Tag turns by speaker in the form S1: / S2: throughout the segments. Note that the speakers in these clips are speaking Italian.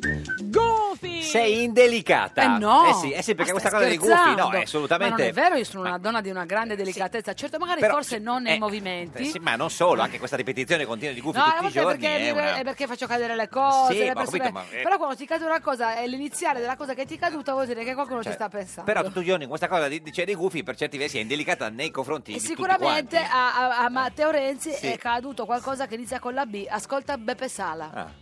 S1: Goofy!
S2: Sei indelicata.
S1: Eh no!
S2: Eh sì, eh sì, perché
S1: Ma
S2: questa
S1: stai
S2: cosa dei gufi, no,
S1: scherzando?
S2: è assolutamente. eh,
S1: Ma non è vero, io sono una donna di una grande delicatezza. Certo, magari
S2: Però-
S1: forse non nei
S2: eh,
S1: movimenti.
S2: Eh sì, ma non solo, anche questa ripetizione continua di gufi
S1: No, a
S2: tutti
S1: volte
S2: i
S1: è
S2: giorni
S1: perché,
S2: è
S1: dire-
S2: una-
S1: è perché faccio cadere le cose,
S2: Sì,
S1: le
S2: ma ho
S1: persone-
S2: capito, ma- eh.
S1: Però quando ti cade una cosa è l'iniziale della cosa che ti è caduta, vuol dire che qualcuno
S2: cioè,
S1: ci sta pensando.
S2: Però tutti i giorni questa cosa di, di- cioè, dei gufi per certi versi è indelicata nei confronti
S1: E
S2: di
S1: sicuramente
S2: tutti
S1: a, a- a Matteo Renzi
S2: Eh. Sì.
S1: è caduto qualcosa che inizia con la B. Ascolta Beppe Sala.
S2: Ah.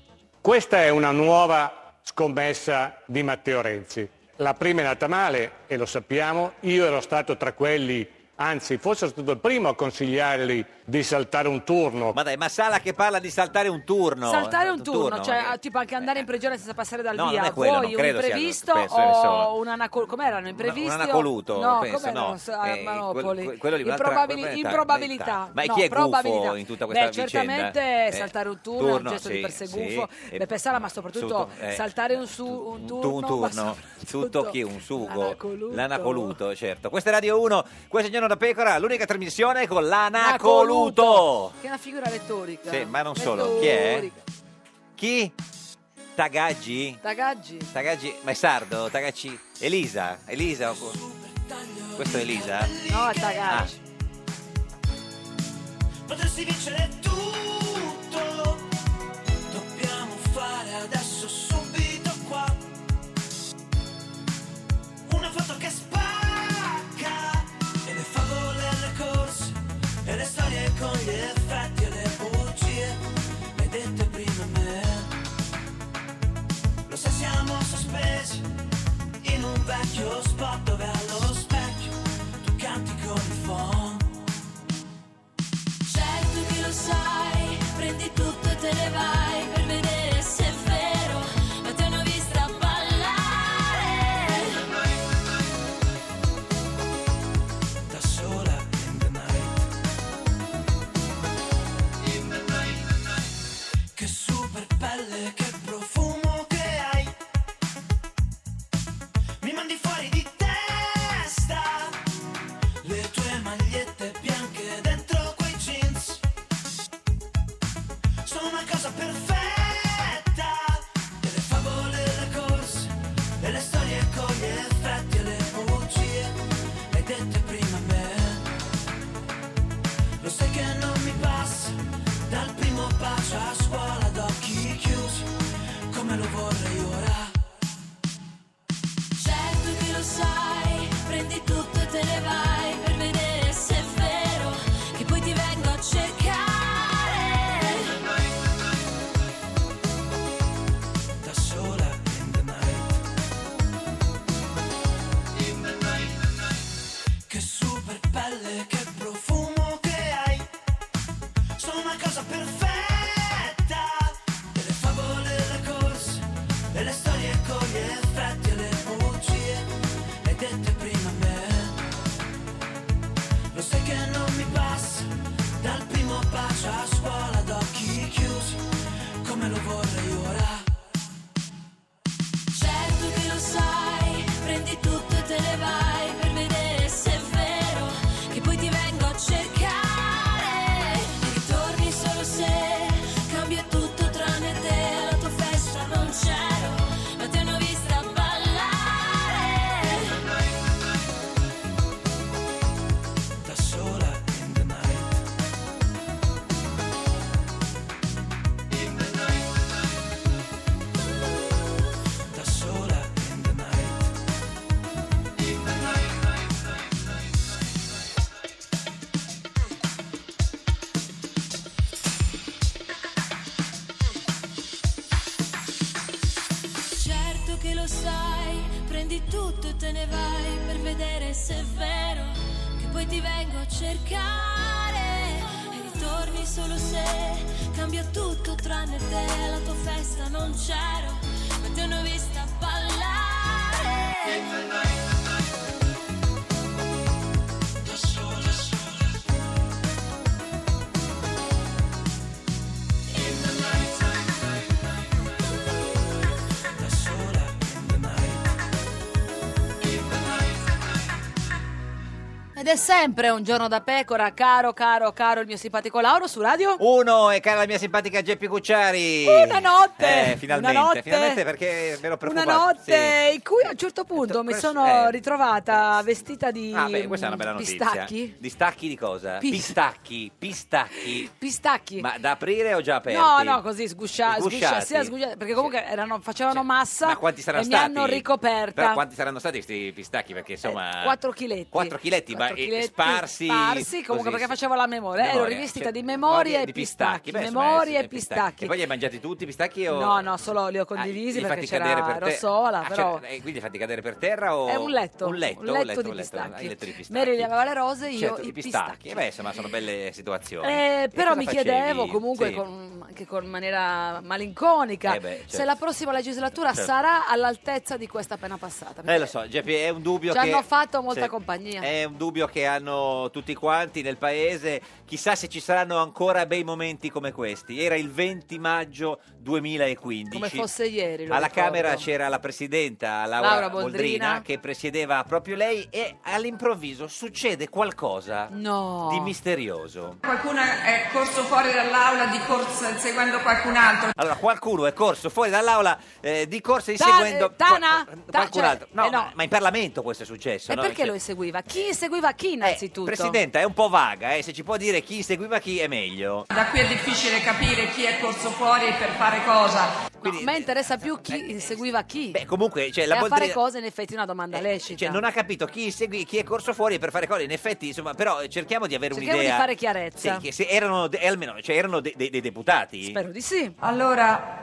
S3: Questa è una nuova scommessa di Matteo Renzi. La prima è nata male e lo sappiamo, io ero stato tra quelli, anzi forse sono stato il primo a consigliargli di saltare un turno.
S2: Ma dai, ma Sala che parla di saltare un turno. eh,
S1: Saltare un turno, cioè
S2: magari.
S1: ah, tipo anche andare in prigione senza passare dal
S2: no, non
S1: via.
S2: è quello,
S1: Vuoi
S2: non
S1: un
S2: credo sia-
S1: imprevisto
S2: penso che ne so.
S1: o un anacol- com'erano imprevisti?
S2: un
S1: o-
S2: anacoluto,
S1: No,
S2: penso,
S1: com'erano
S2: no.
S1: s- a
S2: Eh,
S1: Monopoli?
S2: quel- quello lì, un'altra
S1: ah, Improbabili-
S2: probabilità,
S1: improbabilità.
S2: ma
S1: no,
S2: chi è gufo
S1: probabilità.
S2: in tutta questa
S1: Beh,
S2: vicenda?
S1: certamente
S2: Eh,
S1: saltare un turno, è un
S2: turno,
S1: gesto di
S2: sì,
S1: per sé
S2: sì.
S1: gufo.
S2: Eh,
S1: Beh, pensare, ma soprattutto
S2: tutto, eh,
S1: saltare un, su, un
S2: Tu-
S1: turno.
S2: un
S1: ma
S2: turno, tutto chi? Un sugo,
S1: l'anacoluto.
S2: l'anacoluto. certo. Questa è Radio 1, questo è Giorno da Pecora, l'unica trasmissione con l'anacoluto.
S1: Che è una figura retorica.
S2: Sì, ma non solo, chi è? Chi? Tagaggi?
S1: Tagaggi.
S2: Tagaggi, ma è sardo? Tagaggi? Elisa? Elisa? Questo è Elisa? Ah,
S1: No, è Tagaggi.
S4: Potresti vincere tutto. Dobbiamo fare adesso subito qua. Una foto che spacca. E le favole, le corse. E le storie con gli effetti e le bugie. Le hai dette prima a me. Lo sai siamo sospesi. In un vecchio spot dove allo specchio tu canti con il phon.
S5: Certo che lo sai, prendi tutto e te ne vai per vedere se è vero, ma ti hanno vista ballare.
S4: da sola in the night. In the night. Che super pelle, che profumo che hai. Mi mandi fuori di testa. Le tue magliette bianche dentro quei jeans. Sono una cosa perfetta. E le favole, le corse, e le storie con gli effetti e le bugie. L'hai detto prima a me Lo sai che non mi passa Dal primo bacio a scuola ad occhi chiusi Come lo vorrei ora
S5: Certo che lo sai, prendi tutto e te ne vai per vedere se è vero, che poi ti vengo a cercare.
S4: Da sola in the night In the night Che super pelle, che profumo che hai Sono una cosa perfetta E le favole, le corse E le storie con gli effetti e le bugie Le hai dette prima a me lo sai che non mi passa dal primo bacio a scuola ad occhi chiusi, come lo vorrei ora.
S5: Certo che lo sai, prendi tutto e te ne vai per vedere se è vero, che poi ti vengo a cercare. E ritorni solo se cambia tutto tranne te, alla tua festa non c'ero, ma ti hanno vista ballare.
S4: da sola in the night. In the night. Da sola in the night. In the night.
S5: Certo che lo sai, prendi tutto e te ne vai per vedere se è vero che poi ti vengo a cercare e ritorni solo se cambia tutto tranne te, alla tua festa non c'ero, ma ti hanno vista ballare.
S4: Da sola, sola.
S1: è sempre un giorno da pecora, caro, caro, caro il mio simpatico Lauro su radio.
S2: Uno e cara la mia simpatica Geppi Cucciari.
S1: Una notte!
S2: Eh, finalmente,
S1: Una notte!
S2: finalmente perché ve l'ho
S1: Una
S2: preoccupato.
S1: notte in cui a un certo punto mi sono
S2: eh.
S1: ritrovata vestita di
S2: Sì. Ah, beh, questa è una bella
S1: mm,
S2: notizia.
S1: pistacchi.
S2: Distacchi di cosa?
S1: Pis-
S2: Pistacchi, pistacchi.
S1: Pistacchi.
S2: Ma da aprire o già aperti?
S1: No, no, così sguscia,
S2: Sgusciati.
S1: sguscia, sia sgusciati, perché comunque erano- facevano massa
S2: Ma quanti saranno
S1: e
S2: stati?
S1: mi hanno ricoperta. Eh,
S2: Però quanti saranno stati questi pistacchi? Perché insomma...
S1: 4 chiletti.
S2: 4 chiletti, ma
S1: Quattro
S2: eh,
S1: chiletti
S2: sparsi...
S1: sparsi, comunque
S2: così,
S1: perché
S2: sì.
S1: facevo la memoria, ero
S2: Memoria,
S1: rivestita
S2: cioè,
S1: di memoria e
S2: di pistacchi.
S1: pistacchi,
S2: Beh, insomma,
S1: memoria
S2: eh,
S1: e pistacchi.
S2: E poi li hai mangiati tutti i pistacchi o...
S1: No, no, solo li ho condivisi perché
S2: li Ah, fatti cadere
S1: c'era
S2: per te-
S1: Rossola,
S2: Ah,
S1: però
S2: cioè, eh, quindi li fatti cadere per terra o...
S1: è un letto,
S2: Un letto,
S1: un letto
S2: un letto,
S1: di
S2: un letto,
S1: pistacchi.
S2: hai letto di pistacchi.
S1: Mary gli aveva le rose, io
S2: eh, Certo,
S1: i
S2: di
S1: pistacchi.
S2: pistacchi. Eh beh, insomma, sono belle situazioni.
S1: Eh,
S2: E
S1: però
S2: cosa
S1: mi
S2: facevi?
S1: chiedevo comunque
S2: Sì.
S1: con- anche con maniera malinconica
S2: Eh beh, certo.
S1: se la prossima legislatura
S2: Certo.
S1: sarà all'altezza di questa appena passata.
S2: Eh lo so, Geppi, è un dubbio
S1: Ci
S2: che...
S1: hanno fatto molta
S2: Sì.
S1: compagnia.
S2: È un dubbio che hanno tutti quanti nel paese. Chissà se ci saranno ancora bei momenti come questi. Era il 20 maggio 2015.
S1: come fosse ieri. lo
S2: Alla
S1: ricordo.
S2: Camera c'era la presidenta Laura,
S1: Laura
S2: Boldrina,
S1: Boldrina.
S2: che presiedeva proprio lei e all'improvviso succede qualcosa
S1: No.
S2: di misterioso.
S6: Qualcuno è corso fuori dall'aula di corsa seguendo qualcun altro.
S2: Allora, qualcuno è corso fuori dall'aula eh, di corsa
S1: Ta-
S2: inseguendo
S1: eh, Tana?
S2: qual-
S1: Ta-
S2: qualcun
S1: cioè,
S2: altro. No,
S1: eh, no.
S2: Ma, ma in Parlamento questo è successo.
S1: E
S2: no?
S1: perché
S2: Cioè-
S1: lo inseguiva? Chi inseguiva
S2: Eh,
S1: chi innanzitutto?
S2: Presidenta, è un po' vaga, eh, se ci può dire chi seguiva chi è meglio.
S6: Da qui è difficile capire chi è corso fuori e per fare cosa.
S1: No,
S2: Quindi- eh,
S1: a me interessa più chi inseguiva chi.
S2: Beh, comunque, cioè,
S1: e
S2: la
S1: a
S2: Boldrini-
S1: fare cose in effetti è una domanda
S2: eh,
S1: lecita.
S2: cioè, non ha capito chi segui, chi è corso fuori per fare cose. In effetti, insomma, però eh, cerchiamo di avere
S1: Cerchiamo di
S2: un'idea.
S1: fare chiarezza.
S2: Sì, che se erano de- eh, almeno cioè, erano de- de- dei deputati.
S1: Spero di sì.
S6: Allora,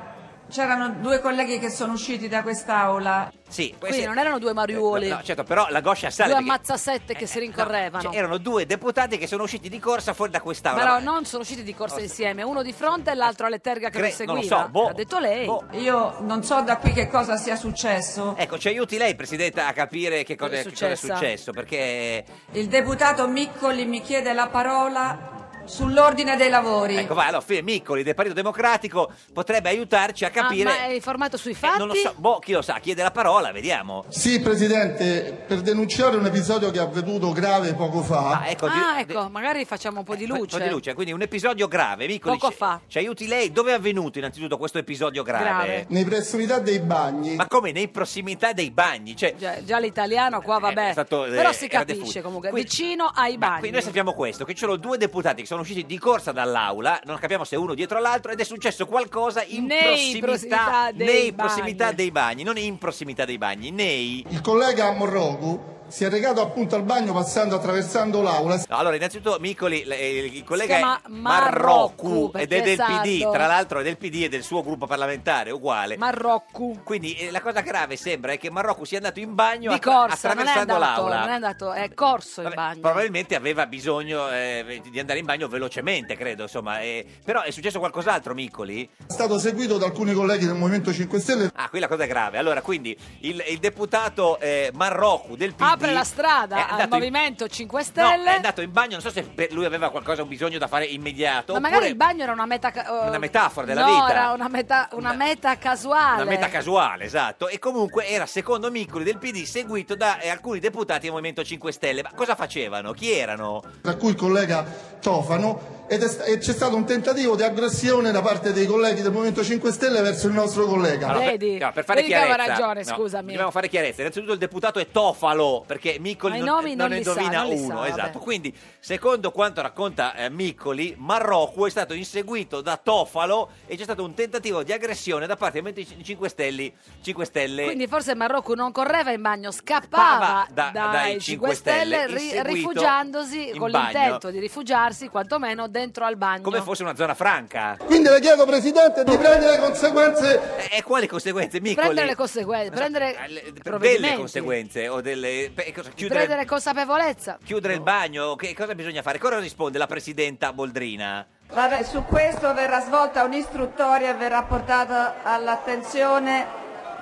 S6: c'erano due colleghi che sono usciti da quest'aula.
S2: Sì, questi-
S1: Quindi non erano due mariuoli,
S2: No,
S6: cioè,
S2: no, certo, però la goscia sale.
S1: due
S2: perché-
S1: ammazzasette che si
S2: no,
S1: rincorrevano.
S2: cioè, erano due deputati che sono usciti di corsa fuori da quest'aula.
S1: Però
S2: Ma-
S1: non sono usciti di corsa insieme, uno di fronte e l'altro alle terga che
S2: Cre-
S1: lo
S2: non lo
S1: seguiva.
S2: so, boh,
S1: L'ha detto lei.
S2: boh.
S6: Io non so da qui che cosa sia successo.
S2: Ecco, ci aiuti lei, Presidenta, a capire che cosa,
S1: Cosa è
S2: che cosa è
S1: successa?
S2: successo, perché...
S6: Il deputato Miccoli mi chiede la parola sull'ordine dei lavori.
S2: Ecco, vai, allora, Fede Miccoli del Partito Democratico potrebbe aiutarci a
S1: Ah,
S2: capire...
S1: ma è informato sui
S2: Eh,
S1: fatti?
S2: non lo so, boh, chi lo sa, chiede la parola, vediamo.
S7: Sì, Presidente, per denunciare un episodio che è avvenuto grave poco fa.
S2: Ah, ecco, di-
S1: Ah,
S2: di- Eh,
S1: ecco, magari facciamo un po' di
S2: un
S1: luce.
S2: po' di luce, quindi un episodio grave. Miccoli,
S1: Poco
S2: ci-
S1: fa.
S2: Ci aiuti lei, dove è avvenuto innanzitutto questo episodio grave?
S1: Grave.
S7: Nei prossimità dei bagni,
S2: Ma come, nei prossimità dei bagni, cioè...
S1: Già, già l'italiano qua vabbè,
S2: è stato, eh,
S1: però si
S2: era
S1: capisce
S2: defuso.
S1: comunque,
S2: Quindi-
S1: vicino ai
S2: Ma
S1: bagni.
S2: qui noi sappiamo questo, che ci sono due deputati che sono usciti di corsa dall'aula, non capiamo se uno dietro l'altro, ed è successo qualcosa in
S1: Nei prossimità dei bagni.
S2: nei prossimità dei bagni, non in prossimità dei bagni, nei...
S7: il collega Morrogu si è recato appunto al bagno passando attraversando l'aula.
S2: No, Allora, innanzitutto Micoli, l- eh, il collega
S1: Si
S2: è
S1: chiama
S2: Marrocco
S1: Marrocco,
S2: ed è
S1: perché è
S2: del PD,
S1: sardo.
S2: tra l'altro è del PD e del suo gruppo parlamentare, uguale.
S1: Marrocco.
S2: Quindi eh, la cosa grave sembra è che Marrocco sia andato in bagno
S1: Di
S2: attra-
S1: corsa, non è
S2: attraversando
S1: andato,
S2: l'aula.
S1: non è andato, è corso in
S2: Vabbè,
S1: bagno.
S2: Probabilmente aveva bisogno eh, di andare in bagno velocemente, credo, insomma. eh, però è successo qualcos'altro, Micoli?
S7: È stato seguito da alcuni colleghi del Movimento 5 Stelle.
S2: Ah, qui la cosa è grave. Allora, quindi il, il deputato eh, Marrocco del PD
S1: Apre la
S2: è
S1: strada al
S2: andato in-
S1: Movimento 5
S2: No, è
S1: Stelle.
S2: andato in bagno, non so se per lui aveva qualcosa, un bisogno da fare immediato.
S1: ma magari
S2: oppure-
S1: il bagno era una meta ca- eh,
S2: Una metafora della
S1: no,
S2: vita.
S1: era una meta, una
S2: Una-
S1: meta casuale.
S2: Una meta casuale, esatto. E comunque era, secondo Miccoli del PD, seguito da eh, alcuni deputati del Movimento 5 Stelle. Ma cosa facevano? Chi erano?
S7: tra cui il collega Tofano, ed è sta- e c'è stato un tentativo di aggressione da parte dei colleghi del Movimento 5 Stelle verso il nostro collega.
S1: Allora-
S2: per-
S1: Vedi?
S2: no, per fare
S1: Vedi che aveva
S2: chiarezza,
S1: ragione, scusami.
S2: Dobbiamo fare chiarezza. Innanzitutto il deputato è Tofalo, perché Miccoli
S1: Ma i
S2: non,
S1: nomi non
S2: ne
S1: li sa,
S2: indovina
S1: non li sa,
S2: uno.
S1: vabbè.
S2: esatto. Quindi, secondo quanto racconta eh, Miccoli, Marrocco è stato inseguito da Tofalo e c'è stato un tentativo di aggressione da parte del Movimento 5 Stelle. 5 Stelle
S1: Quindi forse Marrocco non correva in bagno,
S2: Scappava
S1: scappava
S2: da-
S1: dai,
S2: dai
S1: 5 Stelle, ri-
S2: inseguito
S1: rifugiandosi
S2: in
S1: con
S2: bagno.
S1: l'intento di rifugiarsi quantomeno dentro al bagno.
S2: come fosse una zona franca.
S7: Quindi le chiedo, Presidente, di prendere le conseguenze
S2: E Eh, quali conseguenze, Miccoli?
S1: prendere le conseguenze, prendere
S2: Eh, le- delle
S1: provvedimenti,
S2: conseguenze o delle beh, cosa- chiudere,
S1: prendere consapevolezza.
S2: chiudere il bagno, che cosa bisogna fare? Cosa risponde la presidenta Boldrina?
S6: Vabbè, su questo verrà svolta un'istruttoria e verrà portata all'attenzione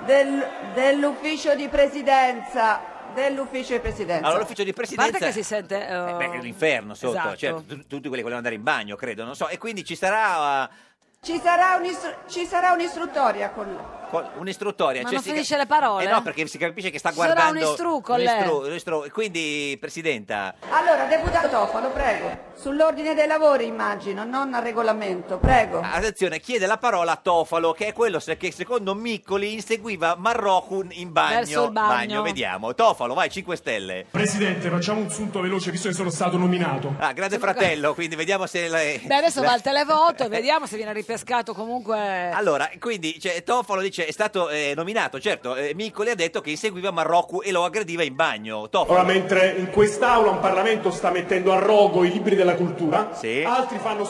S6: del- dell'ufficio di presidenza. Dell'ufficio di presidenza.
S2: Allora l'ufficio di
S1: A parte
S2: presidenza
S1: che si sente
S2: Eh,
S1: eh,
S2: beh, è l'inferno sotto,
S1: esatto.
S2: cioè, tu- tutti quelli che vogliono andare in bagno, credo, non so, e quindi ci sarà eh,
S6: Ci sarà, un'istru- ci sarà un'istruttoria con
S2: co- un'istruttoria.
S1: Ma
S2: cioè
S1: non
S2: si
S1: finisce le parole?
S2: Eh no, perché si capisce che sta
S1: Sarà
S2: guardando...
S1: un istru con
S2: un
S1: lei.
S2: istru- un istru- Quindi, Presidenta,
S6: Allora, deputato Tofano, prego. Sull'ordine dei lavori, immagino, non al regolamento, prego.
S2: attenzione, chiede la parola a Tofalo, che è quello se- che secondo Miccoli inseguiva Marrocco in bagno.
S8: Verso il bagno.
S2: Vediamo. Tofalo, vai, 5 Stelle.
S8: Presidente, facciamo un sunto veloce visto che sono stato nominato.
S2: Ah, grande fratello, quindi vediamo se... lei-
S1: Beh, adesso va al televoto e vediamo se viene ripescato comunque.
S2: Allora, quindi cioè, Tofalo dice è stato eh, nominato, certo, eh, Miccoli ha detto che inseguiva Marrocco e lo aggrediva in bagno. Tofalo.
S8: Ora, mentre in quest'aula un Parlamento sta mettendo a rogo i libri della cultura,
S2: Sì.
S8: altri fanno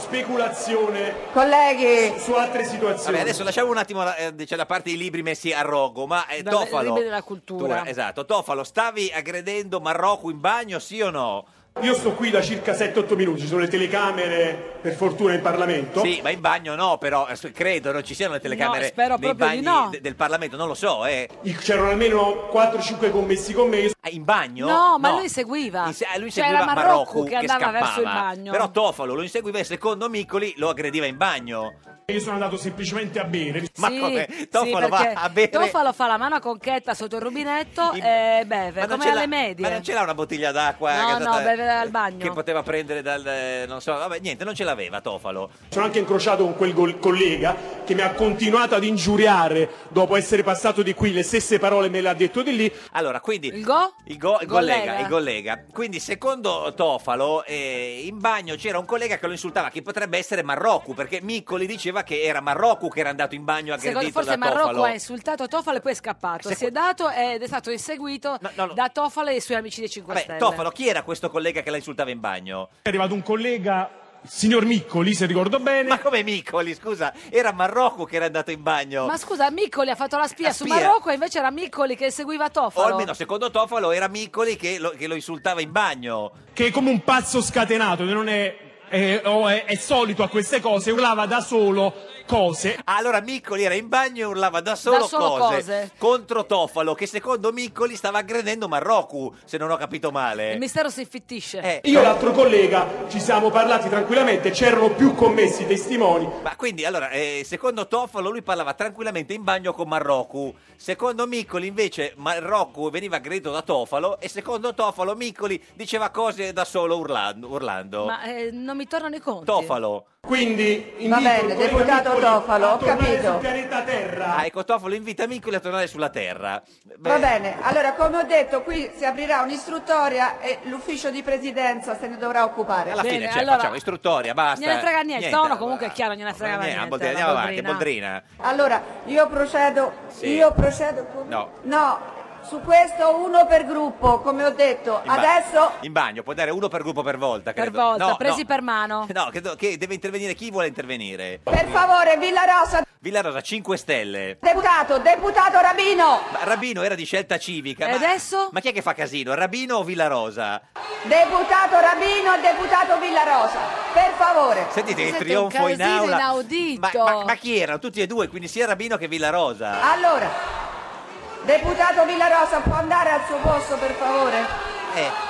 S8: speculazione
S6: Colleghi.
S8: su, su altre situazioni.
S2: Vabbè, adesso lasciamo un attimo la, eh, dice, da parte i libri messi a rogo, ma eh,
S1: Da-
S2: Tofalo...
S1: libri della cultura.
S2: Cultura, Esatto, Tofalo, stavi aggredendo Marrocco in bagno, sì o no?
S8: Io sto qui da circa 7-8 minuti, ci sono le telecamere per fortuna in Parlamento.
S2: Sì, ma in bagno no, però eh, credo non ci siano le telecamere
S8: No, spero
S2: nei
S8: proprio
S2: bagni
S8: di no.
S2: de- del Parlamento, non lo so, eh.
S8: Il- C'erano almeno 4-5 commessi con me.
S2: Ah, in bagno?
S1: No, ma lui seguiva.
S2: lui
S1: Cioè,
S2: seguiva
S1: era Marocco che
S2: che
S1: andava
S2: scappava.
S1: verso il bagno.
S2: Però Tofalo lo inseguiva e secondo Miccoli lo aggrediva in bagno.
S8: Io sono andato semplicemente a bere.
S2: Ma
S1: Sì,
S2: come?
S1: sì,
S2: Tofalo va
S1: perché
S2: a bere.
S1: Tofalo fa la mano conchetta sotto il rubinetto e beve,
S2: Ma non
S1: come
S2: ce l'ha-
S1: alle medie.
S2: Ma non ce l'ha una bottiglia d'acqua eh,
S1: No,
S2: che, è
S1: no,
S2: stata-
S1: beve al bagno.
S2: che poteva prendere dal... eh, non so, vabbè, niente, non ce l'aveva Tofalo.
S8: Sono anche incrociato con quel gol- collega che mi ha continuato ad ingiuriare dopo essere passato di qui, le stesse parole me le ha detto di lì.
S2: Allora, quindi il,
S1: go?
S2: go- il collega,
S8: Collega.
S2: il collega. Quindi, secondo Tofalo, eh, in bagno c'era un collega che lo insultava, che potrebbe essere Marrocco, perché Miccoli diceva che era Marrocco che era andato in bagno aggredito
S1: Secondo, forse
S2: da
S1: Marocco
S2: Tofalo.
S1: ha insultato Tofalo e poi è scappato. Si è dato ed è stato inseguito da Tofalo e i suoi amici dei 5
S2: Vabbè,
S1: Stelle.
S2: Tofalo, chi era questo collega che la insultava in bagno?
S8: È arrivato un collega, il signor Miccoli, se ricordo bene.
S2: Ma come Miccoli, scusa? Era Marrocco che era andato in bagno.
S1: Ma scusa, Miccoli ha fatto la spia,
S2: La
S1: su
S2: spia.
S1: Marocco e invece era Miccoli che seguiva
S2: o
S1: Tofalo.
S2: almeno secondo Tofalo era Miccoli che lo, che lo insultava in bagno.
S8: Che è come un pazzo scatenato, che non è, è- o è- è solito a queste cose, urlava da solo cose.
S2: Allora Miccoli era in bagno e urlava da solo,
S8: Da solo cose.
S2: contro Tofalo che secondo Miccoli stava aggredendo Marrocco, se non ho capito male.
S1: Il mistero si infittisce.
S2: Eh,
S8: Io e l'altro collega ci siamo parlati tranquillamente, c'erano più commessi testimoni.
S2: Ma quindi, allora, eh, secondo Toffolo lui parlava tranquillamente in bagno con Marrocco. Secondo Miccoli, invece, Marrocco veniva aggredito da Tofalo e secondo Tofalo Miccoli diceva cose da solo urlando. urlando.
S1: Ma eh, non mi tornano i conti.
S2: Tofalo.
S8: Quindi
S6: Va bene, deputato Tofalo, ho capito.
S2: Ah, ecco, Tofalo invita Miccoli a tornare sulla Terra. Beh,
S6: Va bene, allora come ho detto qui si aprirà un'istruttoria e l'ufficio di presidenza se ne dovrà occupare.
S2: Alla fine, cioè, facciamo istruttoria, basta.
S1: Gliene frega niente. No, no, comunque è chiaro, gliene frega
S2: Niente,
S1: niente.
S2: Boldrini,
S1: la
S2: andiamo avanti,
S1: Boldrina.
S2: Boldrina.
S6: Allora, io procedo,
S2: Sì.
S6: io procedo con...
S2: No.
S6: No, su questo uno per gruppo, come ho detto,
S2: In ba-
S6: adesso
S2: In bagno, può dare uno per gruppo per volta.
S1: Per
S2: credo.
S1: volta,
S2: No, no.
S1: presi per mano.
S2: No, credo che deve intervenire chi vuole intervenire.
S6: per favore Villa Rosa,
S2: Villarosa 5 Stelle.
S6: deputato, deputato Rabino,
S2: Ma Rabino era di scelta civica.
S6: E
S2: ma,
S6: adesso?
S2: Ma chi è che fa casino? Rabino o Villarosa?
S6: deputato Rabino e deputato Villa Rosa, per favore.
S2: Sentite che trionfo in aula. Ma,
S1: Oh.
S2: ma- ma chi erano? Tutti e due, quindi sia Rabino che
S1: Ah,
S2: Villarosa.
S6: Allora, deputato Villa Rosa può andare al suo posto per favore?
S2: Eh,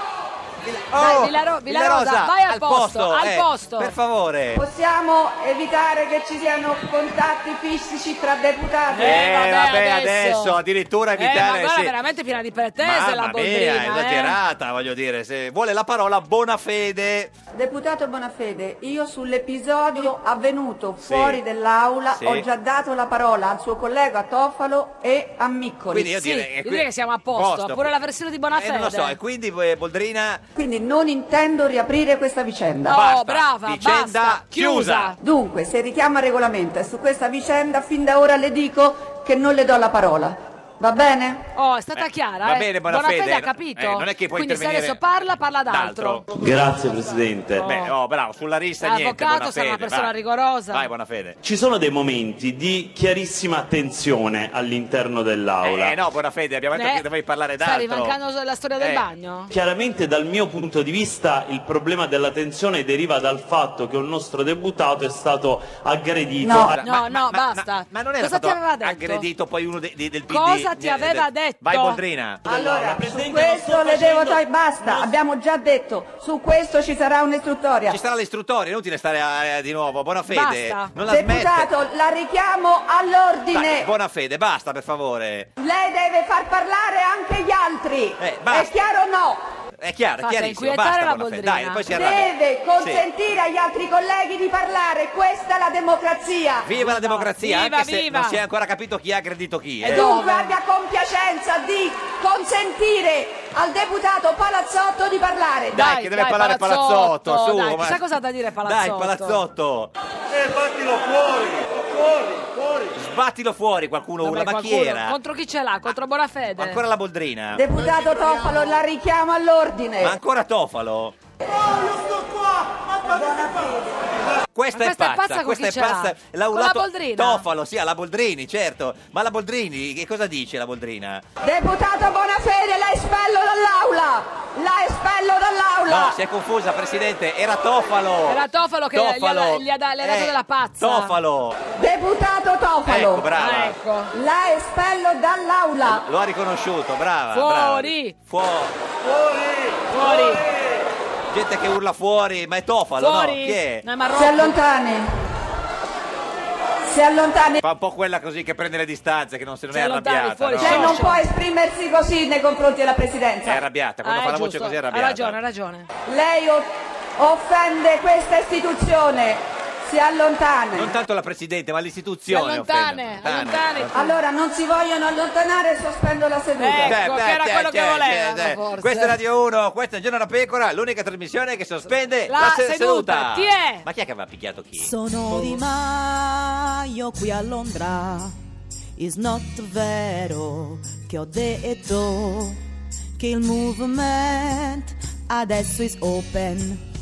S2: Oh,
S1: Dai, Villa Ro- Villa Rosa, vai al posto, al
S2: eh,
S1: posto.
S2: Per favore.
S6: Possiamo evitare che ci siano contatti fisici tra deputati?
S2: Eh, vabbè, adesso. addirittura evitare.
S1: Eh, ma guarda,
S2: sì.
S1: veramente piena di pretese la
S2: Mamma
S1: Boldrina.
S2: mia,
S1: eh.
S2: esagerata, voglio dire. Se vuole la parola Bonafede.
S6: Deputato Bonafede, io sull'episodio avvenuto
S2: Sì.
S6: fuori dell'aula
S2: Sì.
S6: ho già dato la parola al suo collega Tofalo e a Miccoli.
S2: Quindi io Sì, direi- eh,
S1: Io direi che siamo a posto,
S2: Posto.
S1: pure la versione di
S2: Eh,
S1: Bonafede.
S2: non lo so, e quindi eh, Boldrina.
S6: Quindi non intendo riaprire questa vicenda.
S2: No, Basta. Oh, brava, Vicenda basta. chiusa.
S6: Dunque, se richiama il regolamento e su questa vicenda, fin da ora le dico che non le do la parola. Va bene?
S1: Oh, è stata chiara,
S9: va
S1: eh.
S9: bene, Bonafede,
S1: Bonafede ha
S9: no-
S1: capito.
S9: eh, non è che puoi
S1: Quindi se
S9: intervenire
S1: adesso parla, parla d'altro.
S9: Grazie Presidente.
S2: Beh, oh, bravo, sulla rissa niente.
S1: L'avvocato sarà una
S2: Bonafede,
S1: persona
S2: vai.
S1: rigorosa.
S2: Vai, Bonafede.
S9: Ci sono dei momenti di chiarissima tensione all'interno dell'aula.
S2: Eh no, Bonafede, abbiamo detto
S1: Eh,
S2: che dovevi parlare
S1: Sta
S2: d'altro.
S1: rivancando la storia del
S9: Eh.
S1: bagno?
S9: Chiaramente dal mio punto di vista il problema della tensione deriva dal fatto che un nostro deputato è stato aggredito.
S1: No,
S9: Ma-
S1: no,
S9: ma-
S1: no, basta.
S2: Ma non era
S1: Cosa ti
S2: stato
S1: aveva detto?
S2: aggredito poi uno de- de- del PD?
S1: Cosa cosa ti aveva detto?
S6: Allora, su questo le devo togliere. Basta, abbiamo già detto, su questo ci sarà un'istruttoria.
S2: Ci sarà l'istruttore, è inutile stare a- a- di nuovo. Buona fede.
S6: Basta.
S2: Non la smette.
S6: Deputato, la richiamo all'ordine.
S2: Dai, buona fede, basta per favore.
S6: Lei deve far parlare anche gli altri.
S2: Eh, basta.
S6: È chiaro o no?
S2: È chiaro, è
S6: Fatta
S2: chiarissimo.
S6: inquietare
S2: Basta,
S6: la
S2: buona fede.
S6: Boldrina.
S2: Dai, poi si arrabbia.
S6: Deve
S2: Sì.
S6: consentire agli altri colleghi di parlare, questa è la democrazia.
S2: Viva la democrazia,
S6: Viva,
S2: anche se
S6: viva.
S2: non si è ancora capito chi ha aggredito chi.
S6: E
S2: eh.
S6: dunque abbia compiacenza di consentire al deputato Palazzotto di parlare.
S2: Dai, che deve parlare Palazzotto, su,
S1: dai,
S2: ma-
S1: chissà cosa ha da dire
S2: Dai,
S1: Palazzotto.
S2: palazzotto.
S6: E battilo fuori, fuori, fuori.
S2: Sbattilo fuori qualcuno, urla, ma chi era? Ah,
S1: Contro chi ce l'ha? Contro Bonafede?
S2: Ancora la Boldrina.
S6: Deputato Toffalo, la richiamo all'ordine.
S2: Ma ancora Tofalo. Questa,
S1: Ma questa è
S2: è pazza,
S1: pazza con
S2: questa
S1: chi
S2: è
S1: ce l'ha?
S2: pazza.
S1: Con la
S2: urlato
S1: Boldrina?
S2: Tofalo, sì, alla Boldrini, certo. Ma la Boldrini, che cosa dice la Boldrina?
S6: Deputato Bonafede, la espello dall'aula. La espello dall'aula.
S2: No, si è confusa, presidente. Era Tofalo.
S1: Era Tofalo che gli ha,
S2: Tofalo. Eh,
S1: gli ha da- le ha dato della pazza.
S2: Tofalo.
S6: Deputato Tofalo.
S2: Ecco, brava.
S6: Ah, ecco. La espello dall'aula.
S2: Lo ha riconosciuto, brava.
S6: Fuori.
S2: brava.
S1: Fuori.
S2: Fuori. Gente che urla fuori, ma è Tofalo,
S6: Fuori.
S2: no? Chi è?
S6: Si allontani. Si allontani.
S2: Fa un po' quella così che prende le distanze, che non, se non è arrabbiata. no?
S6: Cioè non può esprimersi così nei confronti della
S2: È
S6: presidenza.
S2: arrabbiata, quando
S1: Ah,
S2: fa
S1: è
S2: la voce
S1: giusto,
S2: così
S1: ha
S2: è arrabbiata.
S1: ragione, ha ragione.
S6: Lei o- offende questa istituzione. Si allontani.
S2: Non tanto la presidente, ma l'istituzione.
S1: Cioè,
S6: Si allontane,
S2: offende.
S6: Allora, non si vogliono allontanare, sospendo la seduta.
S1: Ecco,
S2: Beh, beh, beh, beh, beh, beh. Questa è Radio 1, questa è Giorno da Pecora, l'unica trasmissione che sospende
S4: La
S2: la, se-
S4: seduta.
S2: seduta.
S4: Chi è?
S2: Ma chi è che aveva picchiato chi?
S4: Sono Di Maio qui a Londra. Is not vero che ho detto che il movement adesso is open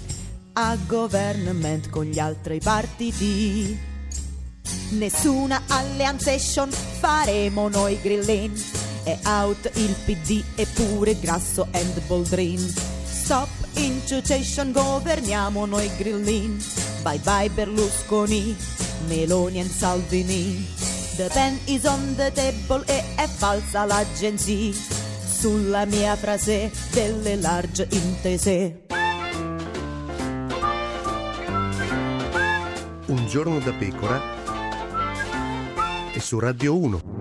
S4: a government con gli altri partiti. Nessuna allianzation faremo noi grillin. È out il PD e pure Grasso and Boldrin. Stop intuition, governiamo noi grillin. Bye bye Berlusconi, Meloni and Salvini. The pen is on the table e è falsa l'agenzia sulla mia frase delle large intese.
S10: Un giorno da pecora e su Radio 1.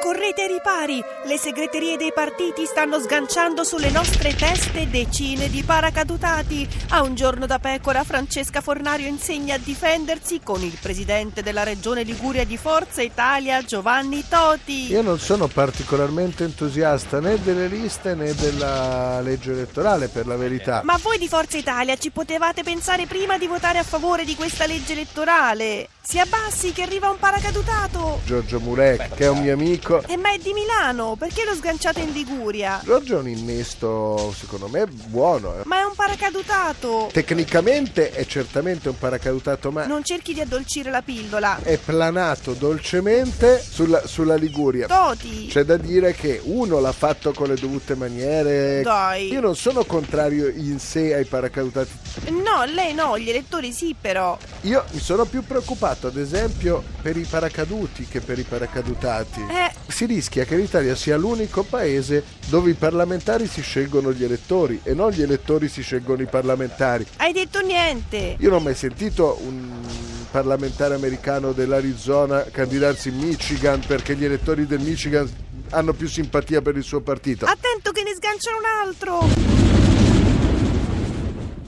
S11: Correte ai ripari! Le segreterie dei partiti stanno sganciando sulle nostre teste decine di paracadutati. A un giorno da pecora Francesca Fornario insegna a difendersi con il presidente della regione Liguria di Forza Italia Giovanni Toti.
S12: Io non sono particolarmente entusiasta né delle liste né della legge elettorale, per la verità.
S11: Ma voi di Forza Italia ci potevate pensare prima di votare a favore di questa legge elettorale? Si abbassi che arriva un paracadutato!
S12: Giorgio Murek,
S11: certo.
S12: che è un mio amico.
S11: E ma è di Milano, perché lo sganciate in Liguria?
S12: Giorgio è un innesto, secondo me, buono. eh.
S11: Ma è un paracadutato!
S12: Tecnicamente è certamente un paracadutato, ma
S11: Non cerchi di addolcire la pillola.
S12: è planato dolcemente sulla, sulla Liguria.
S11: Toti.
S12: C'è da dire che uno l'ha fatto con le dovute maniere.
S11: Dai.
S12: Io non sono contrario in sé ai paracadutati.
S11: No, lei no, gli elettori sì però.
S12: Io mi sono più preoccupato, ad esempio, per i paracaduti che per i paracadutati.
S11: Eh.
S12: Si rischia che l'Italia sia l'unico paese dove i parlamentari si scelgono gli elettori e non gli elettori si scelgono i parlamentari.
S11: Hai detto niente.
S12: Io non ho mai sentito un parlamentare americano dell'Arizona candidarsi in Michigan perché gli elettori del Michigan hanno più simpatia per il suo partito.
S11: Attento che ne sganciano un altro.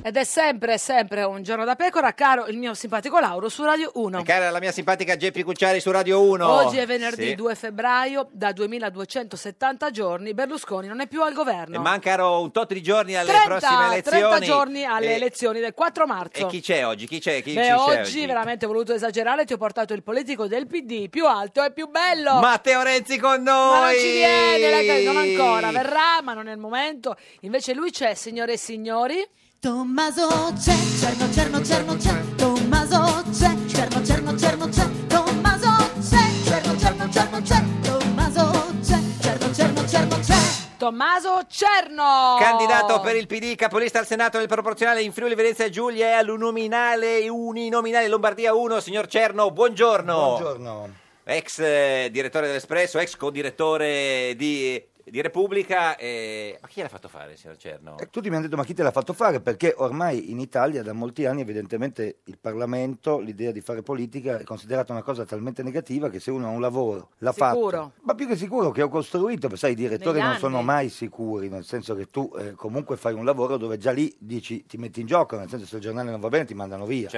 S1: Ed è sempre, sempre un giorno da pecora, caro il mio simpatico Lauro su Radio 1.
S2: Cara la mia simpatica Geppi Cucciari su Radio 1.
S1: Oggi è venerdì
S2: Sì.
S1: 2 febbraio, da 2270 giorni Berlusconi non è più al
S2: E
S1: governo.
S2: mancano un tot di giorni alle
S1: 30,
S2: prossime
S1: 30
S2: elezioni.
S1: giorni alle
S2: E-
S1: elezioni del 4 marzo.
S2: E chi c'è oggi? Chi c'è? Chi
S1: Beh,
S2: chi c'è
S1: oggi, veramente ho voluto esagerare, ti ho portato il politico del PD più alto e più bello.
S2: Matteo Renzi con noi!
S1: Ma non ci viene, la- non ancora, verrà, ma non è il momento. Invece lui c'è, signore e signori.
S4: Tommaso c'è, cerno, cerno, cerno c'è, Tommaso c'è, cerno, cerno, cerno c'è, Tommaso c'è, cerno, cerno, cerno c'è, Tommaso c'è, cerno, cerno, cerno c'è.
S1: Tommaso Cerno. Oh.
S2: Candidato per il PD, capolista al Senato nel proporzionale in Friuli Venezia Giulia e all'uninominale uninominale Lombardia 1, signor Cerno, buongiorno.
S13: Buongiorno.
S2: Ex eh, direttore dell'Espresso, ex co-direttore di, di Repubblica. eh, ma chi l'ha fatto fare, signor Cerno?
S13: Tutti mi hanno detto ma chi te l'ha fatto fare? Perché ormai in Italia da molti anni evidentemente il Parlamento, l'idea di fare politica è considerata una cosa talmente negativa che se uno ha un lavoro, l'ha
S1: Sicuro.
S13: fatto. Ma più che sicuro che ho costruito, sai i direttori
S1: Negli
S13: non
S1: anni.
S13: sono mai sicuri, nel senso che tu eh, comunque fai un lavoro dove già lì dici ti metti in gioco, nel senso se il giornale non va bene ti mandano via.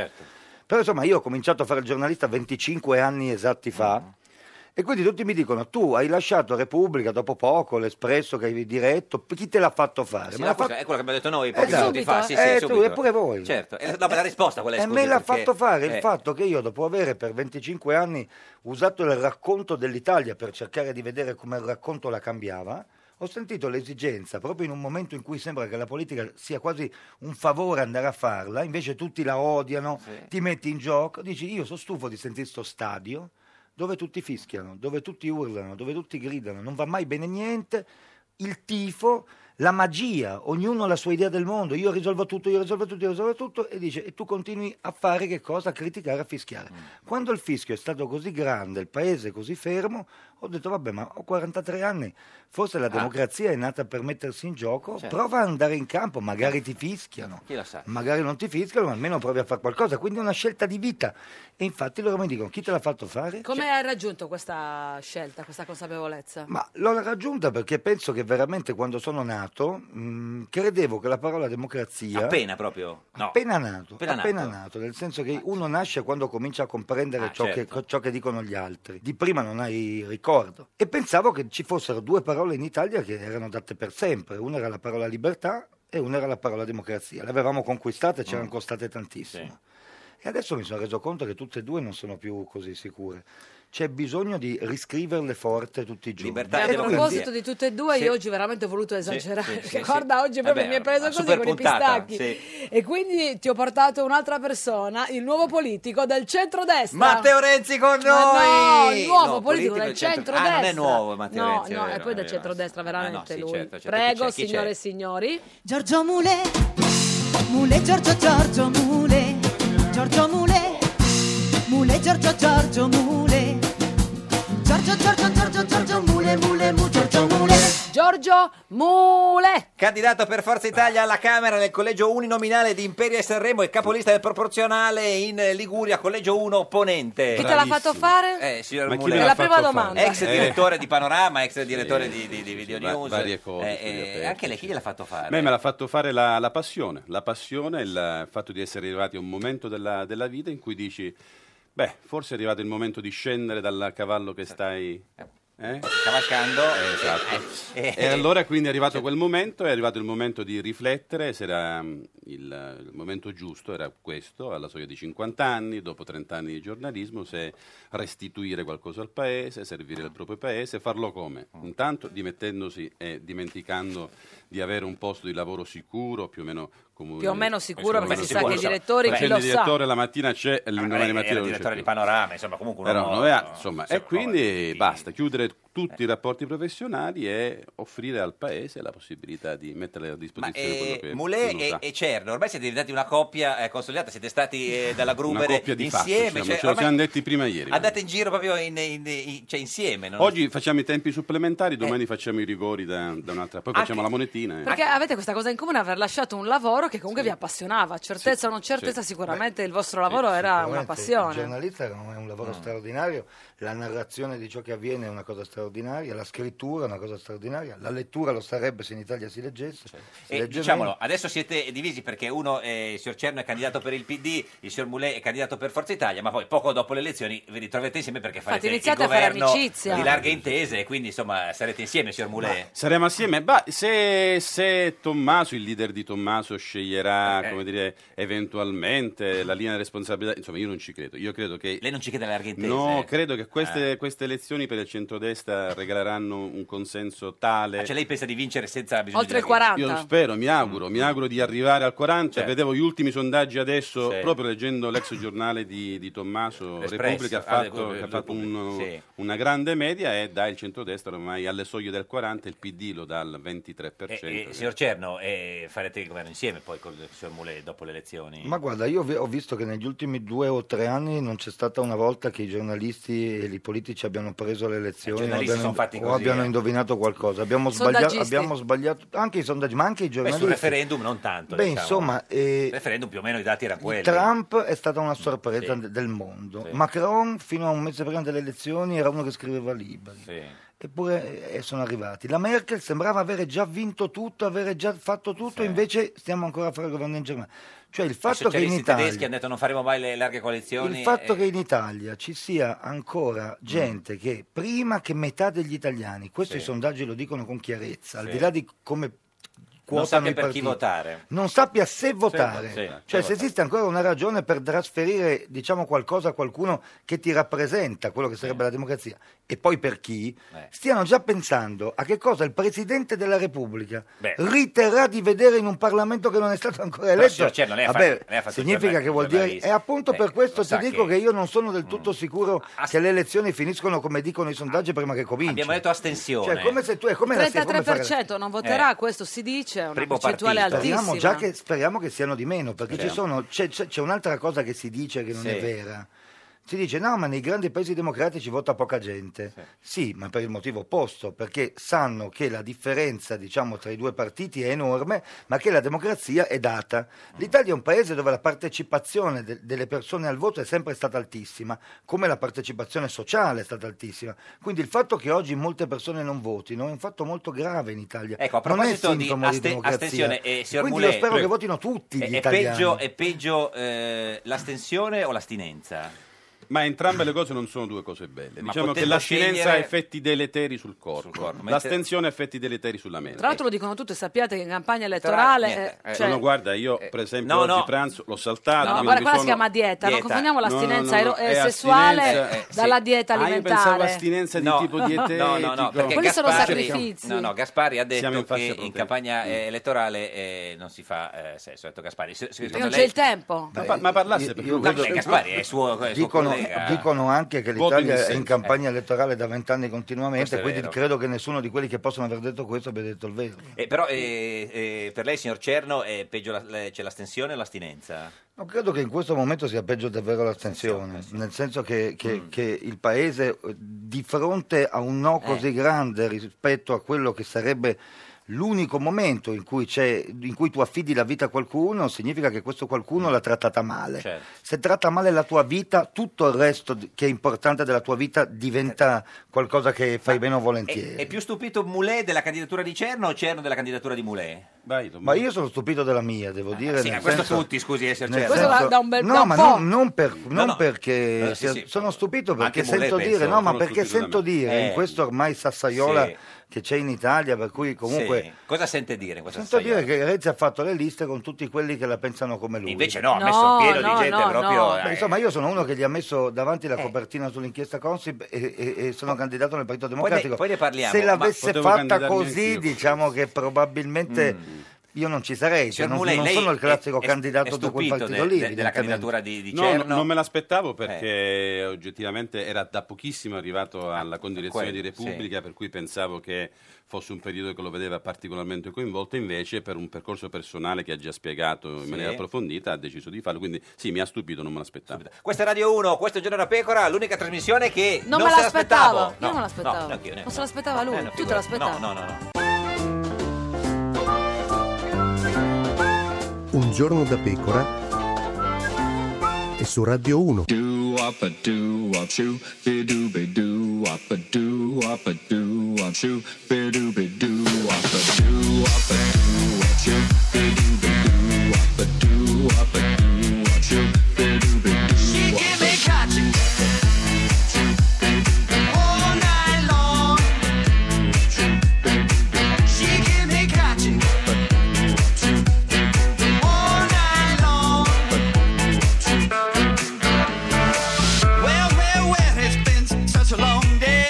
S13: Però insomma io ho cominciato a fare il giornalista 25 anni esatti fa. E quindi tutti mi dicono, tu hai lasciato Repubblica dopo poco, l'Espresso che hai diretto, chi te l'ha fatto fare?
S2: Sì, no,
S13: Me l'ha
S2: questo È
S13: fatto-
S2: quello che abbiamo detto noi pochi
S13: Esatto.
S2: minuti fa. Sì, sì,
S13: Eh, tu,
S2: subito.
S13: e pure voi.
S2: Certo, eh, no, ma la risposta quella è
S13: E
S2: scusi,
S13: me l'ha
S2: perché-
S13: fatto fare il
S2: eh,
S13: fatto che io, dopo aver per 25 anni usato il racconto dell'Italia per cercare di vedere come il racconto la cambiava, ho sentito l'esigenza, proprio in un momento in cui sembra che la politica sia quasi un favore andare a farla, invece tutti la odiano,
S2: Sì.
S13: ti metti in gioco, dici io sono stufo di sentire sto stadio dove tutti fischiano, dove tutti urlano, dove tutti gridano, non va mai bene niente, il tifo, la magia, ognuno ha la sua idea del mondo, io risolvo tutto, io risolvo tutto, io risolvo tutto e dice e tu continui a fare che cosa? A criticare, a fischiare. Quando il fischio è stato così grande, il paese così fermo, ho detto vabbè ma ho 43 anni, forse la democrazia è nata per mettersi in gioco,
S2: Certo.
S13: prova ad andare in campo, magari ti fischiano
S2: Chi lo sa?
S13: magari non ti fiscano, ma almeno provi a fare qualcosa. Quindi è una scelta di vita. E infatti loro mi dicono: chi te l'ha fatto fare?
S1: Come hai raggiunto questa scelta, questa consapevolezza?
S13: Ma l'ho raggiunta perché penso che veramente quando sono nato mh, credevo che la parola democrazia.
S2: Appena proprio. No.
S13: Appena nato,
S2: Appena
S13: appena
S2: nato.
S13: nato. nel senso che uno nasce quando comincia a comprendere
S2: Ah,
S13: ciò,
S2: certo.
S13: che, ciò che dicono gli altri. Di prima non hai ricordo. E pensavo che ci fossero due parole in Italia che erano date per sempre. Una era la parola libertà e una era la parola democrazia. Le avevamo conquistate e
S2: Mm.
S13: ci erano costate tantissimo. E adesso mi sono reso conto che tutte e due non sono più così sicure. C'è bisogno di riscriverle forte tutti i giorni.
S2: Libertà
S1: a
S13: E quindi-
S1: proposito di tutte e due,
S13: Sì.
S1: io oggi veramente ho voluto esagerare.
S13: sì,
S1: perché
S13: sì,
S1: guarda, oggi proprio
S13: Vabbè,
S1: mi hai preso
S13: una
S1: così
S13: super
S1: con i
S13: puntata,
S1: pistacchi. E quindi ti ho portato un'altra persona, il nuovo politico del centrodestra.
S2: Matteo Renzi con
S1: Ma no,
S2: noi!
S1: il nuovo
S2: No,
S1: politico,
S2: politico
S1: del
S2: del centro-
S1: centrodestra.
S2: Ah, non è nuovo Matteo
S1: no,
S2: Renzi, è
S1: No,
S2: vero,
S1: e poi
S2: è
S1: del
S2: vero.
S1: centrodestra, veramente
S2: Ah, no, sì,
S1: lui.
S2: certo, certo.
S1: Prego,
S2: Chi c'è? Chi c'è?
S1: signore e signori.
S14: Giorgio Mule, Mule Giorgio Giorgio Mule, Giorgio Mule, Mule Giorgio Giorgio Mule, Giorgio Giorgio Giorgio Giorgio Mule Mule Mule Giorgio Mule.
S1: Giorgio Mule.
S2: Candidato per Forza Italia alla Camera nel collegio uninominale di Imperia e Sanremo e capolista del proporzionale in Liguria, collegio 1 opponente.
S1: Chi te l'ha fatto fare?
S2: Eh, signor
S15: Ma chi
S2: Mulè.
S15: ve l'ha È la fatto prima fare?
S1: domanda.
S2: Ex
S15: Eh.
S2: direttore di Panorama, ex direttore di, di, di Video
S15: va-
S2: News.
S15: varie cose,
S2: Eh,
S15: studio
S2: eh,
S15: aperto,
S2: anche lei chi gliel'ha fatto fare?
S15: Beh, me l'ha fatto fare la, la passione, la passione, il fatto di essere arrivati a un momento della, della vita in cui dici, beh, forse è arrivato il momento di scendere dal cavallo che stai... eh?
S2: Cavalcando.
S15: Esatto.
S2: Eh, eh.
S15: E allora quindi è arrivato quel momento, è arrivato il momento di riflettere se era mm, il, il momento giusto, era questo, alla soglia di 50 anni, dopo 30 anni di giornalismo, se restituire qualcosa al paese, servire il proprio paese, farlo come?
S2: Mm.
S15: Intanto dimettendosi e dimenticando di avere un posto di lavoro sicuro, più o meno comune.
S1: Più o meno sicuro, perché
S15: Beh,
S1: si sa che i
S15: sicuro,
S1: direttori,
S15: no.
S1: chi
S15: Perché
S1: lo sa.
S15: il direttore la mattina c'è,
S2: eh, Era
S15: l'indomani
S2: il
S15: mattina non c'è
S2: direttore
S15: più.
S2: di Panorama, insomma, comunque un
S15: Però
S2: uomo-
S15: non aveva- insomma, e
S2: sempre
S15: quindi basta chiudere
S2: Eh.
S15: tutti i rapporti professionali e offrire al paese la possibilità di mettere a disposizione quello
S2: E
S15: che
S2: Eh, Mulè
S15: uno
S2: e,
S15: sa.
S2: e Cerno, ormai siete diventati una coppia eh, consolidata, siete stati eh, dalla
S15: una
S2: Gruber
S15: coppia di fatto,
S2: insieme,
S15: diciamo,
S2: cioè,
S15: ce lo
S2: ormai
S15: siamo detti prima ieri.
S2: andate in giro proprio in- in- in- cioè, insieme. non-
S15: Oggi facciamo i tempi supplementari,
S2: Eh.
S15: domani facciamo i rigori da, da un'altra, poi facciamo la monetina. eh.
S1: Perché avete questa cosa in comune, aver lasciato un lavoro che comunque vi appassionava, certezza o non certezza,
S13: sì.
S1: sicuramente il vostro lavoro era una
S13: Sicuramente Il
S1: passione.
S13: giornalista è un è un lavoro straordinario, la narrazione di ciò che avviene è una cosa straordinaria, la scrittura è una cosa straordinaria, la lettura lo sarebbe se in Italia si leggesse. si
S2: Certo. E
S13: legge
S2: diciamolo,
S13: meno.
S2: adesso siete divisi perché uno, eh, il signor Cerno è candidato per il PD, il signor Mulè è candidato per Forza Italia, ma poi poco dopo le elezioni vi ritroverete insieme perché
S1: Infatti,
S2: farete il
S1: iniziate a fare
S2: governo
S1: amicizia.
S2: di larghe intese e quindi insomma sarete insieme, signor Mulè.
S15: Saremo assieme. Bah, se, se Tommaso, il leader di Tommaso, sceglierà
S2: Eh.
S15: come dire, eventualmente la linea di responsabilità, insomma, io non ci credo. Io credo che.
S2: Lei non ci crede alle larghe intese? Eh.
S15: No, credo che queste, queste elezioni per il centrodestra eh, regaleranno un consenso tale.
S2: Cioè lei pensa di vincere senza bisogno
S1: Oltre
S2: di Mm.
S1: il 40.
S15: Io lo spero, mi auguro, mi auguro di arrivare al 40.
S2: Certo.
S15: Vedevo gli ultimi sondaggi adesso,
S2: Sì.
S15: proprio leggendo l'ex giornale di, di Tommaso,
S2: L'Espresso.
S15: Repubblica, ha
S2: Ah,
S15: fatto,
S2: Repubblica,
S15: che ha fatto un-
S2: Repubblica, sì.
S15: una grande media e dà il centrodestra ormai alle soglie del 40, il PD lo dà al 23%.
S2: Eh, eh, signor Cerno, eh, farete il governo insieme poi con il signor Moulet dopo le elezioni?
S13: Ma guarda, io vi- ho visto che negli ultimi due o tre anni non c'è stata una volta che i giornalisti e i politici abbiano preso le elezioni o
S2: giornalisti
S13: abbiano,
S2: sono fatti
S13: o
S2: così,
S13: abbiano
S2: eh.
S13: indovinato qualcosa. Abbiamo sbagliato,
S2: Sondaggisti.
S13: abbiamo sbagliato anche i sondaggi, ma anche i
S2: Beh,
S13: giornalisti.
S2: sul referendum non tanto.
S13: Beh,
S2: diciamo.
S13: insomma, eh,
S2: Il referendum più o meno i dati erano quelli.
S13: Trump è stata una sorpresa
S2: Sì.
S13: de- del mondo.
S2: Sì.
S13: Macron, fino a un mese prima delle elezioni, era uno che scriveva libri.
S2: Sì.
S13: Eppure eh, sono arrivati. La Merkel sembrava avere già vinto tutto, avere già fatto tutto, invece stiamo ancora a fare governo in Germania. Cioè il
S2: I
S13: fatto che in
S2: socialisti tedeschi
S13: Italia
S2: hanno detto non faremo mai le larghe coalizioni.
S13: il fatto
S2: eh,
S13: che in Italia ci sia ancora gente che prima che metà degli italiani, questi
S2: Mm. Sì.
S13: sondaggi lo dicono con chiarezza, al
S2: Sì.
S13: di là di come
S2: non
S13: quotano
S2: sappia
S13: i
S2: per chi
S13: partiti,
S2: votare.
S13: non sappia se votare.
S2: sì,
S13: cioè,
S2: se
S13: se
S2: votare.
S13: esiste ancora una ragione per trasferire diciamo, qualcosa a qualcuno che ti rappresenta, quello che sarebbe la democrazia, e poi per chi, stiano già pensando a che cosa il Presidente della Repubblica
S2: Beh.
S13: riterrà di vedere in un Parlamento che non è stato ancora
S2: Però, cioè,
S13: eletto.
S2: signor Cerno, lei ha
S13: Vabbè,
S2: fatto- lei ha fatto
S13: significa
S2: giornal-
S13: che vuol dire...
S2: giornalista.
S13: E appunto
S2: Lei
S13: per questo
S2: Eh, lo
S13: ti
S2: sa
S13: dico
S2: che- Mm. Ah,
S13: che io non sono del tutto sicuro che le elezioni finiscono come dicono i sondaggi prima che cominciano.
S2: Abbiamo Eh. detto astensione.
S13: Cioè, come se tu... È come la- come fare-
S1: 33% non voterà, questo si dice, è una percentuale altissima.
S13: Speriamo, già che, speriamo che siano di meno, perché ci
S1: Speriamo.
S13: sono- c'è, c'è- c'è un'altra cosa che si dice che non
S1: Sì.
S13: è vera. Si dice no, ma nei grandi paesi democratici vota poca gente. Sì. ma per il motivo opposto, perché sanno che la differenza diciamo, tra i due partiti è enorme, ma che la democrazia è data.
S2: Mm.
S13: L'Italia è un paese dove la partecipazione de- delle persone al voto è sempre stata altissima, come la partecipazione sociale è stata altissima. Quindi il fatto che oggi molte persone non votino è un fatto molto grave in Italia.
S2: Ecco, a
S13: Non è
S2: proposito di
S13: sintomo
S2: aste-
S13: democrazia.
S2: astensione, eh, signor
S13: Quindi
S2: Moulet,
S13: io spero
S2: prego.
S13: che votino tutti gli
S2: È, è
S13: italiani.
S2: peggio, è peggio eh, l'astensione o l'astinenza?
S15: Ma entrambe le cose non sono due cose belle.
S2: Ma
S15: diciamo che
S2: potendo
S15: l'astinenza
S2: scegliere-
S15: ha effetti deleteri sul corpo,
S2: mentre-
S15: l'astensione ha effetti deleteri sulla mente.
S1: Tra l'altro lo dicono tutti, sappiate che in campagna elettorale... eh,
S15: Eh,
S1: cioè-
S15: no, no, guarda, io per esempio
S1: no,
S15: oggi
S1: no.
S15: pranzo l'ho saltato.
S1: No,
S15: quindi
S1: guarda,
S15: mi
S1: quella si
S15: sono-
S1: chiama dieta, non confondiamo
S15: No, no,
S1: l'astinenza
S15: no, no,
S1: ero- eh,
S15: è
S1: sessuale
S15: astinenza, eh,
S1: dalla
S15: sì.
S1: dieta
S15: Ah, io
S1: alimentare.
S15: pensavo astinenza di tipo dietetico.
S2: No, no, no, perché
S1: Quelli sono
S2: Gaspari-
S1: sacrifici.
S2: No, no, Gaspari ha detto
S15: in fascia
S2: che in
S15: protetta. Mm.
S2: campagna eh, elettorale eh, non si fa eh, sesso, ha detto Gaspari. Se- se-
S1: Perché non
S2: secondo
S1: c'è
S2: lei-
S1: il tempo.
S15: Ma, pa- ma parlasse per lui.
S2: Vabbè, Gaspari è suo, è suo
S13: Dicono,
S2: eh, collega.
S13: dicono anche che
S2: Voto in
S13: l'Italia è
S2: dissenso.
S13: in campagna
S2: Eh.
S13: elettorale da vent'anni continuamente,
S2: Questo è
S13: quindi
S2: vero.
S13: credo che nessuno di quelli che possono aver detto questo abbia detto il vero.
S2: Eh, però eh, eh, per lei, signor Cerno, è peggio la- le- c'è l'astensione o l'astinenza?
S13: No, credo che in questo momento sia peggio davvero
S2: eh
S13: l'astensione, nel senso che, che-
S2: Mm.
S13: che il Paese eh, di fronte a un
S2: Eh.
S13: no così grande rispetto a quello che sarebbe l'unico momento in cui, c'è, in cui tu affidi la vita a qualcuno, significa che questo qualcuno l'ha trattata male.
S2: Mm. Certo.
S13: Se tratta male la tua vita, tutto il resto di- che è importante della tua vita diventa qualcosa che fai bene o volentieri.
S2: È, è più stupito Moulet della candidatura di Cerno o Cerno della candidatura di Moulet?
S13: Ma io sono stupito della mia, devo dire.
S2: Ah, sì,
S13: nel
S2: a questo
S13: senso-
S2: tutti, scusi, eh, signor
S13: nel
S2: Cerno. Questo
S13: senso-
S2: da- da un bel-
S13: no,
S2: da un
S13: ma
S2: po'.
S13: non, non per- non
S2: no.
S13: perché
S2: Eh, sì,
S13: sia-
S2: sì.
S13: sono stupito perché
S2: Anche Moulet,
S13: sento
S2: penso,
S13: dire, no, ma
S2: sono
S13: perché
S2: stupito da
S13: sento
S2: me.
S13: dire
S2: Eh.
S13: in questo ormai sassaiola
S2: Sì.
S13: che c'è in Italia, per cui comunque
S2: Sì. Cosa sente dire in questa
S13: sento
S2: storia?
S13: dire che Renzi ha fatto le liste con tutti quelli che la pensano come lui.
S2: Invece no, ha No, messo pieno di no, gente no, proprio, no. eh.
S13: Beh, insomma, io sono uno che gli ha messo davanti la copertina sull'inchiesta Consip e, e- e sono candidato nel Partito
S2: ne-
S13: Democratico.
S2: poi ne parliamo,
S13: Se
S2: ma-
S13: l'avesse
S2: Potevo
S13: fatta
S2: candidarmi anch'io,
S13: così, diciamo che probabilmente
S2: Mm.
S13: io non ci sarei, cioè
S15: Signor
S13: non,
S15: Mulei,
S13: non
S15: lei
S13: sono il classico
S15: è- è-
S13: candidato
S15: è
S13: di quel
S15: stupito
S13: partito
S15: de-
S13: lì.
S15: de- della
S13: evidentemente.
S2: candidatura di, di
S15: No,
S2: Cerno?
S15: no, non me l'aspettavo perché oggettivamente era da pochissimo arrivato alla condirezione
S2: quello,
S15: di Repubblica, per cui pensavo che fosse un periodo che lo vedeva particolarmente coinvolto, invece per un percorso personale che ha già spiegato in
S2: Sì.
S15: maniera approfondita ha deciso di farlo, quindi sì, mi ha stupito, non me l'aspettavo.
S2: Questa è Radio 1, questo è Giorno da Pecora, l'unica trasmissione che
S1: Non,
S2: non,
S1: me
S2: se
S1: l'aspettavo, io
S2: l'aspettavo. No,
S1: non me l'aspettavo.
S2: no, neanche io, neanche
S1: non se l'aspettava lui, tu te l'aspettavi.
S2: Eh, No, no, no, no.
S10: Un giorno da pecora e su Radio 1.
S16: Doo-wop, a doo-wop, shoo, be-doo-be, doo-wop, a doo-wop, a doo-wop, shoo, be-doo-be, doo-wop, a doo-wop, a doo-wop, shoo, be-doo-be, doo-wop, a doo-wop, a doo-wop, shoo, be-doo-be,
S4: She
S16: doo-wop.
S4: can be catching all night long. She can be catching all night long. Well, well, well, it's been such a long day.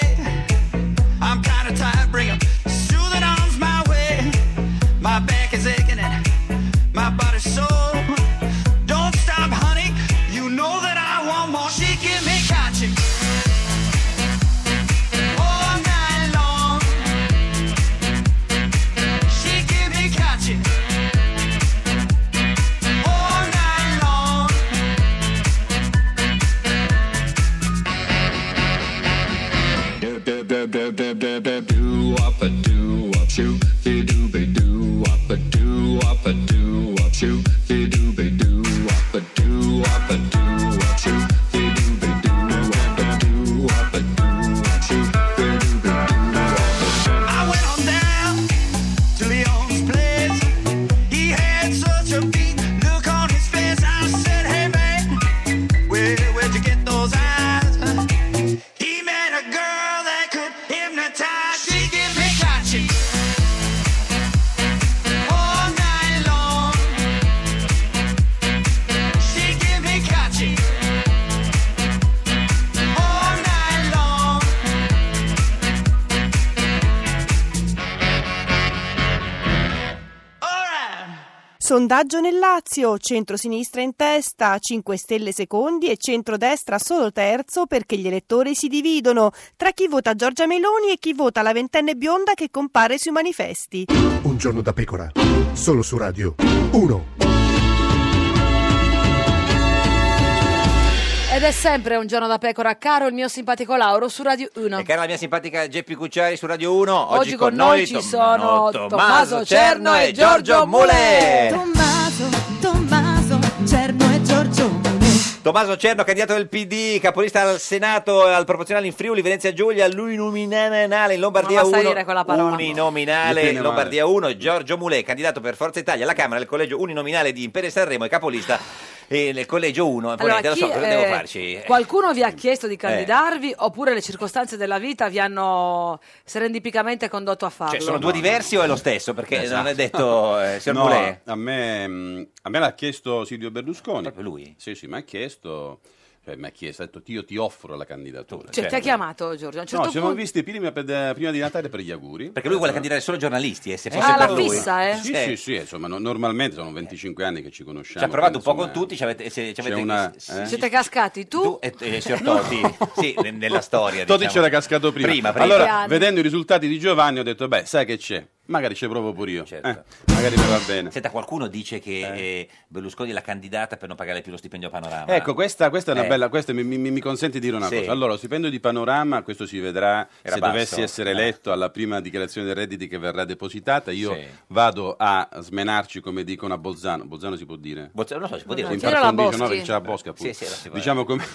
S4: I Don't stop, honey. You know that I want more. She give me catching. All night long. She give me catching. All night long.
S16: Dab, dab, dab, dab, dab, dab, dab, do up a do up shoe. They do be do up a do up a do up shoe. They do be do up a do up a do up shoe. They do be do up a do up a do up shoe. They do be do up a
S4: I went on down to Leon's place. He had such a beat look on his face. I said, Hey man, where where'd you get those eyes? He met a girl that could hypnotize. She give me gotcha all night long. She give me gotcha all night long.
S11: Sondaggio nel Lazio, centrosinistra in testa, 5 Stelle secondi e centrodestra solo terzo perché gli elettori si dividono tra chi vota Giorgia Meloni e chi vota la ventenne bionda che compare sui manifesti.
S10: Un giorno da pecora, solo su Radio 1.
S1: Ed è sempre un giorno da pecora, caro il mio simpatico Lauro su Radio 1.
S2: E cara la mia simpatica Geppi Cucciari su Radio 1. Oggi,
S1: Oggi con noi ci sono Tommaso Cerno e Giorgio
S2: Mule.
S14: Tommaso, Tommaso, Cerno e Giorgio
S2: Tommaso Cerno, candidato del PD, capolista al Senato e al proporzionale in Friuli, Venezia Giulia, lui nominale in Lombardia
S1: Non la
S2: 1,
S1: sai dire quella parola.
S2: uninominale
S9: Mi
S2: in
S9: viene male.
S2: Lombardia 1, Giorgio Mulè, candidato per Forza Italia alla Camera del Collegio Uninominale di Impere Sanremo e capolista eh, nel Collegio 1. Ponente, lo so,
S1: chi,
S2: cosa
S1: eh,
S2: devo farci?
S1: Qualcuno
S2: Eh.
S1: vi ha chiesto di candidarvi oppure le circostanze della vita vi hanno serendipicamente condotto a farlo?
S2: Cioè, sono due diversi o è lo stesso? Perché non è detto, eh, signor
S15: Esatto. no,
S2: Mulè.
S15: A me, mm, a me l'ha chiesto Silvio Berlusconi. Proprio lui? Sì, sì, mi ha chiesto, cioè, mi ha chiesto, ha detto io ti offro la candidatura.
S1: Cioè, ti ha
S15: Cioè,
S1: chiamato Giorgio? A un certo
S15: no, ci siamo
S1: punto-
S15: visti prima, per- eh, prima di Natale per gli auguri. Esatto.
S2: Perché lui vuole candidare solo giornalisti e se
S15: Eh,
S2: fosse
S1: Ah,
S2: per
S1: la
S2: lui...
S1: fissa, eh?
S15: Sì,
S2: Eh.
S15: sì, sì, insomma, no- normalmente sono 25 anni che ci conosciamo.
S2: Ci ha provato un po'
S15: quindi,
S2: con tutti, ci avete- se- ci
S15: c'è
S2: avete-
S15: una-
S2: sì,
S15: eh?
S1: Siete cascati tu?
S2: E, e Eh, signor Totti, sì, ne- nella storia.
S15: Totti
S2: diciamo.
S15: c'era cascato prima.
S2: Prima, prima.
S15: Allora,
S1: Piano.
S15: vedendo i risultati di Giovanni, ho detto: Beh, sai che c'è? Magari ci provo pure io. Eh, magari mi va bene.
S2: Certo. Senta, qualcuno dice che eh, Berlusconi è la candidata per non pagare più lo stipendio a panorama.
S15: Ecco, questa, questa è una
S2: Ah, Eh.
S15: bella. Questa mi, mi- mi consente di dire una
S2: Sì.
S15: cosa. Allora, lo stipendio di panorama, questo si vedrà
S2: Era
S15: se
S2: basso,
S15: dovessi essere
S2: eh.
S15: eletto alla prima dichiarazione dei redditi che verrà depositata. Io
S2: Sì.
S15: vado a smenarci, come dicono a Bozzano. Bozzano si può dire?
S2: Bozzano, non so, si può dire.
S15: In
S2: Tira la
S15: Parcon
S2: Boschi.
S15: 19 che c'è la Bosca pure.
S2: Sì, sì, la si può-
S15: diciamo come,
S2: si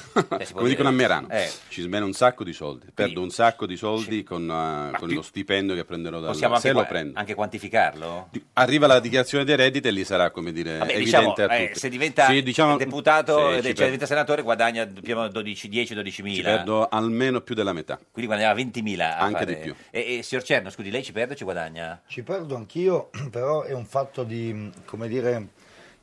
S2: può
S15: come dicono a
S2: dire.
S15: Merano.
S2: Eh.
S15: Ci smena un sacco di soldi. Perdo un sacco di soldi con, eh, con lo stipendio che prenderò dal
S2: Possiamo anche,
S15: se lo
S2: qua-
S15: prendo.
S2: anche quantificarlo?
S15: Arriva la dichiarazione dei redditi e lì sarà, come dire,
S2: Vabbè,
S15: evidente
S2: diciamo,
S15: a
S2: eh,
S15: tutti.
S2: se diventa
S15: Sì, diciamo-
S2: deputato,
S15: sì,
S2: eh,
S15: ci
S2: cioè
S15: per-
S2: diventa senatore, guadagna più o meno 12, 10 12
S15: ci
S2: mila.
S15: perdo almeno più della metà.
S2: Quindi guadagnava 20.000 a
S15: Anche
S2: fare-
S15: di più.
S2: E, e signor Cerno, scusi, lei ci perde o ci guadagna?
S13: Ci perdo anch'io, però è un fatto di, mh, come dire,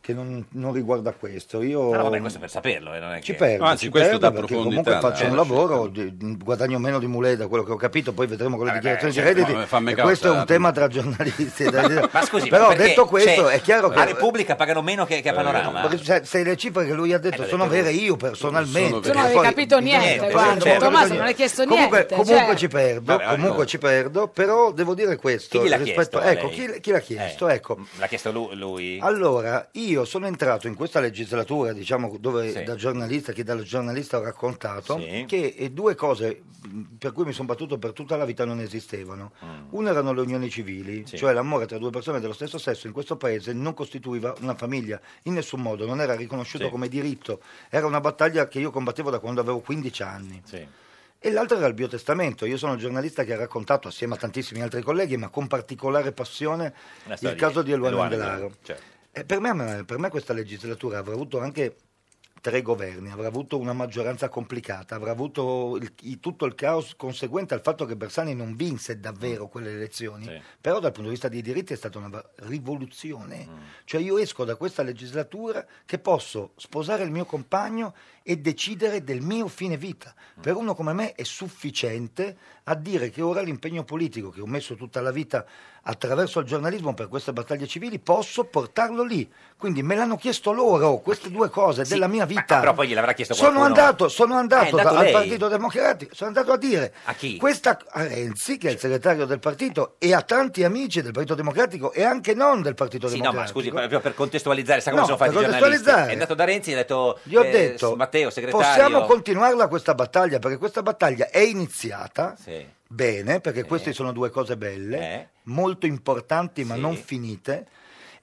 S13: che non, non riguarda questo. Io
S2: Ah, vabbè, questo per saperlo, eh, non è
S13: ci
S2: che-
S13: perdo,
S2: Anzi,
S13: ci
S2: questo
S13: perdo
S2: dà
S13: perché
S2: profondità,
S13: comunque faccio
S2: eh,
S13: un
S2: la
S13: lavoro, di- guadagno meno di Mulè da quello che ho capito, poi vedremo con le dichiarazioni di
S2: certo,
S13: redditi.
S2: ma fammi
S13: e
S2: causa,
S13: questo è un
S2: Adam.
S13: tema tra giornalisti. e tra-
S2: Ma scusi,
S13: però
S2: perché
S13: detto questo
S2: c'è-
S13: è chiaro che...
S2: A Repubblica pagano meno che, che
S15: Eh,
S2: a Panorama. Eh,
S13: Perché, cioè, se le cifre che lui ha detto sono
S2: detto lui.
S13: vere io personalmente
S2: Tu non avevi
S13: Poi-
S1: capito niente, guarda,
S13: non avevo
S1: Tommaso,
S13: capito
S1: non hai chiesto
S13: comunque,
S1: niente,
S13: comunque
S1: cioè.
S13: ci perdo
S2: Vabbè,
S13: comunque
S2: ecco.
S13: ci perdo però devo dire questo
S2: Chi gliel'ha chiesto
S13: rispetto-
S2: a
S13: ecco
S2: lei?
S13: chi, chi l'ha chiesto
S2: Eh,
S13: ecco
S2: L'ha chiesto lu- lui?
S13: allora, io sono entrato in questa legislatura, diciamo, dove
S2: Sì.
S13: da giornalista, che dal giornalista ho raccontato,
S2: Sì.
S13: che eh, due cose mh, per cui mi sono battuto per tutta la vita non esistevano. Una erano le unioni civili,
S2: Mm. Sì.
S13: cioè l'amore tra due persone dello stesso sesso in questo paese non costituiva una famiglia, in nessun modo, non era riconosciuto
S2: Sì.
S13: come diritto. Era una battaglia che io combattevo da quando avevo 15 anni.
S2: Sì.
S13: E l'altro era il biotestamento. Io sono un giornalista che ha raccontato assieme a tantissimi altri colleghi, ma con particolare passione,
S2: La storia
S13: il caso di Eluana Andelaro.
S2: Certo.
S13: Eh, per, me, per me questa legislatura avrà avuto anche tre governi, avrà avuto una maggioranza complicata, avrà avuto il- i- tutto il caos conseguente al fatto che Bersani non vinse davvero quelle elezioni, però dal punto di vista dei diritti è stata una va- rivoluzione. Cioè io esco da questa legislatura che posso sposare il mio compagno e decidere del mio fine vita. Per uno come me è sufficiente a dire che ora l'impegno politico che ho messo tutta la vita attraverso il giornalismo per queste battaglie civili, posso portarlo lì. Quindi me l'hanno chiesto loro, queste due cose della mia vita.
S2: Ah, però poi gliel'avrà chiesto
S13: sono
S2: qualcuno. Eh,
S13: andato, sono andato,
S2: andato
S13: da- al
S2: lei?
S13: Partito Democratico, sono andato a dire
S2: A chi?
S13: questa a Renzi, che è il segretario del partito, e a tanti amici del Partito Democratico e anche non del Partito
S2: Sì, no, ma
S13: Democratico.
S2: scusi, proprio per contestualizzare, sa come
S13: No,
S2: sono fatti i
S13: per
S2: giornalisti?
S13: contestualizzare.
S2: È andato da Renzi e ha detto,
S13: Gli ho
S2: eh,
S13: detto,
S2: Matteo, segretario,
S13: possiamo continuarla questa battaglia, perché questa battaglia è iniziata
S2: Sì. Eh.
S13: bene, perché queste sono due cose belle, molto importanti ma
S2: Sì.
S13: non finite,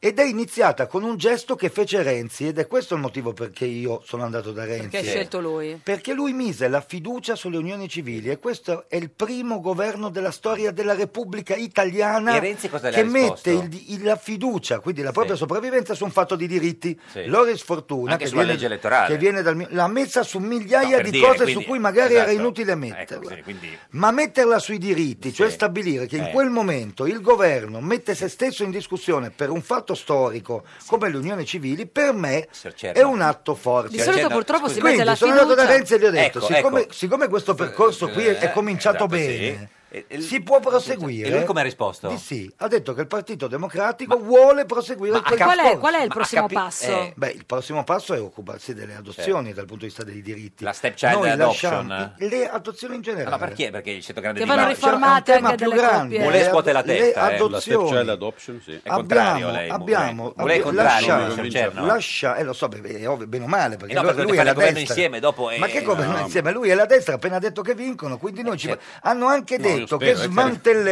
S13: ed è iniziata con un gesto che fece Renzi, ed è questo il motivo perché io sono andato da Renzi.
S1: Perché hai scelto lui?
S13: Perché lui mise la fiducia sulle unioni civili e questo è il primo governo della storia della Repubblica italiana
S2: E Renzi cosa le ha
S13: che
S2: risposto?
S13: mette il- il- la fiducia, quindi la propria sopravvivenza su un fatto di diritti.
S2: Sì.
S13: Loris Fortuna,
S2: Anche
S13: che
S2: sulla
S13: viene,
S2: legge elettorale.
S13: che viene dal mio- l'ha messa su migliaia
S2: No, per
S13: di
S2: dire,
S13: cose
S2: quindi-
S13: su cui magari era
S2: esatto.
S13: inutile
S2: Ecco,
S13: metterla.
S2: sì, quindi-
S13: Ma metterla sui diritti, cioè stabilire che in
S2: Eh.
S13: quel momento il governo mette se stesso in discussione per un fatto storico come le unioni civili, per me
S2: Sir Cerno.
S13: è un atto forte.
S1: Di solito purtroppo si mette
S13: Quindi
S1: la
S13: sono andato da
S1: fiducia.
S13: Renzi e gli ho detto,
S2: Certo. Ecco,
S13: siccome,
S2: ecco. eh, esatto,
S13: siccome questo percorso qui è, è cominciato bene, si può proseguire.
S2: E lui come ha risposto?
S13: Di sì, ha detto che il Partito Democratico vuole proseguire
S1: Ma
S13: quel
S1: qual è-
S13: percorso.
S1: qual è il Ma ha prossimo capi- passo? eh.
S13: Beh, il prossimo passo è occuparsi delle
S2: Certo.
S13: adozioni dal punto di vista dei diritti.
S2: La stepchild
S13: Noi
S2: adoption?
S13: lasciamo- le adozioni in generale.
S2: No, no, perché? Perché il centro grande
S13: Che
S2: di
S13: vanno
S2: Bari-
S13: riformate
S2: Cioè, è un tema
S13: anche
S2: più
S13: delle
S2: grande.
S13: coppie.
S2: Mulè scuote la
S13: Le
S2: testa.
S13: adozioni.
S15: La stepchild adoption, sì.
S2: È contrario
S13: abbiamo,
S2: lei. Mulè.
S13: abbiamo,
S2: Mulè è
S13: abbi-
S2: contrario.
S13: lascia,
S2: non c'è, no?
S13: lascia- eh, lo so, beh, è ovvio, bene o male, perché
S2: Eh no,
S13: lui-
S2: perché
S13: lui
S2: fare
S13: è la
S2: il governo
S13: destra.
S2: insieme, dopo è-
S13: Ma che governo
S2: no.
S13: insieme? Lui è la destra, ha appena detto che vincono, quindi noi ci... Hanno anche
S2: No, io spero,
S13: detto che
S2: eh, che-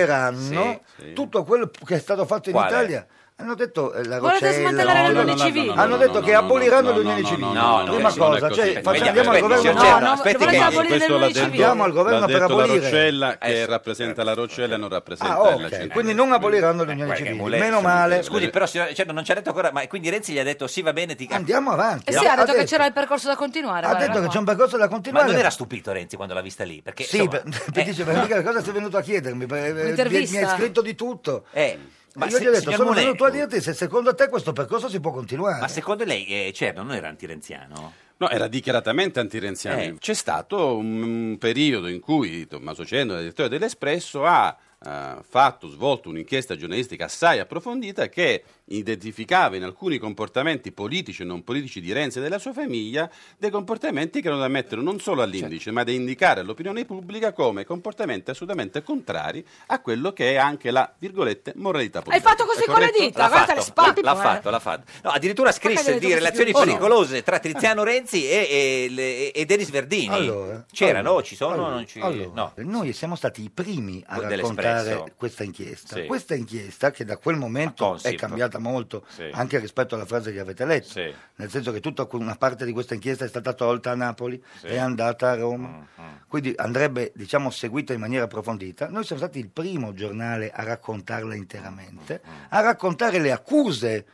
S13: smantelleranno
S2: Sì, sì.
S13: tutto quello che è stato fatto in
S2: Quale?
S13: Italia. Hanno detto eh, la
S1: Volete
S13: Rocella,
S1: smantellare le No, no, unioni no, no, civili? no, no,
S13: Hanno
S1: no,
S13: detto
S1: no,
S13: che
S1: no,
S13: aboliranno le unioni
S2: no, no,
S13: civili.
S2: no,
S13: Prima
S2: no, non è
S13: cosa,
S2: così.
S13: cioè,
S2: Aspetta,
S13: facciamo andiamo al
S2: aspetta,
S13: governo.
S2: signor Cerno, aspetti
S15: Questo
S2: che-
S15: l'ha-
S2: abolire
S15: questo
S13: le
S15: l'ha
S13: unioni
S15: detto,
S13: civili. Andiamo al governo
S15: l'ha
S13: per
S15: detto la
S13: abolire. Eh,
S15: Roccella che rappresenta la Roccella e non rappresenta
S13: Ah,
S15: la
S13: ok,
S15: centro.
S13: quindi non aboliranno le unioni
S2: Perché
S13: civili.
S2: Mulè-
S13: Meno male.
S2: Scusi, però signor- cioè, non ci ha detto ancora, ma quindi Renzi gli ha detto sì, va bene, ti
S13: Andiamo avanti.
S1: Eh
S2: No,
S1: sì, ha
S2: ha
S1: detto che
S2: detto-
S1: c'era il percorso da continuare.
S13: Ha
S1: guarda
S13: detto che
S1: qua.
S13: c'è un percorso da
S2: Ma
S13: continuare.
S2: non era stupito Renzi quando l'ha vista lì? Perché
S13: Sì,
S2: insomma, eh,
S13: per- per dice, ma mica cosa sei venuto a chiedermi? Per- eh, Mi,
S2: Un'intervista.
S13: mi hai scritto di tutto.
S2: eh, ma
S13: io
S2: se-
S13: gli ho detto,
S2: signor
S13: sono
S2: Mulè,
S13: venuto a dirti se secondo te questo percorso si può continuare.
S2: ma secondo lei eh, Cerno non era antirenziano?
S15: No, era dichiaratamente antirenziano.
S2: Eh.
S15: C'è stato un, un periodo in cui Tommaso Cenno, direttore dell'Espresso, ha eh, fatto, svolto un'inchiesta giornalistica assai approfondita che identificava in alcuni comportamenti politici e non politici di Renzi e della sua famiglia dei comportamenti che erano da mettere non solo all'indice,
S2: Certo.
S15: ma da indicare all'opinione pubblica come comportamenti assolutamente contrari a quello che è anche la, virgolette, moralità
S1: Hai
S15: politica.
S1: fatto così
S15: È
S1: con le
S15: corretto?
S1: dita, guarda le spacco.
S2: L'ha
S1: eh.
S2: fatto, l'ha fatto. No, addirittura scrisse
S1: Perché
S2: eh, di
S1: delle
S2: relazioni
S1: cose più-
S2: pericolose
S13: Oh,
S2: tra Tiziano Renzi e, e, le- e Denis Verdini.
S13: Allora,
S2: C'erano,
S13: allora,
S2: ci sono,
S13: allora,
S2: non ci...
S13: allora,
S2: no.
S13: Noi siamo stati i primi a
S2: Dell'Espresso.
S13: raccontare questa inchiesta.
S2: Sì.
S13: Questa inchiesta che da quel
S2: Ma
S13: momento
S2: Consip.
S13: è cambiata molto
S2: Sì.
S13: anche rispetto alla frase che avete letto, nel senso che tutta una parte di questa inchiesta è stata tolta a Napoli,
S2: Sì. Mm,
S13: è andata a Roma, quindi andrebbe diciamo seguita in maniera approfondita. Noi siamo stati il primo giornale a raccontarla interamente,
S2: Mm,
S13: a raccontare le accuse.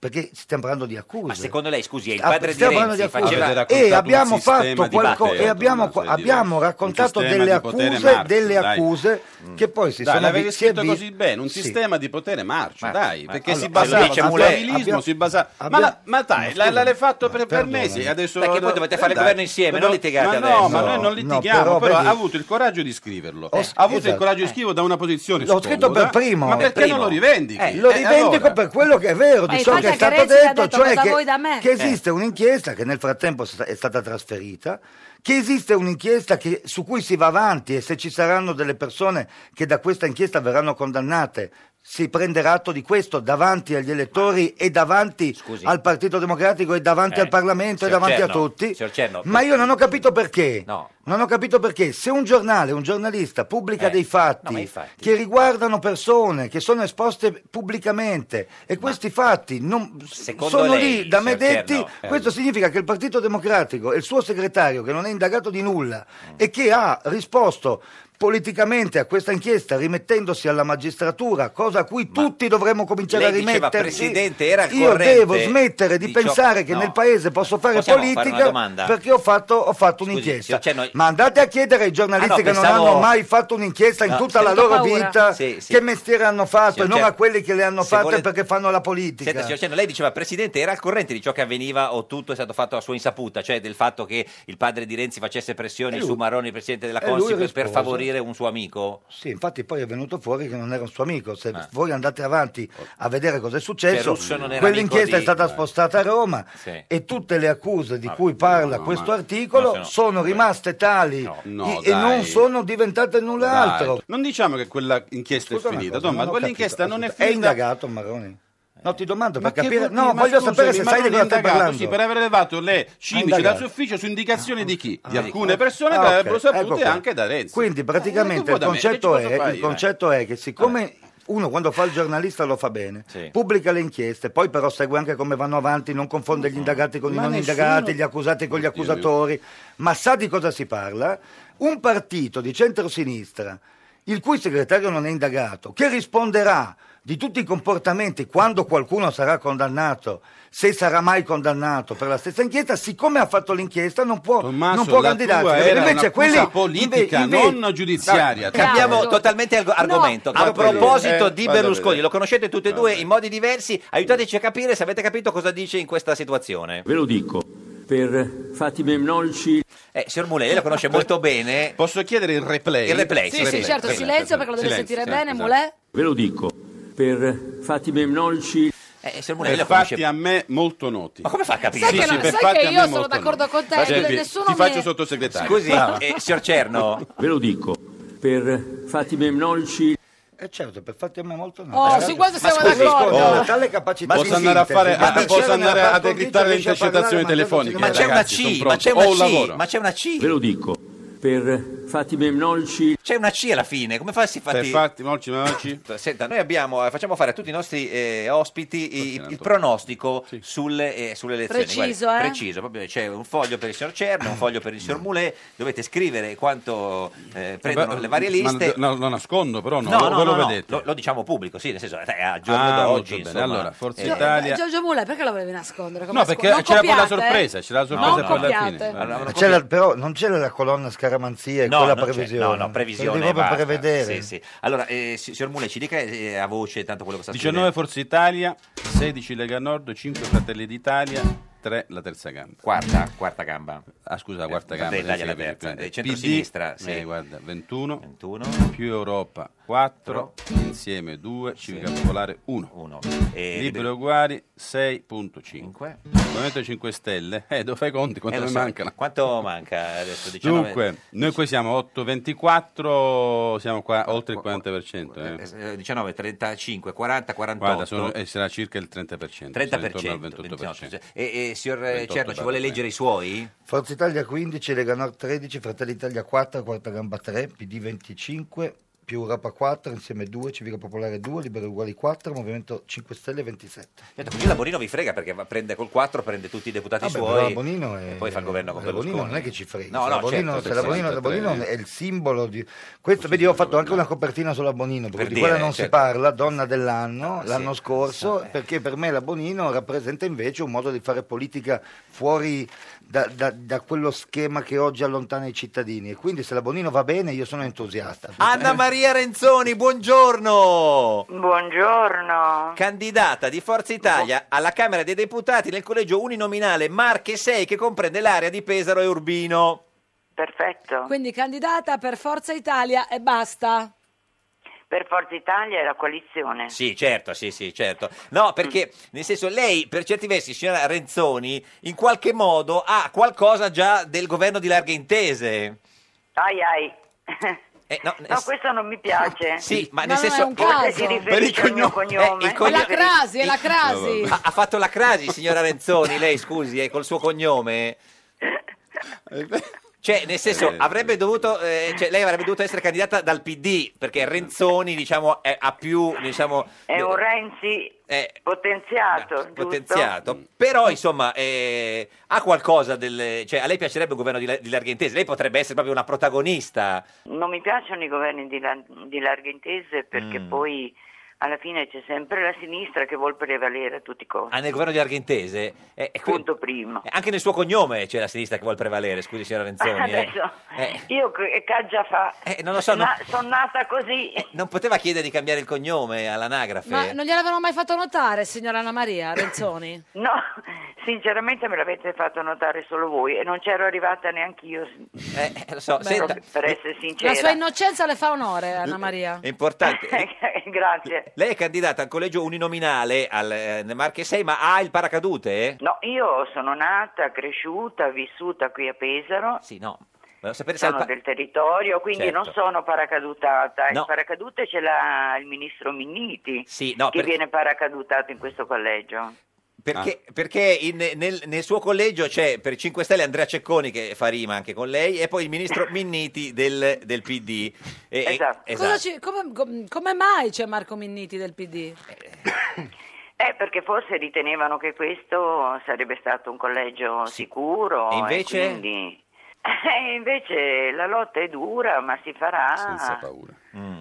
S13: Perché stiamo parlando di accuse.
S2: Ma secondo lei, scusi, è il
S13: Ah,
S2: padre di
S13: stiamo parlando
S2: Renzi
S13: di accuse.
S2: faceva...
S13: e abbiamo fatto qualcosa
S2: qualcosa
S13: e abbiamo, qua- abbiamo raccontato
S15: sistema
S13: delle
S15: di potere
S13: accuse,
S15: marcio,
S13: delle
S15: dai.
S13: accuse che poi si
S15: Dai,
S13: sono
S15: l'avete
S13: vi- si è
S15: scritto
S13: vi-
S15: così bene, un
S13: Sì.
S15: sistema di potere marcio,
S13: Ma-
S15: dai,
S13: ma-
S15: perché
S13: allora,
S15: si
S13: se
S15: basava
S13: lo dice
S15: sul
S13: Mulè,
S15: stabilismo,
S13: abbiamo-
S15: si basava...
S13: abbiamo-
S15: Ma, la- ma dai,
S13: ma
S15: la- la- l'hai fatto
S13: scusa,
S15: per, per
S13: perdonami.
S15: mesi, adesso...
S2: Perché voi dovete fare il
S15: dai,
S2: governo insieme,
S15: ma
S2: non
S15: no,
S2: litigate
S15: ma
S2: adesso.
S15: No, ma noi
S2: No,
S15: non litighiamo,
S2: però,
S15: però,
S2: vedi-
S15: ha avuto il coraggio di scriverlo,
S2: Eh,
S15: ha avuto il
S2: esatto.
S15: coraggio di scriverlo da una posizione
S13: L'ho scritto
S15: scomoda,
S13: per primo.
S15: ma perché
S13: Per primo.
S15: non lo rivendichi?
S13: Eh, lo
S15: Eh,
S13: rivendico
S15: allora.
S13: per quello che è vero, di
S1: Eh,
S13: ciò
S1: infatti
S13: che è
S1: anche
S13: stato
S1: Renzi ha
S13: detto,
S1: detto,
S13: cioè
S1: "Cosa
S13: che,
S1: vuoi da me?"
S13: che
S1: Eh.
S13: esiste un'inchiesta che nel frattempo sta- è stata trasferita, che esiste un'inchiesta che- su cui si va avanti e se ci saranno delle persone che da questa inchiesta verranno condannate, si prenderà atto di questo davanti agli elettori e davanti al Partito Democratico e davanti
S2: Eh,
S13: al Parlamento e
S2: signor
S13: davanti a
S2: Cerno,
S13: tutti.
S2: signor Cerno,
S13: Ma io non ho capito perché.
S2: No.
S13: Non ho capito perché se un giornale, un giornalista pubblica
S2: Eh,
S13: dei fatti,
S2: no, ma i fatti.
S13: che riguardano persone che sono esposte pubblicamente e questi fatti non-
S2: Secondo
S13: sono
S2: lei,
S13: lì da me
S2: signor
S13: detti,
S2: Cerno, eh.
S13: questo significa che il Partito Democratico e il suo segretario che non è indagato di nulla
S2: Mm.
S13: e che ha risposto politicamente a questa inchiesta rimettendosi alla magistratura, cosa a cui tutti dovremmo cominciare a
S2: lei diceva,
S13: rimettersi.
S2: "Presidente, era al
S13: Io
S2: corrente
S13: devo smettere di,
S2: di ciò-
S13: pensare che
S2: no.
S13: nel paese posso fare
S2: Possiamo fare una
S13: politica
S2: domanda?
S13: perché ho fatto, ho fatto un'inchiesta.
S2: signor Cerno,
S13: Ma andate a chiedere ai giornalisti
S2: Ah, no,
S13: che
S2: pensavo-
S13: non hanno mai fatto un'inchiesta in
S2: No,
S13: tutta
S2: sì.
S13: la
S2: Tutta
S13: loro
S2: paura.
S13: vita
S2: Sì, sì.
S13: che mestiere hanno fatto
S2: Signor
S13: e non
S2: Cerno,
S13: a quelli che le hanno
S2: se
S13: fatte
S2: volete-
S13: perché fanno la politica.
S2: Senta, signor Cenno, lei diceva, Presidente, era al corrente di ciò che avveniva o tutto è stato fatto a sua insaputa, cioè del fatto che il padre di Renzi facesse pressioni
S13: E lui-
S2: su Maroni, Presidente della
S13: e lui
S2: Consip, per
S13: rispose,
S2: scoprire un suo amico?
S13: Sì, infatti poi è venuto fuori che non era un suo amico. Se voi andate avanti a vedere cosa è successo,
S2: Ferruccio Ah. non era amico
S13: quell'inchiesta
S2: di- Eh.
S13: è stata spostata a Roma
S2: Sì. Ah,
S13: e tutte le accuse di cui parla questo articolo
S15: no, no.
S13: sono rimaste tali
S15: No,
S13: i- e
S15: dai.
S13: non sono diventate null'altro.
S15: Dai, Non diciamo che quella inchiesta
S13: Scusa
S15: è
S13: una
S15: finita,
S13: cosa,
S15: Tom, ma
S13: ho
S15: quella
S13: capito,
S15: inchiesta non è
S13: ascolta, È
S15: finita.
S13: indagato Maroni? No, ti domando per
S15: Ma che
S13: capire.
S15: vuol dire?
S13: No,
S15: Ma
S13: voglio
S15: scusami,
S13: sapere se
S15: ma
S13: sai di
S15: non è
S13: cosa stai
S15: indagato,
S13: parlando.
S15: Sì, per aver levato le cimici dal
S13: indagato.
S15: suo ufficio su indicazione di chi? Di
S13: Ah,
S15: alcune
S13: ecco.
S15: persone
S13: Ah,
S15: che
S13: ok,
S15: avrebbero saputo
S13: ecco
S15: e
S13: qua.
S15: anche da Renzi.
S13: Quindi
S15: Eh, che
S13: praticamente
S15: vuoi
S13: il
S15: da me? Che
S13: concetto,
S15: ci posso
S13: è,
S15: fare
S13: il
S15: io,
S13: concetto è che siccome
S9: Eh.
S13: uno quando fa il giornalista lo fa bene, pubblica le inchieste, poi però segue anche come vanno avanti, non confonde gli indagati con
S9: Ma
S13: i non
S9: nessuno-
S13: indagati, gli accusati con gli accusatori, ma sa di cosa si parla? Un partito di centrosinistra il cui segretario non è indagato, che risponderà di tutti i comportamenti quando qualcuno sarà condannato, se sarà mai condannato per la stessa inchiesta, siccome ha fatto l'inchiesta non può, non può
S15: la
S13: candidarsi.
S15: tua
S13: perché
S15: era
S13: invece
S15: un'accusa
S13: quelli
S15: politica,
S13: inve- inve-
S15: non giudiziaria.
S13: Dai,
S2: Cambiamo totalmente algo- argomento. a
S15: proprio-
S2: proposito
S15: eh,
S2: di
S15: vado a
S2: Berlusconi,
S15: vedere.
S2: lo conoscete tutti e due in modi diversi. Aiutateci a capire se avete capito cosa dice in questa situazione.
S17: Ve lo dico, per fatti memnolci...
S2: Eh, signor Mulè, lo conosce molto bene.
S15: Posso chiedere il replay?
S2: Il replay,
S1: Sì, sì, certo, silenzio perché lo deve sentire bene,
S15: esatto.
S1: Mulè.
S17: Ve lo dico, per fatti memnolci...
S2: Eh,
S15: Per fatti a me molto noti. Ma
S2: come fa a
S1: capire? Sai che no- sai che io sono d'accordo con te, eh, che nessuno
S15: Ti
S1: mi-
S15: faccio sottosegretario. Ah.
S2: Scusi,
S15: Bravo.
S2: eh, signor Cerno.
S17: Ve lo dico, per fatti memnolci...
S13: Eh certo, per fatti a me molto no.
S1: Oh,
S13: Certo.
S1: su questo
S13: Ma
S1: siamo
S13: scusi,
S1: d'accordo.
S13: scusi, ha una
S1: Oh.
S13: tale capacità
S15: Posso
S13: di
S15: andare a
S13: sintesi.
S15: fare-
S13: Ma
S15: a-
S13: per
S15: posso
S13: c'era una
S15: andare ad
S13: parte
S15: decrittare
S13: convinta,
S15: le
S13: riesce a parlare,
S15: intercettazioni
S13: ma
S15: telefoniche,
S13: tanto si-
S15: ragazzi, sono pronto. Ho un lavoro.
S2: ma c'è una C.
S17: Ve lo dico, per fatti memnolci...
S2: C'è una C alla fine, come fa si fatti?
S17: Per
S15: fatti molci, molci.
S2: Senta, noi abbiamo, eh, facciamo fare a tutti i nostri eh, ospiti i- il, pronostico sulle, eh, sulle elezioni.
S1: Preciso, eh?
S2: Preciso, proprio c'è un foglio per il signor Cerno, un foglio per il signor Mulè, dovete scrivere quanto eh, prendono
S15: Beh,
S2: le varie
S15: ma
S2: liste.
S15: no, lo nascondo, però no,
S2: No,
S15: lo-
S2: no,
S15: ve lo
S2: no, no,
S15: vedete.
S2: Lo, lo diciamo pubblico, sì, nel senso, eh, al giorno
S15: Ah, molto
S2: d'oggi.
S15: bene.
S2: insomma,
S15: Allora, Forza
S2: eh,
S15: Italia-
S1: Giorgio Mulè, perché lo volevi nascondere? Come
S15: No, perché
S1: scu- non
S15: c'era poi la
S1: copiate, eh?
S15: sorpresa, c'era la sorpresa
S1: non
S15: poi alla
S1: copiate.
S15: fine. Allora,
S13: Ma c'era- però non c'era la colonna scaramanzia e quella
S2: non c'è.
S13: previsione.
S2: No, no, previsione.
S13: Devi proprio
S2: basta.
S13: prevedere.
S2: Sì, sì. Allora, eh, si- signor Mule, ci dica eh, a voce tanto quello che sta
S15: 19 Forza Italia, 16 Lega Nord, 5 Fratelli d'Italia, 3 la terza gamba.
S2: Quarta, quarta gamba.
S15: Ah, scusa, la quarta
S2: Eh,
S15: gamba.
S2: Fratelli d'Italia,
S15: adesso
S2: la
S15: che-
S2: terza.
S15: quindi,
S2: Eh, centrosinistra,
S15: PD,
S2: sì.
S15: eh, guarda, 21, più Europa 4, insieme 2, Civica Popolare 1. Libero Uguali 6.5. Movimento 5 Stelle, eh, dove fai i conti? Quanto
S2: Eh, lo
S15: ne
S2: so.
S15: mancano?
S2: Quanto manca adesso? 19?
S15: Dunque, noi qui siamo 8,24, siamo qua oltre il 40%. eh.
S2: Eh, 19, 35, 40, 48.
S15: Guarda, sono- eh, sarà circa il 30%.
S2: 30%,
S15: sono intorno
S2: diciamo.
S15: al 28%.
S2: E, e, signor eh,
S15: 28,
S2: Cerno, ci vuole
S15: vabbè.
S2: leggere i suoi?
S13: Forza Italia 15, Lega Nord 13, Fratelli Italia 4, Quarta Gamba 3, PD 25, più Europa 4, insieme 2, Civica Popolare 2, Liberi Uguali 4, Movimento 5 Stelle 27.
S2: Senta, così la Bonino vi frega Certo, perché va- prende col 4, prende tutti i deputati
S13: Vabbè, però
S2: suoi
S13: la Bonino
S2: e poi fa il governo con
S13: La
S2: Berlusconi.
S13: Bonino non è che ci frega.
S2: No,
S13: se
S2: no,
S13: la Bonino,
S2: certo,
S13: se la Bonino, la
S2: 63,
S13: Bonino è il simbolo di... Questo, vedi, ho fatto anche una copertina sulla Bonino, perché
S2: Per
S13: di
S2: dire,
S13: quella non
S2: certo. Ah,
S13: si parla, donna dell'anno,
S2: sì,
S13: l'anno scorso, perché per me la Bonino rappresenta invece un modo di fare politica fuori da, da- da quello schema che oggi allontana i cittadini. E quindi se la Bonino va bene io sono entusiasta.
S18: Ah,
S2: Anna Maria Renzoni, buongiorno.
S18: Buongiorno.
S2: Candidata di Forza Italia alla Camera dei Deputati nel collegio uninominale Marche 6 che comprende l'area di Pesaro e Urbino.
S18: Perfetto.
S1: Quindi candidata per Forza Italia e basta.
S18: Per Forza Italia e la coalizione.
S2: Sì, certo, sì, sì, certo. No, perché nel senso lei per certi versi, signora Renzoni, in qualche modo ha qualcosa già del governo di larghe intese.
S18: Ai ai.
S2: Eh, no,
S18: No, questo non mi piace.
S2: Sì, ma nel senso
S18: Forse si riferisce al mio cognome.
S2: Eh, il cognome-
S1: crasi, è la
S15: Ecco,
S2: il-
S1: crasi.
S2: Ha, ha fatto la crasi, signora Renzoni, lei scusi, eh, col suo cognome. Cioè, nel senso, avrebbe dovuto, eh, cioè, lei avrebbe dovuto essere candidata dal PD, perché Renzoni, diciamo, è- ha più, diciamo,
S18: È
S2: eh,
S18: un Renzi potenziato, giusto?
S2: potenziato. Però, insomma, eh, ha qualcosa del... Cioè, a lei piacerebbe un governo di, la- di larghe intese, lei potrebbe essere proprio una protagonista. Mm.
S18: Non mi piacciono i governi di, la- di larghe intese perché poi alla fine c'è sempre la sinistra che vuol prevalere a tutti i costi.
S2: Ah, nel governo di eh, Arghentese? Punto
S18: primo.
S2: Anche nel suo cognome c'è la sinistra che vuole prevalere, scusi signora Renzoni. eh.
S18: Adesso,
S2: Eh.
S18: io che caggia fa?
S2: Eh, non lo so,
S18: Ma
S2: non-
S18: sono nata così.
S2: Non poteva chiedere di cambiare il cognome all'anagrafe? Eh,
S1: Ma non gliel'avevano mai fatto notare, signora Anna Maria Renzoni?
S18: No, sinceramente me l'avete fatto notare solo voi e non c'ero arrivata neanche io,
S2: Eh, lo so, senta,
S18: per essere sincera.
S1: La sua innocenza le fa onore, Anna Maria.
S2: è importante.
S18: Eh, Grazie.
S2: Lei è candidata al collegio uninominale al eh, nel Marche 6, ma ha il paracadute?
S18: No, io sono nata, cresciuta, vissuta qui a Pesaro.
S2: Sì, no. Volevo sapere se ha il
S18: Sono
S2: pa-
S18: del territorio, quindi
S2: Certo.
S18: non sono paracadutata.
S2: No.
S18: Il paracadute ce l'ha il ministro Minniti,
S2: Sì, no,
S18: che
S2: per-
S18: viene paracadutato in questo collegio.
S2: Perché, perché in- nel, nel suo collegio c'è per i 5 Stelle Andrea Cecconi che fa rima anche con lei e poi il ministro Minniti del, del PD. E- esatto. e-
S18: Esatto.
S15: Esatto.
S1: Cosa ci- come, com- come mai c'è Marco Minniti del PD?
S18: Eh, perché forse ritenevano che questo sarebbe stato un collegio sicuro.
S2: E invece?
S18: quindi- Eh, invece la lotta è dura, ma si farà.
S15: Senza paura.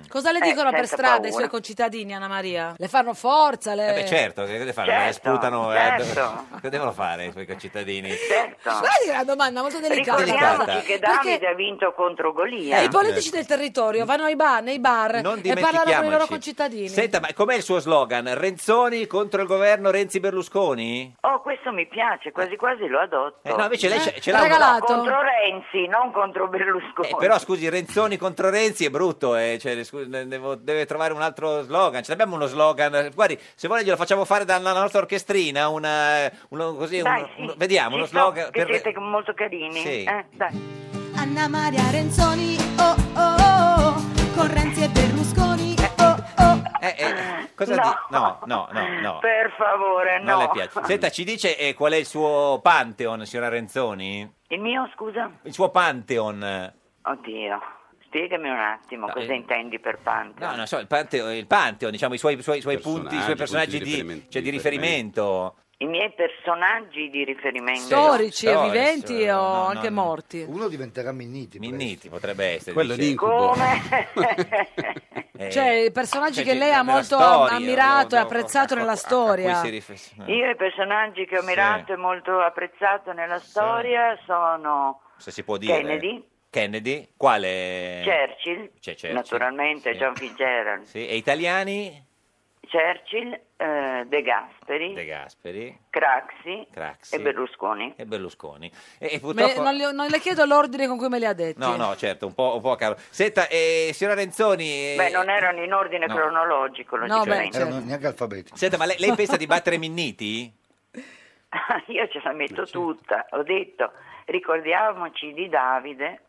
S1: Cosa le
S18: Eh,
S1: dicono per
S18: senza
S1: strada i
S18: paura.
S1: suoi concittadini, Anna Maria? Le fanno forza? Le...
S2: Eh beh, certo, che cosa fanno?
S1: Certo,
S2: Sputano, eh,
S1: certo.
S2: cosa devono fare i suoi concittadini?
S18: Certo. Esatto.
S1: Guardi che è una domanda molto delicata.
S18: Ricordiamoci che Davide
S1: Perché
S18: ha vinto contro Golia.
S1: i politici del territorio vanno ai bar, nei bar
S2: Non
S1: e parlano con i loro
S2: dimentichiamoci.
S1: concittadini.
S2: Senta, ma com'è il suo slogan? Renzoni contro il governo Renzi Berlusconi?
S18: Oh, questo mi piace, quasi quasi lo adotto.
S2: Eh, no, invece lei ce- ce
S18: No,
S2: l'ha un-
S18: contro Renzi, non contro Berlusconi.
S2: Eh, però scusi, Renzoni contro Renzi è brutto, eh, cioè, scusi, ne- devo- deve trovare un altro slogan. Ce l'abbiamo uno slogan. Guardi, se vuole glielo facciamo fare dalla nostra orchestrina, una, uno, così,
S18: Dai,
S2: uno-
S18: sì,
S2: uno- vediamo,
S18: ci
S2: uno
S18: so
S2: slogan.
S18: Che
S2: per-
S18: siete molto carini.
S2: Sì.
S18: eh, dai.
S14: Anna Maria Renzoni, oh oh oh, oh. con Renzi e Berlusconi, oh oh.
S2: Eh, eh, cosa di- no, no, no, no.
S18: Per favore, no.
S2: Non le piace. Senta, ci dice eh, qual è il suo pantheon, signora Renzoni?
S18: Il mio, scusa?
S2: Il suo pantheon.
S18: Oddio, spiegami un attimo cosa
S2: eh.
S18: intendi per Pante.
S2: No, non so, il pantheon, il pantheon, diciamo, i suoi, i suoi- i suoi punti, i suoi personaggi
S15: Personaggi, punti di
S2: di,
S15: riferimento-
S2: cioè, di
S15: di riferimento.
S2: riferimento.
S18: I miei personaggi di riferimento.
S1: Storici e
S2: Storici,
S1: viventi
S2: eh, no,
S1: o
S2: no,
S1: anche
S2: no.
S1: morti?
S13: Uno diventerà Minniti.
S2: Minniti potrebbe essere.
S15: Quello
S2: dice.
S15: l'incubo.
S2: Eh,
S1: Cioè, i personaggi
S2: Cioè,
S1: che lei
S2: nella
S1: ha molto
S2: storia,
S1: ammirato e
S2: no, no,
S1: apprezzato
S2: a- a-
S1: nella
S2: a cui
S1: storia.
S2: si rif-
S18: Io i personaggi che ho mirato e molto apprezzato nella storia sono
S2: se si può dire. eh.
S18: Kennedy.
S2: Kennedy, quale?
S18: Churchill,
S2: C'è Churchill,
S18: naturalmente
S2: sì.
S18: John Fitzgerald,
S2: Sì, e italiani?
S18: Churchill, eh, De Gasperi,
S2: De Gasperi,
S18: Craxi,
S2: Craxi.
S18: e Berlusconi.
S2: E Berlusconi. E, e
S1: Me-
S2: purtroppo...
S1: non, le, non le chiedo l'ordine con cui me li ha detti.
S2: No, no, certo, un po', un po' caro. Senta, eh, signora Renzoni... eh,
S18: Beh, non erano in ordine
S2: no.
S18: cronologico,
S2: No, beh,
S18: logicamente.
S2: certo.
S15: Eh,
S13: Non neanche alfabetico.
S2: Senta, ma lei, lei pensa di battere Minniti?
S18: Io ce la metto tutta, ho detto, ricordiamoci di Davide.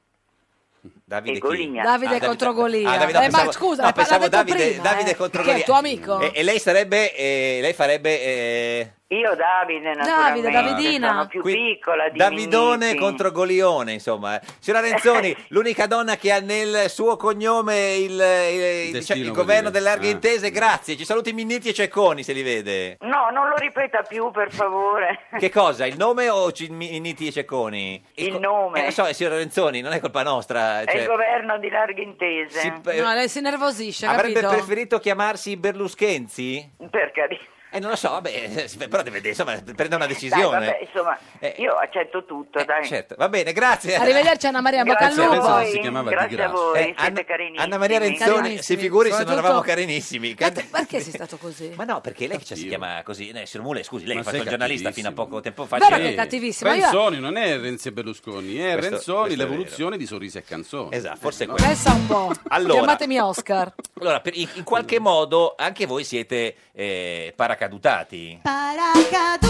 S2: Davide
S18: E
S2: chi?
S18: Golia.
S1: Davide contro Golia.
S2: Ah, Davide, no,
S1: Eh, ma
S2: pensavo-
S1: scusa,
S2: no,
S1: l'ha
S2: pensavo
S1: detto
S2: Davide,
S1: prima,
S2: Davide
S1: eh,
S2: contro
S1: che è
S2: Golia.
S1: tuo amico.
S2: E, e lei sarebbe... eh, lei farebbe... eh,
S18: Io Davide, naturalmente,
S2: Davidina.
S18: sono più piccola di
S2: Davidone
S18: Minniti.
S2: contro Golione, insomma. Signora Renzoni, l'unica donna che ha nel suo cognome il, il- il-
S15: destino,
S2: il
S15: vuol
S2: governo
S15: dire.
S2: delle larghe
S15: Ah.
S2: intese, grazie. Ci saluti Minniti e Cecconi, se li vede.
S18: No, non lo ripeta più, per favore.
S2: Che cosa? Il nome o ci- Minniti e Cecconi?
S18: Il
S2: co-
S18: nome.
S2: Eh, lo so, eh, signora Renzoni, non è colpa nostra.
S18: È
S2: cioè, eh,
S18: il governo di larghe intese.
S1: No, lei si nervosisce,
S2: avrebbe
S1: capito?
S2: preferito chiamarsi Berluschenzi?
S18: Per carità.
S2: Eh, non lo so, vabbè, eh, però deve, insomma, prendere una
S18: Dai,
S2: decisione.
S18: vabbè, insomma, io accetto tutto, dai.
S2: Eh, Certo, va bene, grazie.
S1: Arrivederci Anna Maria, bocca al
S2: Grazie,
S1: lupo.
S2: pensavo si
S18: Grazie
S2: chiamava Di
S18: a
S2: Grasso.
S18: voi,
S2: Eh,
S18: siete
S2: Anna-
S18: carinissimi.
S2: Anna Maria Renzoni, si
S1: Carinissimi.
S2: figuri se non
S1: Soprattutto-
S2: eravamo carinissimi. Can-
S1: Perché sei stato così?
S2: Ma no, perché lei che ci si chiama così? Eh, signor Mule, scusi, lei
S15: Ma
S2: ha fatto
S15: sei
S2: il giornalista fino
S15: cattivissimo.
S2: a poco tempo fa.
S1: Vero
S2: Sì.
S1: che è cattivissimo. io-
S15: Renzoni non è Renzi e Berlusconi, è
S2: Questo-
S15: Renzoni
S2: questo è
S15: l'evoluzione di Sorrisi e Canzoni. Eh,
S2: Esatto, forse è
S15: no?
S2: quello.
S1: Pensa un po'.
S2: Allora.
S1: Chiamatemi Oscar.
S2: Allora, per- in, in qualche modo anche voi siete eh, paracadutati.
S14: Paracadute,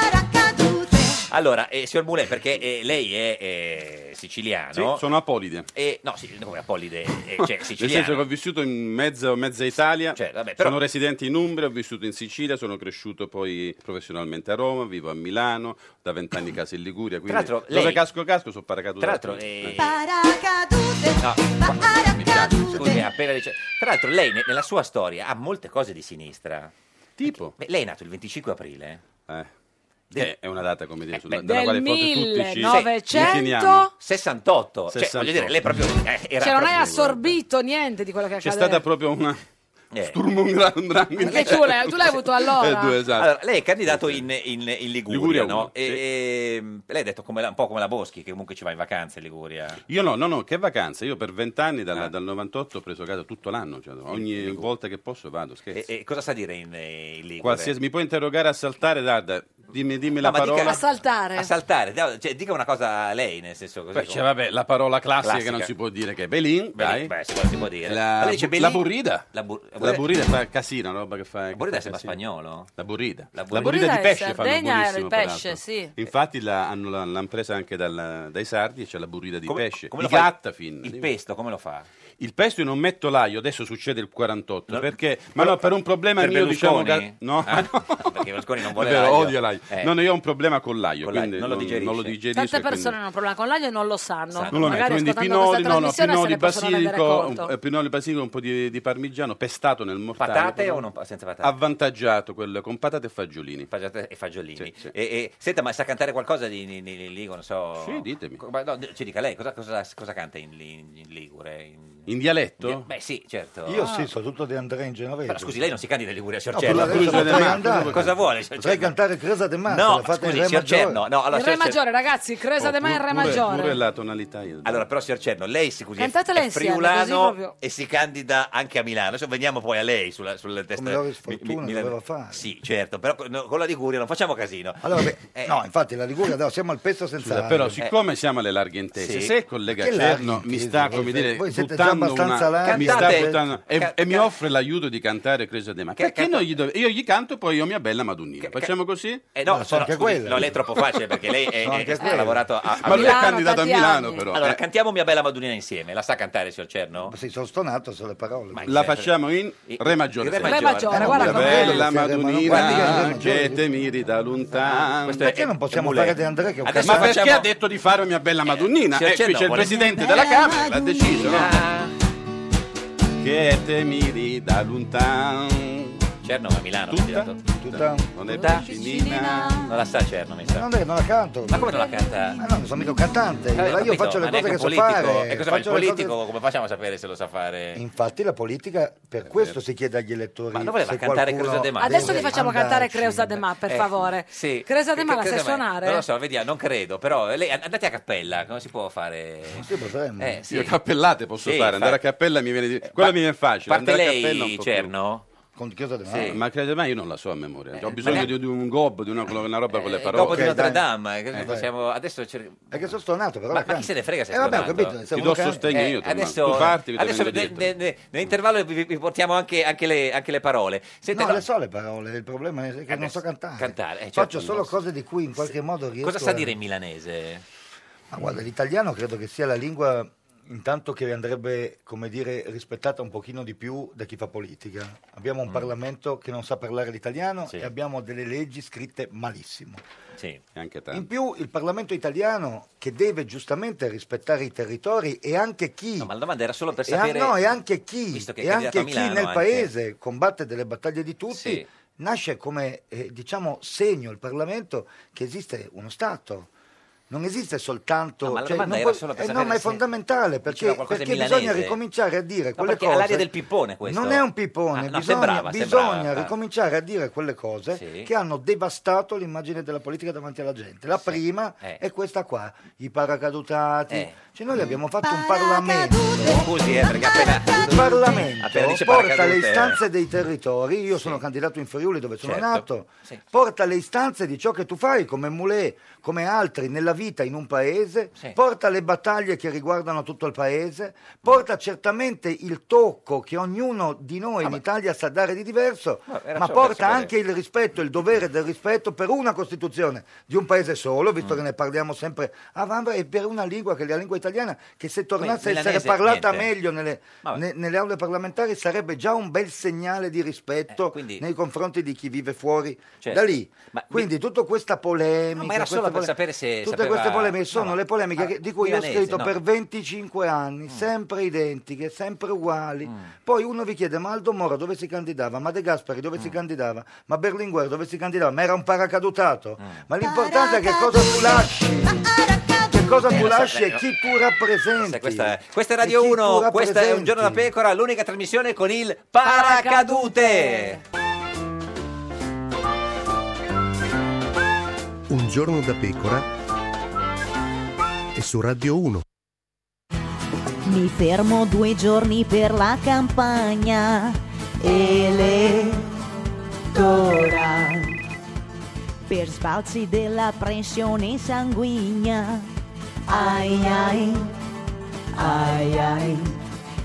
S14: paracadute.
S2: Allora, eh, signor Mule, perché eh, lei è eh, siciliano.
S15: Sì, sono apolide.
S2: E, no, sì, come Apollide, eh, cioè
S15: Nel senso che
S2: siciliano. Cioè,
S15: ho vissuto in mezzo, mezza Italia,
S2: però-
S15: sono residente in Umbria, ho vissuto in Sicilia, sono cresciuto poi professionalmente a Roma, vivo a Milano, da vent'anni casa in Liguria, quindi
S2: l'altro,
S15: dove
S2: lei-
S15: casco casco sono paracaduto.
S2: Tra l'altro, eh, No, scusi, ha appena dice- Tra l'altro, lei ne- nella sua storia ha molte cose di sinistra.
S15: Tipo?
S2: lei è nato il 25 aprile. eh,
S15: Che è una data, come dire, sulla,
S2: beh,
S15: dalla
S2: del
S15: quale forse tutti ci
S1: 1900.
S15: inchiniamo.
S2: 68. Cioè, voglio dire, lei proprio eh, era
S1: Cioè, non hai
S2: proprio-
S1: assorbito niente di quello che
S15: C'è
S1: accade.
S15: stata proprio una,
S2: Eh.
S15: Sturm und Drang- und Drang-
S1: Perché tu l'hai, tu l'hai avuto allora.
S15: Eh, due, esatto.
S2: Allora, lei è candidato in, in- in Liguria,
S15: Liguria
S2: no?
S15: uno,
S2: E, e- lei ha detto come la- un po' come la Boschi, che comunque ci va in vacanza in Liguria.
S1: Eh.
S15: Io no, no, no, che vacanza. Io per vent'anni,
S2: Ah.
S15: dal, dal 98, ho preso casa tutto l'anno. cioè, ogni volta che posso vado, scherzo.
S2: E cosa sa dire in, eh, in Liguria?
S15: Qualsiasi, mi puoi interrogare a saltare, guarda, dimmi, dimmi la
S2: No, ma dica-
S15: parola.
S1: A saltare.
S2: A saltare, da- cioè, dica una cosa a lei, nel senso così.
S15: Beh, c'è, vabbè, la parola classica,
S2: Classica.
S15: che non si può dire che è Belin, dai.
S2: Beh, si può, si può dire.
S15: La,
S2: Allora dice
S15: la
S2: Belin-
S15: burrida.
S2: La, bur-
S15: La burrida fa casino, una roba che fa. La
S2: burrida sembra spagnolo.
S15: La burrida. La burrida,
S2: burrida.
S1: Quella
S15: di
S1: in
S15: pesce fanno
S1: Sardegna era il
S15: buonissimo.
S1: pesce,
S15: peraltro.
S1: sì.
S15: Infatti la- hanno la- l'hanno presa anche dal- dai sardi e c'è la burrida di
S2: Come-
S15: pesce.
S2: come
S15: di
S2: lo fa il-
S15: gatta fin.
S2: il pesto come lo fa?
S15: Il pesto io non metto l'aglio, adesso succede il 48, perché... Ma no, per un problema
S2: per
S15: mio diciamo...
S2: Berlusconi?
S15: che- No,
S2: Perché Berlusconi non
S15: È
S2: vuole
S15: vero,
S2: l'aglio.
S15: odio l'aglio.
S2: Eh.
S15: No, no, io ho un problema con l'aglio,
S2: Con l'aglio,
S15: quindi
S2: non
S15: non
S2: lo
S15: non lo, digerisce.
S1: Tante
S15: quindi-
S1: persone hanno un problema con l'aglio e non lo sanno.
S15: non lo
S1: Magari
S15: metto, quindi
S1: ascoltando questa
S15: pinoli, no, no,
S1: trasmissione se
S15: pinoli,
S1: ne possono rendere
S15: basilico,
S1: conto.
S15: un, eh, pinoli, basilico, un po' di, di parmigiano pestato nel mortaio.
S2: Patate
S15: però
S2: o non, senza patate?
S15: Avvantaggiato quello con patate e fagiolini.
S2: Patate e fagiolini. E, e- senta, ma sa cantare qualcosa di, di, di- di Ligo? Non so.
S15: Sì, ditemi.
S2: Co- ma no, d- ci dica lei cosa, cosa- cosa canta in, li- in Ligure? In,
S15: In dialetto?
S2: Beh, sì, certo.
S13: Io sì, so tutto di Andrea in Genovese.
S2: Però scusi, lei non si candida in Liguria, signor
S13: No,
S2: Cerno.
S13: per la Cruz de
S2: Cosa-
S13: Mar.
S2: cosa- Cosa vuole? signor
S13: Potrei
S2: Cerno?
S13: cantare Cresa de
S2: No,
S13: Massa, Ah, la fate
S2: scusi,
S13: in Re
S2: signor
S13: Maggiore.
S2: Cerno. No, allora,
S1: il re
S2: signor Cerno-
S1: maggiore, ragazzi,
S15: Oh,
S1: Cresa de Me è il re
S2: pure-
S1: maggiore.
S15: la tonalità.
S2: Allora, però, signor Cerno, Certo, lei si scusi,
S1: Cantatela
S2: è
S1: insieme, così
S2: friulano
S1: proprio.
S2: e si candida anche a Milano. Adesso veniamo poi a lei sulla, sulla testa.
S13: Come Loris
S2: Mi-
S13: Fortuna
S2: Milano-
S13: doveva fare.
S2: Sì, certo, però con- no, con la Liguria non facciamo casino.
S13: Allora, beh,
S2: eh.
S13: no, infatti la Liguria, no, siamo al pezzo senza...
S15: Scusa,
S13: aglio.
S15: però siccome siamo alle larghe intese,
S13: Sì.
S15: se il collega
S13: Che larghe
S15: Cerno mi
S13: intese?
S15: sta, come
S2: Eh,
S13: Voi-
S15: dire,
S13: voi siete già
S15: buttando
S13: abbastanza
S15: una,
S13: larghi.
S15: mi sta
S13: Cantate-
S15: buttando- e,
S13: ca-
S15: e mi offre l'aiuto di cantare Cresa De Ma perché non gli dove- io gli canto poi io mia bella Madonnina. Facciamo così?
S2: Eh, no, no, scusi, no, lei è troppo facile perché lei è-
S15: No,
S2: è-
S15: anche
S2: ha
S15: quella.
S2: lavorato a, a
S15: Ma lui è candidato a Milano, però.
S2: Allora,
S15: Eh.
S2: cantiamo Mia Bella Madunina insieme. La sa cantare, signor Cerno?
S13: Sì, sono stonato sulle parole.
S2: eh, certo-
S15: La facciamo in Re Maggiore.
S2: Re Maggiore. Re Maggiore,
S13: guarda
S15: La
S13: com'è. Guarda che
S15: bella
S13: è Re
S15: Madonnina
S13: Maggiore.
S15: che te miri da lontano.
S13: Questo è- Perché non possiamo è Mulet. fare De André che è un
S15: Ma
S13: cazzo-
S15: perché
S13: facciamo-
S15: ha detto di fare mia bella Madonnina?
S13: signor
S15: E qui
S13: Cerno,
S15: c'è il
S13: vuole-
S15: presidente della Camera, l'ha deciso, no? Che te miri da lontano.
S2: Cerno, ma Milano.
S15: Tutta?
S13: Tutta?
S15: Non è vicinina.
S2: Non la sa Cerno, mi sa.
S13: Non, è- non la canto.
S2: Ma come non la canta?
S13: Ma no, non sono mica un cantante.
S2: Eh,
S13: Allora, io
S2: capito,
S13: faccio le
S2: ma
S13: cose
S2: neanche
S13: che
S2: un
S13: so
S2: politico.
S13: fare.
S2: E cosa fa il
S13: faccio le cose-
S2: politico? Come facciamo a sapere se lo sa fare?
S13: Infatti la politica, per questo si chiede agli elettori...
S2: Eh, Ma non voleva
S13: se
S2: cantare
S13: qualcuno
S2: Cresa de Massa?
S1: Adesso
S13: deve
S1: li facciamo
S13: andare.
S1: cantare Creusa de Ma, per
S2: Eh,
S1: favore.
S2: Sì.
S1: Creusa de Ma la
S2: Che-
S1: sai
S2: cosa mai?
S1: suonare?
S2: Non lo so, vediamo, non credo, però eh, lei, andate a cappella, come si può fare?
S13: Sì, potremmo.
S2: Eh, sì.
S15: Io cappellate posso
S2: Sì,
S15: fare, andare a
S2: fa- Eh,
S15: cappella mi viene di... Quella mi viene facile.
S2: parte
S15: andare a
S2: lei,
S15: cappella un po' più.
S2: Cerno? Eh,
S13: Con Cresa de
S15: Sì.
S13: Massa?
S15: Ma credo mai io non la so a memoria. Ho bisogno
S2: ma ne-
S15: di, di un gob, di una, una roba con le
S2: Il
S15: parole.
S2: Eh, dopo di
S15: Ok,
S2: Notre
S15: dai.
S2: Dame, eh, che
S15: Eh,
S2: possiamo- adesso cer-
S13: Perché sono stonato, però
S2: Ma-
S13: la
S2: ma chi
S13: canto.
S2: se ne frega se
S13: Eh, vabbè, ho
S2: stonato?
S13: capito. se
S15: Ti
S13: uno
S15: do
S13: canta-
S15: sostegno
S2: Eh,
S15: io, Tommaso.
S2: adesso,
S15: Tu parti, io te
S2: adesso
S15: vengo
S2: ne-
S15: dietro.
S2: ne- ne- nell'intervallo vi, vi portiamo anche, anche le, anche le parole. Senta,
S13: No,
S2: no, Eh,
S13: le so le parole, il problema è che non so cantare.
S2: cantare, eh, certo,
S13: Faccio solo
S2: non so.
S13: cose di cui in qualche modo riesco
S2: cosa sa
S13: a-
S2: dire in milanese?
S13: Ma guarda, l'italiano credo che sia la lingua intanto che andrebbe, come dire, rispettata un pochino di più da chi fa politica. Abbiamo un Parlamento che non sa parlare l'italiano
S2: Mm. Sì.
S13: e abbiamo delle leggi scritte malissimo.
S2: Sì,
S15: anche
S13: In più il Parlamento italiano che deve giustamente rispettare i territori e anche chi
S2: No, Ah, ma la domanda era solo per
S13: e, an-
S2: sapere...
S13: no, e anche chi,
S2: visto che è
S13: e
S2: candidato
S13: anche
S2: a Milano
S13: chi nel
S2: anche.
S13: paese combatte delle battaglie di tutti,
S2: Sì.
S13: nasce come eh, diciamo, segno il Parlamento che esiste uno Stato. Non esiste soltanto...
S2: No, ma la
S13: cioè,
S2: domanda
S13: non
S2: era
S13: puoi-
S2: solo per
S13: eh, no,
S2: sapere
S13: ma è
S2: se
S13: fondamentale perché,
S2: diceva qualcosa in
S13: perché bisogna
S2: milanese.
S13: ricominciare a dire
S2: No,
S13: Eh, quelle
S2: perché ha
S13: cose.
S2: l'aria del pippone questo.
S13: Non è un pippone,
S2: Ah, no,
S13: bisogna,
S2: sembrava,
S13: bisogna
S2: sembrava.
S13: ricominciare a dire quelle cose
S2: Sì.
S13: che hanno devastato l'immagine della politica davanti alla gente. La prima
S2: Eh.
S13: è questa qua, i paracadutati.
S2: Eh.
S13: Cioè noi abbiamo fatto un Parlamento
S2: Scusi, eh, perché appena...
S13: il Parlamento
S2: Appena dice
S13: porta le
S2: paracadute-
S13: istanze dei territori, io sono candidato in Friuli dove sono
S2: Certo.
S13: nato,
S2: Sì.
S13: porta le istanze di ciò che tu fai come Mulè, come altri nella vita in un paese, porta le battaglie che riguardano tutto il paese, porta certamente il tocco che ognuno di noi in Italia sa dare di diverso,
S2: Ma Ah, era
S13: ma
S2: solo per
S13: porta
S2: sapere.
S13: anche il rispetto, il dovere del rispetto per una Costituzione di un paese solo,
S2: Mm.
S13: visto che ne parliamo sempre a Vanvera, e per una lingua che è la lingua italiana, che se tornasse a
S2: Quindi,
S13: essere
S2: milanese,
S13: parlata
S2: niente.
S13: meglio nelle,
S2: Vabbè.
S13: ne- nelle aule parlamentari sarebbe già un bel segnale di rispetto nei confronti di chi vive fuori
S2: Eh, Certo.
S13: da lì.
S2: Ma-
S13: Quindi tutta questa polemica...
S2: No, ma era solo
S13: questa
S2: per sapere se
S13: Tutte
S2: sapeva-
S13: queste polemiche sono
S2: no, no.
S13: le polemiche
S2: Ah,
S13: che- di cui io ho
S2: milanese,
S13: scritto
S2: no. Mm.
S13: per 25 anni, sempre identiche, sempre uguali. Poi uno vi chiede, ma Aldo Moro dove si candidava? Ma De Gasperi dove
S2: Mm.
S13: si candidava? Ma Berlinguer
S2: Mm.
S13: dove si candidava? Ma era un paracadutato? Ma l'importante è che cosa tu lasci, che cosa tu
S2: Eh, lo so,
S13: lasci
S2: eh,
S13: è chi tu rappresenti.
S2: Sai, Questa è, questa è Radio
S13: E chi tu
S2: 1, questa è Un
S13: rappresenti?
S2: giorno da pecora, l'unica trasmissione con il paracadute.
S10: Un giorno da pecora e su Radio 1.
S19: Mi fermo due giorni per la campagna elettora per sbalzi della pressione sanguigna. Ai ai, ai ai.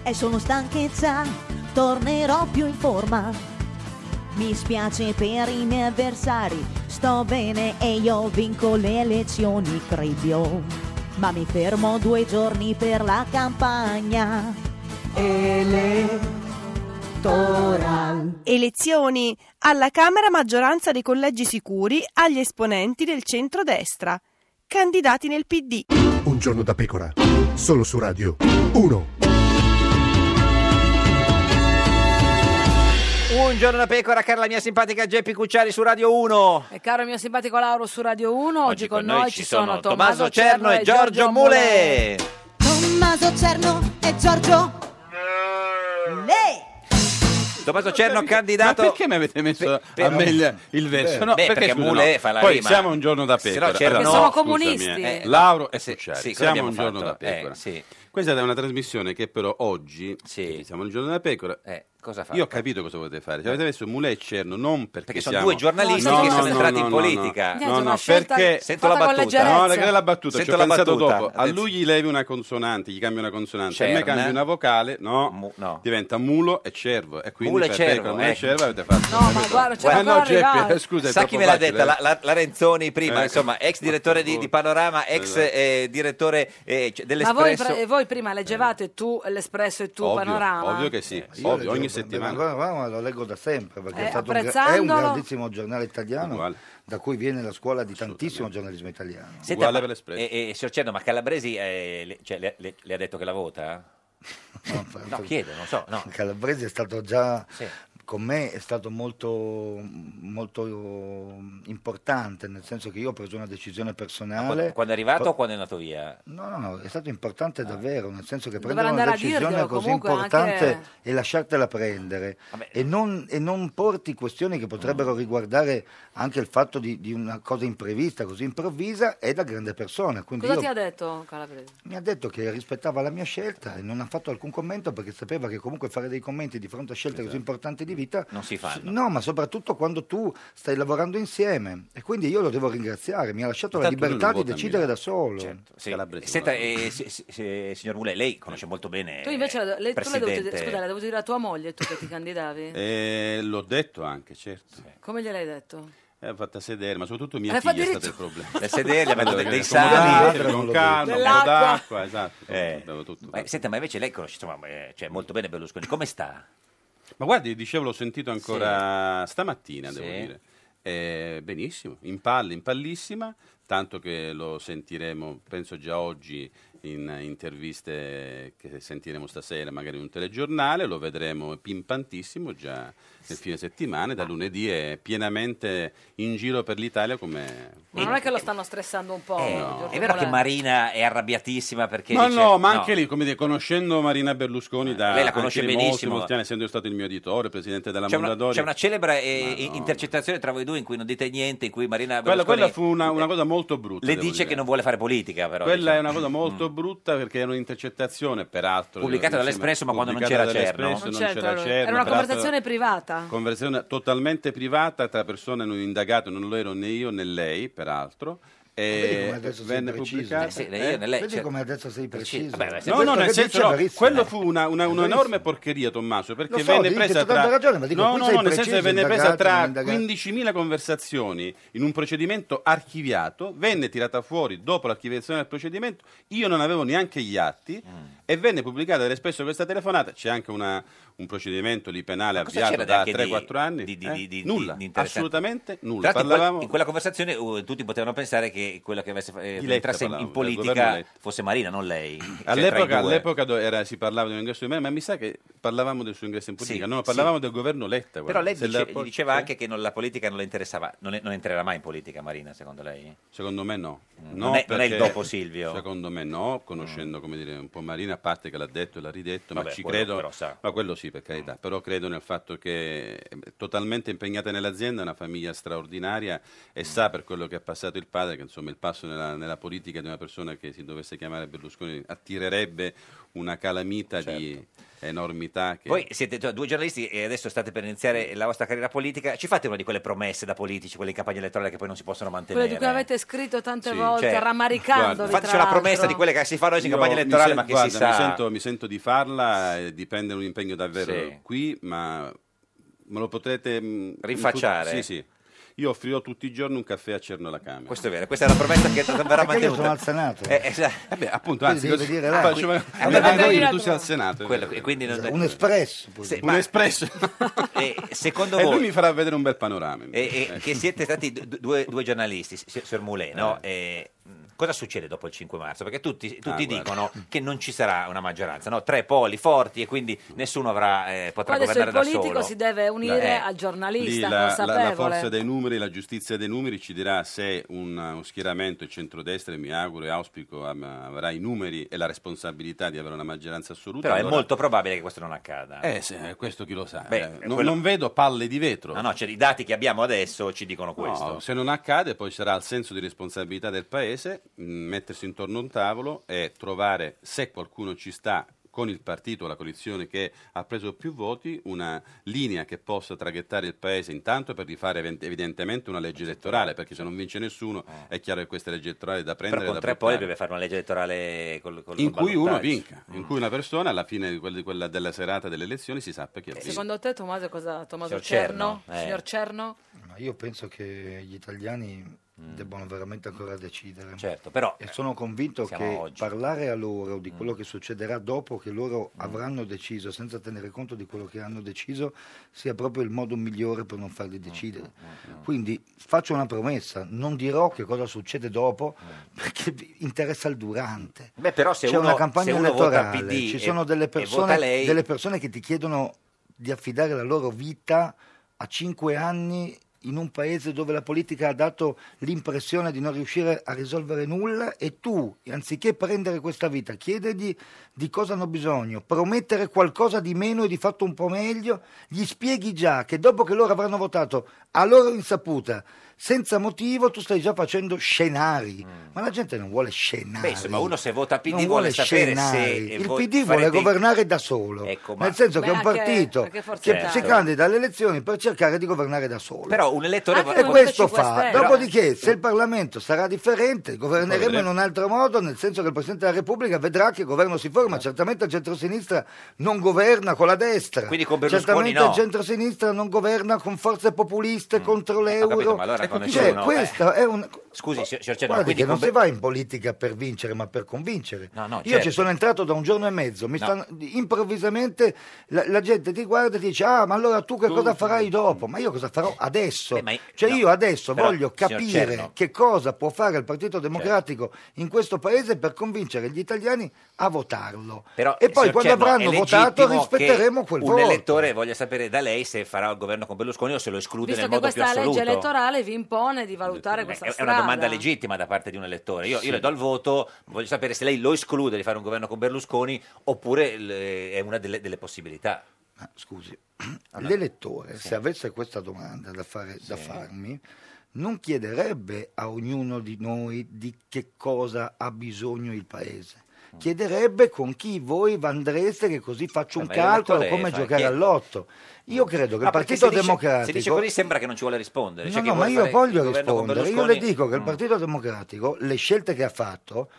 S19: E sono stanchezza, tornerò più in forma. Mi spiace per i miei avversari, sto bene e io vinco le elezioni, credo. Ma mi fermo due giorni per la campagna.
S11: Elezioni. Alla Camera maggioranza dei collegi sicuri agli esponenti del centrodestra. Candidati nel PD.
S10: Un giorno da pecora, solo su Radio 1.
S2: Un giorno da pecora, cara la mia simpatica Geppi Cucciari su Radio 1.
S1: E Eh, caro il mio simpatico Lauro su Radio 1, oggi, con noi, ci sono
S2: Tommaso Cerno e Giorgio Mule.
S14: Tommaso Cerno e Giorgio Mule.
S2: Tommaso Cerno candidato.
S15: Ma perché mi avete messo a
S2: per-
S15: me il, il verso? No,
S2: Beh, perché
S15: scusa,
S2: Mule
S15: no,
S2: fa la
S15: Poi
S2: rima.
S15: siamo un giorno da
S2: Se no
S15: pecora.
S2: c'erano-
S15: però,
S2: Sono
S15: no, scusami,
S2: comunisti. Eh,
S15: eh, Lauro e
S2: sì,
S15: Cucciari,
S2: sì, cosa
S15: siamo
S2: abbiamo
S15: un giorno
S2: fatto?
S15: da pecora.
S2: Eh, sì.
S15: Questa è una trasmissione che però oggi, perché siamo un giorno da pecora,
S2: Eh,
S15: io ho capito cosa volete fare. Ci avete messo Mule e Cerno non perché,
S2: Perché sono
S15: siamo...
S2: due giornalisti
S15: No,
S2: che
S15: no,
S2: sono
S15: no,
S2: entrati
S15: no,
S2: in
S15: no,
S2: politica.
S15: No,
S2: Niente,
S15: no,
S2: una scelta
S15: perché...
S2: Sento la fatta con battuta. leggerezza.
S15: No, perché la battuta,
S2: Sento
S15: ci ho
S2: la
S15: pensato
S2: battuta.
S15: dopo. A lui gli levi una consonante, gli cambi una consonante, a me
S2: Cerna.
S15: cambi una vocale, no, diventa mulo e cervo. E quindi
S2: Mulo e
S15: per
S2: cervo,
S15: pecora, mulo e
S2: eh.
S15: cervo avete fatto...
S1: No, Cioè, ma guarda, c'era
S15: Ah,
S1: ancora
S15: no, Geppi,
S1: arrivato.
S15: eh, scusa, è
S2: Sa
S15: troppo
S2: chi me l'ha
S15: facile,
S2: detta?
S15: eh.
S2: La, la- la Renzoni prima,
S15: Ecco.
S2: insomma, ex direttore di, di Panorama, ex
S15: Esatto.
S2: eh, direttore eh, c-
S1: cioè, Ma voi,
S2: dell'Espresso.
S1: pre- voi prima leggevate tu l'Espresso e tu
S2: Ovvio,
S1: Panorama?
S15: Ovvio che sì,
S13: Io
S15: ovvio,
S13: leggo-
S15: ogni settimana.
S13: Ma guarda, guarda, lo leggo da sempre perché
S1: Eh,
S13: è, stato un, gra- è un
S1: apprezzandolo-
S13: grandissimo giornale italiano da cui viene la scuola di tantissimo giornalismo italiano.
S2: Senta, ma- E, e, signor Cerno, ma Calabresi eh, le, cioè, le- le- le ha detto che la vota? No, chiedo, non so. No.
S13: Calabresi è stato già
S2: Sì.
S13: con me è stato molto, molto importante, nel senso che io ho preso una
S15: Ah,
S13: decisione personale.
S2: Quando, quando è arrivato
S13: Po-
S2: o quando è andato via?
S13: No, no, no, è stato importante davvero, nel senso che
S1: Dovrà
S13: prendere una
S1: Ah. andare a
S13: decisione
S1: dirglielo,
S13: così
S1: comunque,
S13: importante
S1: anche-
S13: e lasciartela prendere e non, e non porti questioni che potrebbero
S1: Mm.
S13: riguardare anche il fatto di, di una cosa imprevista, così improvvisa, è da grande persona. Quindi
S1: Cosa
S13: io-
S1: ti ha detto Calabrese?
S13: mi ha detto che rispettava la mia scelta e non ha fatto alcun commento perché sapeva che comunque fare dei commenti di fronte a scelte
S1: Esatto.
S13: così importanti di vita
S2: Non si
S13: s-
S2: fanno.
S13: No, ma soprattutto quando tu stai lavorando insieme e quindi io lo devo ringraziare, mi ha lasciato la
S2: Intanto lui
S13: libertà
S2: non
S13: di
S2: vota a
S13: decidere da solo.
S1: Cioè,
S2: Sì. Senta, eh, si- si- si- signor Mule, lei conosce molto bene.
S1: Tu invece, la- le, tu l'hai dovuto dire,
S15: Eh, Presidente.
S1: scusa, l'hai dovuto dire a tua moglie tu che ti candidavi?
S15: Eh, l'ho detto anche, certo.
S1: Come gliel'hai detto?
S15: Eh, fatta sedere, ma soprattutto mia
S1: Eh, fa
S15: figlia è stato il
S1: diritto.
S15: problema.
S2: Le sederli, avendo dei, dei
S15: Accomodateli,
S2: sali,
S15: con calma, un po' d'acqua, esatto.
S2: Ma, senta, ma invece lei conosce insomma, eh, cioè, molto bene Berlusconi. Come sta?
S15: Ma guardi, dicevo, l'ho sentito ancora stamattina, devo
S2: Sì.
S15: dire. Eh, benissimo, in palla, in pallissima, tanto che lo sentiremo, penso già oggi, in interviste che sentiremo stasera, magari in un telegiornale, lo vedremo pimpantissimo già nel fine settimana, e da lunedì è pienamente in giro per l'Italia come...
S1: Ma non è che lo stanno stressando un
S15: Eh,
S1: po'? Giorgio
S2: Eh, È vero che
S1: Moletti?
S2: Marina è arrabbiatissima perché
S15: No,
S2: dice...
S15: no, ma anche lì, come dire, conoscendo Marina Berlusconi da
S2: lei la conosce
S15: anche di molti,
S2: benissimo.
S15: molti anni, essendo io stato il mio editore, presidente della
S2: C'è una,
S15: Mondadori.
S2: c'è una celebre eh, intercettazione tra voi due in cui non dite niente, in cui Marina
S15: Quella,
S2: Berlusconi eh,
S15: quella fu una, una cosa molto brutta.
S2: le
S15: devo
S2: dice
S15: dire.
S2: che non vuole fare politica, però.
S15: Quella è
S2: diciamo.
S15: una cosa molto brutta perché era un'intercettazione, peraltro.
S2: Pubblicata
S15: insieme-
S2: dall'Espresso, ma quando non
S15: pubblicata
S2: c'era Cerno.
S15: dall'Espresso,
S1: Non
S15: non
S1: c'entra,
S15: c'era
S1: allora.
S15: Cerno,
S1: certo, Era una
S15: peraltro-
S1: conversazione privata?
S15: Conversazione totalmente privata tra persone non indagate, non lo ero né io né lei, peraltro.
S13: Vedi
S15: E
S13: come adesso sei
S15: venne
S13: preciso.
S15: pubblicata. eh?
S13: Vedi
S2: certo.
S13: come adesso sei preciso.
S15: No, no, nel senso, no,
S2: eh.
S15: quello fu una, una-
S13: Verissimo.
S15: un'enorme porcheria, Tommaso, perché
S13: Lo so,
S15: venne
S13: dici,
S15: presa
S13: c'è tanta
S15: tra...
S13: ragione, ma dico,
S15: no,
S13: qui
S15: no,
S13: sei
S15: no, nel senso che
S13: preciso,
S15: venne presa
S13: indagato,
S15: tra
S13: non indagato.
S15: 15.000 conversazioni in un procedimento archiviato, venne tirata fuori dopo l'archiviazione del procedimento, io non avevo neanche gli atti e venne pubblicata dall'Espresso questa telefonata, c'è anche una, un procedimento lì penale
S2: cosa
S15: avviato
S2: c'era
S15: da
S2: neanche di-
S15: 3-4 anni?
S2: di- di-
S15: Eh?
S2: di- di-
S15: nulla,
S2: di interessante?
S15: assolutamente nulla.
S2: Tra l'altro, in quel-
S15: Parlavamo
S2: in quella conversazione uh, tutti potevano pensare che quella che avesse, eh,
S15: Di Letta
S2: entrasse in- in,
S15: parlavamo, del governo
S2: politica
S15: Letta.
S2: fosse Marina, non lei. Cioè, tra i
S15: All'epoca,
S2: due.
S15: all'epoca do- era- si parlava di un ingresso di Marina, ma mi sa che parlavamo del suo ingresso in politica, no, parlavamo
S2: sì.
S15: del governo Letta.
S2: Però
S15: guarda.
S2: lei
S15: Se
S2: dice-
S15: la- cioè
S2: gli diceva anche che non- la politica non le interessava, non, le- non entrerà mai in politica Marina, secondo lei?
S15: Secondo me no.
S2: Mm, non, è, non è il
S15: perché-
S2: dopo Silvio. Mm.
S15: Secondo me no, conoscendo come dire, un po' Marina, a parte che l'ha detto e l'ha ridetto, ma
S2: Vabbè,
S15: ci
S2: quello
S15: credo.
S2: però sa. Mm.
S15: Ma quello sì, per carità. Però credo nel fatto che è totalmente impegnata nell'azienda, è una famiglia straordinaria
S2: Mm.
S15: e sa per quello che ha passato il padre che insomma il passo nella, nella politica di una persona che si dovesse chiamare Berlusconi attirerebbe una calamita di enormità che...
S2: Certo. Voi siete cioè, due giornalisti e adesso state per iniziare la vostra carriera politica. Ci fate una di quelle promesse da politici, quelle in campagna elettorale che poi non si possono
S1: Quelle
S2: mantenere?
S1: di cui avete scritto tante
S2: Sì,
S1: volte,
S2: cioè,
S1: rammaricandovi.
S2: Fateci
S1: tra
S2: una promessa
S1: l'altro.
S2: di quelle che si fanno oggi in
S15: Io
S2: campagna
S15: mi
S2: elettorale,
S15: sen-
S2: ma che
S15: guarda,
S2: si sa.
S15: Mi sento, mi sento di farla, eh, dipende da un impegno davvero
S2: Sì.
S15: qui, ma me lo potrete mh,
S2: Rifacciare?
S15: in tut- Sì, sì. Io offrirò tutti i giorni un caffè a Cerno alla Camera.
S2: Questo è vero, questa è la promessa che verrà
S15: Perché io
S2: mantenuta.
S15: sono al
S13: Senato.
S2: Eh, esatto.
S15: Vabbè,
S13: Quindi
S15: appunto, anzi,
S13: devi
S15: così-
S13: dire, dai,
S15: faccio-
S13: qui-
S15: mi
S13: Eh, vabbè,
S15: vergogno
S13: dai,
S15: che tu sia al Senato.
S2: Quello- e quindi non-
S13: Un espresso. poi.
S2: Se-
S15: Un espresso.
S2: Eh, secondo
S15: E
S2: voi,
S15: lui mi farà vedere un bel panorama.
S2: eh, eh, che siete stati du- du- due, due giornalisti, si- si- signor Moulet, no? Eh, mh, cosa succede dopo il 5 marzo? Perché tutti, tutti
S15: Ah, guarda.
S2: dicono che non ci sarà una maggioranza, no? tre poli forti e quindi nessuno avrà, eh,
S1: Qua
S2: potrà
S1: adesso il
S2: governare da solo.
S1: politico si deve unire
S15: Eh,
S1: al
S15: Lì
S1: giornalista
S15: la, la- la
S1: consapevole.
S15: forza dei numeri, la giustizia dei numeri ci dirà se un, un schieramento, il centrodestra, e mi auguro e auspico, am- avrà i numeri e la responsabilità di avere una maggioranza assoluta.
S2: Però è
S15: allora-
S2: molto probabile che questo non accada.
S15: Eh, sì, eh, questo chi lo sa.
S2: Beh,
S15: Eh, non,
S2: quello-
S15: non vedo palle di vetro.
S2: No, no, cioè, i dati che abbiamo adesso ci dicono
S15: No,
S2: questo.
S15: se non accade, poi sarà il senso di responsabilità del paese mh, mettersi intorno a un tavolo e trovare, se qualcuno ci sta con il partito, la coalizione che ha preso più voti, una linea che possa traghettare il paese intanto per rifare event- evidentemente una legge elettorale, perché se non vince nessuno è chiaro che questa legge elettorale è da prendere
S2: Eh. Però
S15: e
S2: con
S15: da
S2: tre poli
S15: buttare
S2: deve fare una legge elettorale col, col
S15: in
S2: col
S15: cui uno
S2: ballottaggio. Mm.
S15: vinca, in cui una persona alla fine di quel- di quella della serata delle elezioni si sappia
S2: Eh,
S15: chi ha vinto.
S1: Secondo te Tommaso cosa? Tommaso
S15: Signor Cerno,
S1: Cerno?
S15: eh.
S1: Signor Cerno?
S13: Ma io penso che gli italiani debbano veramente ancora decidere.
S2: Mm. Certo, però,
S13: e sono convinto
S2: siamo
S13: che
S2: oggi. Mm.
S13: parlare a loro di quello che succederà dopo che loro avranno deciso, senza tenere conto di quello che hanno deciso, sia proprio il modo migliore per non
S2: Mm,
S13: farli decidere. Quindi faccio una promessa, non dirò che cosa succede dopo perché vi interessa il durante.
S2: Mm. Beh, però se
S13: C'è
S2: uno-
S13: una campagna
S2: se uno vota
S13: elettorale,
S2: PD
S13: ci
S2: e-
S13: sono delle
S2: e vota
S13: persone,
S2: lei-
S13: delle persone che ti chiedono di affidare la loro vita a cinque anni in un paese dove la politica ha dato l'impressione di non riuscire a risolvere nulla e tu, anziché prendere questa vita, chiedergli di cosa hanno bisogno, promettere qualcosa di meno e di fatto un po' meglio, gli spieghi già che dopo che loro avranno votato a loro insaputa, senza motivo, tu stai già facendo scenari. Ma la gente non vuole scenari.
S2: Mm. Beh,
S15: Ah,
S2: insomma, uno se vota PD
S13: Non
S2: vuole sapere se
S13: scenari.
S2: eh,
S13: il
S2: voi
S13: PD vuole
S2: farete- Ecco,
S13: governare da solo, nel senso che è
S1: Beh,
S13: un
S1: anche-
S13: partito
S1: anche Forza
S13: che
S2: Italia.
S13: si candida alle elezioni per cercare di governare da solo.
S2: Però un elettore
S13: e questo fa. Dopodiché, se il
S2: Però-
S13: Parlamento sarà differente, governeremo
S2: Poi
S13: in un altro modo, nel senso che il Presidente della Repubblica vedrà che il governo si forma. Certamente il centrosinistra non governa con la destra.
S2: Quindi con Berlusconi
S13: Certamente
S2: no. Mm.
S13: il centrosinistra non governa con forze populiste contro
S2: Ho
S13: l'euro.
S2: capito, ma allora con
S13: Cioè,
S2: nessuno.
S13: questa è un...
S2: Scusi, signor signor Cerno,
S13: Guardi
S2: quindi
S13: che non
S2: con-
S13: si va in politica per vincere, ma per convincere.
S2: No, no,
S13: Io
S2: certo.
S13: ci sono entrato da un giorno e mezzo, mi
S2: No.
S13: stanno- improvvisamente la, la gente ti guarda e ti dice ah ma allora tu che cosa farai dopo? Ma io cosa
S2: Eh,
S13: farò adesso? cioè
S2: no,
S13: io adesso
S2: però,
S13: voglio
S2: signor
S13: capire
S2: Cerno- Certo.
S13: che cosa può fare il Partito Democratico in questo paese per convincere gli italiani a votarlo.
S2: Però,
S13: e poi
S2: signor
S13: quando
S2: Cerno,
S13: avranno
S2: è legittimo
S13: votato
S2: che
S13: rispetteremo quel
S2: un
S13: voto.
S2: elettore voglia sapere da lei se farà il governo con Berlusconi o se lo esclude
S1: Visto
S2: nel
S1: che
S2: modo più
S1: questa legge
S2: assoluto.
S1: elettorale vi impone di
S15: Eh,
S1: valutare
S2: Beh,
S1: questa
S2: è
S1: strada.
S2: una domanda legittima da parte di un elettore. Io, io
S1: Sì.
S2: le do il voto, voglio sapere se lei lo esclude di fare un governo con Berlusconi oppure le- è una delle, delle possibilità.
S13: Ma scusi, L'elettore, se avesse questa domanda da, fare- da farmi, non chiederebbe a ognuno di noi di che cosa ha bisogno il paese.
S2: Mm.
S13: Chiederebbe con chi voi andreste, che così faccio un
S2: Eh, Ma
S13: calcolo
S2: l'elettore
S13: come
S2: fa-
S13: giocare
S2: chiede.
S13: all'otto. Io credo che il
S2: Ah, perché
S13: Partito
S2: se dice-
S13: Democratico.
S2: se dice così sembra che non ci vuole rispondere. cioè
S13: No,
S2: che
S13: no, ma
S2: vuole
S13: io
S2: fare il
S13: voglio
S2: governo con
S13: rispondere. Io le
S2: Berlusconi. Mm.
S13: dico che il Partito Democratico, le scelte che ha fatto,